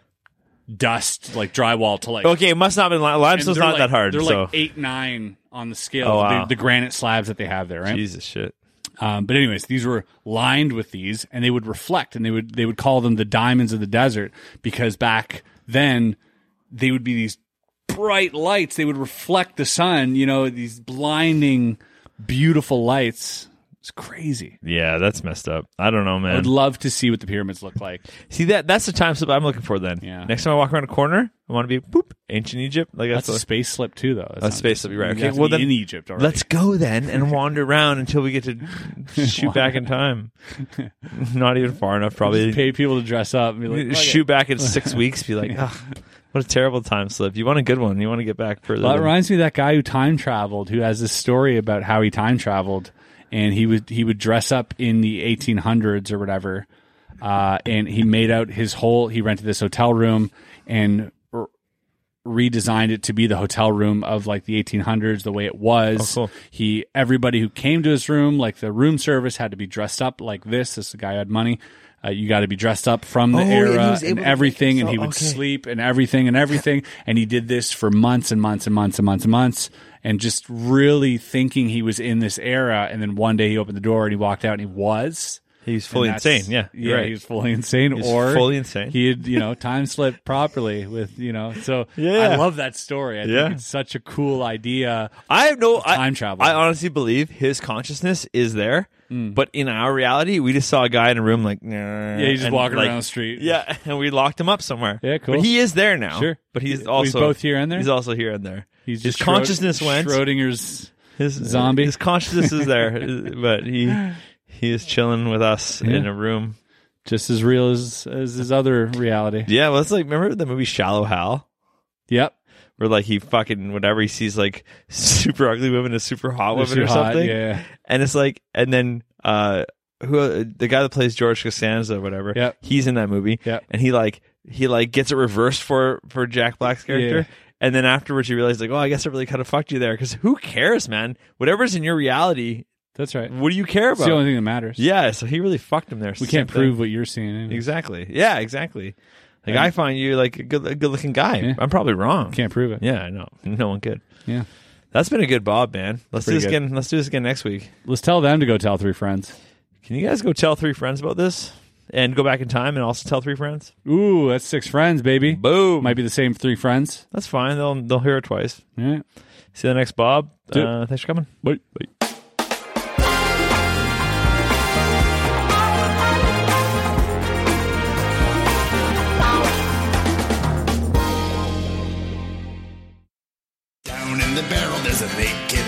Speaker 2: dust like drywall to like
Speaker 3: okay, it must not have been lime.
Speaker 2: and
Speaker 3: Limestone's
Speaker 2: they're
Speaker 3: not
Speaker 2: like-
Speaker 3: that hard.
Speaker 2: they're
Speaker 3: so.
Speaker 2: like eight nine on the scale
Speaker 3: Oh,
Speaker 2: of
Speaker 3: wow.
Speaker 2: the, the granite slabs that they have there right
Speaker 3: Jesus shit.
Speaker 2: um, but anyways these were lined with these and they would reflect and they would they would call them the diamonds of the desert because back then they would be these bright lights they would reflect the sun you know these blinding beautiful lights it's crazy
Speaker 3: Yeah, that's messed up. I don't know,
Speaker 2: I would
Speaker 3: man.
Speaker 2: love to see what the pyramids look like.
Speaker 3: See that? That's the time slip I'm looking for. Then
Speaker 2: Yeah.
Speaker 3: next time I walk around a corner, I want to be boop ancient Egypt. Like that's,
Speaker 2: That's a space slip too, though. That's
Speaker 3: a
Speaker 2: not-
Speaker 3: space slip, you're right.
Speaker 2: you
Speaker 3: Okay,
Speaker 2: have to
Speaker 3: well
Speaker 2: be
Speaker 3: then-
Speaker 2: in Egypt already.
Speaker 3: Let's go then and wander around until we get to shoot back in time. Not even far enough, probably.
Speaker 2: Just pay people to dress up. And be like, "Fuck it."
Speaker 3: shoot back in six weeks. Be like, "Ugh, what a terrible time slip. You want a good one. You want to get back further.
Speaker 2: Well, it
Speaker 3: than-
Speaker 2: reminds me of that guy who time traveled, who has this story about how he time traveled, and he would he would dress up in the 1800s or whatever, uh, and he made out his whole. He rented this hotel room and r- redesigned it to be the hotel room of like the 1800s, the way it was.
Speaker 3: Oh, cool.
Speaker 2: He everybody who came to his room, like the room service, had to be dressed up like this. This guy had money. Uh, you got to be dressed up from the
Speaker 3: Oh, and he
Speaker 2: era
Speaker 3: was able
Speaker 2: and
Speaker 3: to make
Speaker 2: everything, and he
Speaker 3: himself-
Speaker 2: would
Speaker 3: okay.
Speaker 2: sleep and everything and everything. And he did this for months and months and months and months and months, and just really thinking he was in this era. And then one day he opened the door and he walked out and he was.
Speaker 3: He's fully
Speaker 2: And that's-
Speaker 3: insane. Yeah, you're
Speaker 2: yeah,
Speaker 3: right.
Speaker 2: he was fully insane,
Speaker 3: He's
Speaker 2: or
Speaker 3: fully insane.
Speaker 2: He had, you know, time slipped properly with, you know. So
Speaker 3: Yeah.
Speaker 2: I love that story. I
Speaker 3: Yeah.
Speaker 2: think it's such a cool idea.
Speaker 3: I have no I,
Speaker 2: Time travel. Hmm.
Speaker 3: I honestly believe his consciousness is there, but in our reality, we just saw a guy in a room like yeah,
Speaker 2: Yeah, he's just walking around the street.
Speaker 3: Yeah, and we locked him up somewhere.
Speaker 2: Yeah, cool.
Speaker 3: But he is there now.
Speaker 2: Sure.
Speaker 3: but he's
Speaker 2: He's
Speaker 3: also
Speaker 2: both here and there?
Speaker 3: He's also here and there.
Speaker 2: He's
Speaker 3: his
Speaker 2: just Schro-
Speaker 3: consciousness went.
Speaker 2: Schrodinger's.
Speaker 3: his
Speaker 2: zombie.
Speaker 3: His consciousness is there, but he he is chilling with us in a room.
Speaker 2: Just as real as, as his other reality.
Speaker 3: Yeah, well, it's like remember the movie Shallow Hal.
Speaker 2: Yep.
Speaker 3: Where like he fucking whenever he sees like super ugly women and super hot women
Speaker 2: Too
Speaker 3: or
Speaker 2: hot,
Speaker 3: something,
Speaker 2: Yeah.
Speaker 3: and it's like and then uh who the guy that plays George Costanza or whatever
Speaker 2: Yep.
Speaker 3: he's in that movie
Speaker 2: Yep.
Speaker 3: and he like he like gets it reversed for for Jack Black's character and then afterwards you realize like oh I guess I really kind of fucked you there because who cares man whatever's in your reality
Speaker 2: That's right.
Speaker 3: what do you care
Speaker 2: It's the
Speaker 3: about
Speaker 2: only thing that matters.
Speaker 3: yeah so he really fucked him there
Speaker 2: We can't prove what you're seeing. anyway.
Speaker 3: exactly yeah exactly like I find you like a good a good looking guy
Speaker 2: Yeah.
Speaker 3: I'm probably wrong
Speaker 2: Can't prove it.
Speaker 3: yeah I know no one could
Speaker 2: Yeah.
Speaker 3: that's been a good Bob man let's do
Speaker 2: Pretty
Speaker 3: this
Speaker 2: good.
Speaker 3: again let's do this again next week.
Speaker 2: Let's tell them to go tell three friends.
Speaker 3: Can you guys go tell three friends about this and go back in time and also tell three friends?
Speaker 2: Ooh, that's six friends, baby.
Speaker 3: Boom.
Speaker 2: Might be the same three friends.
Speaker 3: That's fine. They'll they'll hear it twice.
Speaker 2: All right.
Speaker 3: See you next, Bob.
Speaker 2: Do it.
Speaker 3: Uh, thanks for coming.
Speaker 2: Bye. Bye.
Speaker 1: Down in the barrel, there's a naked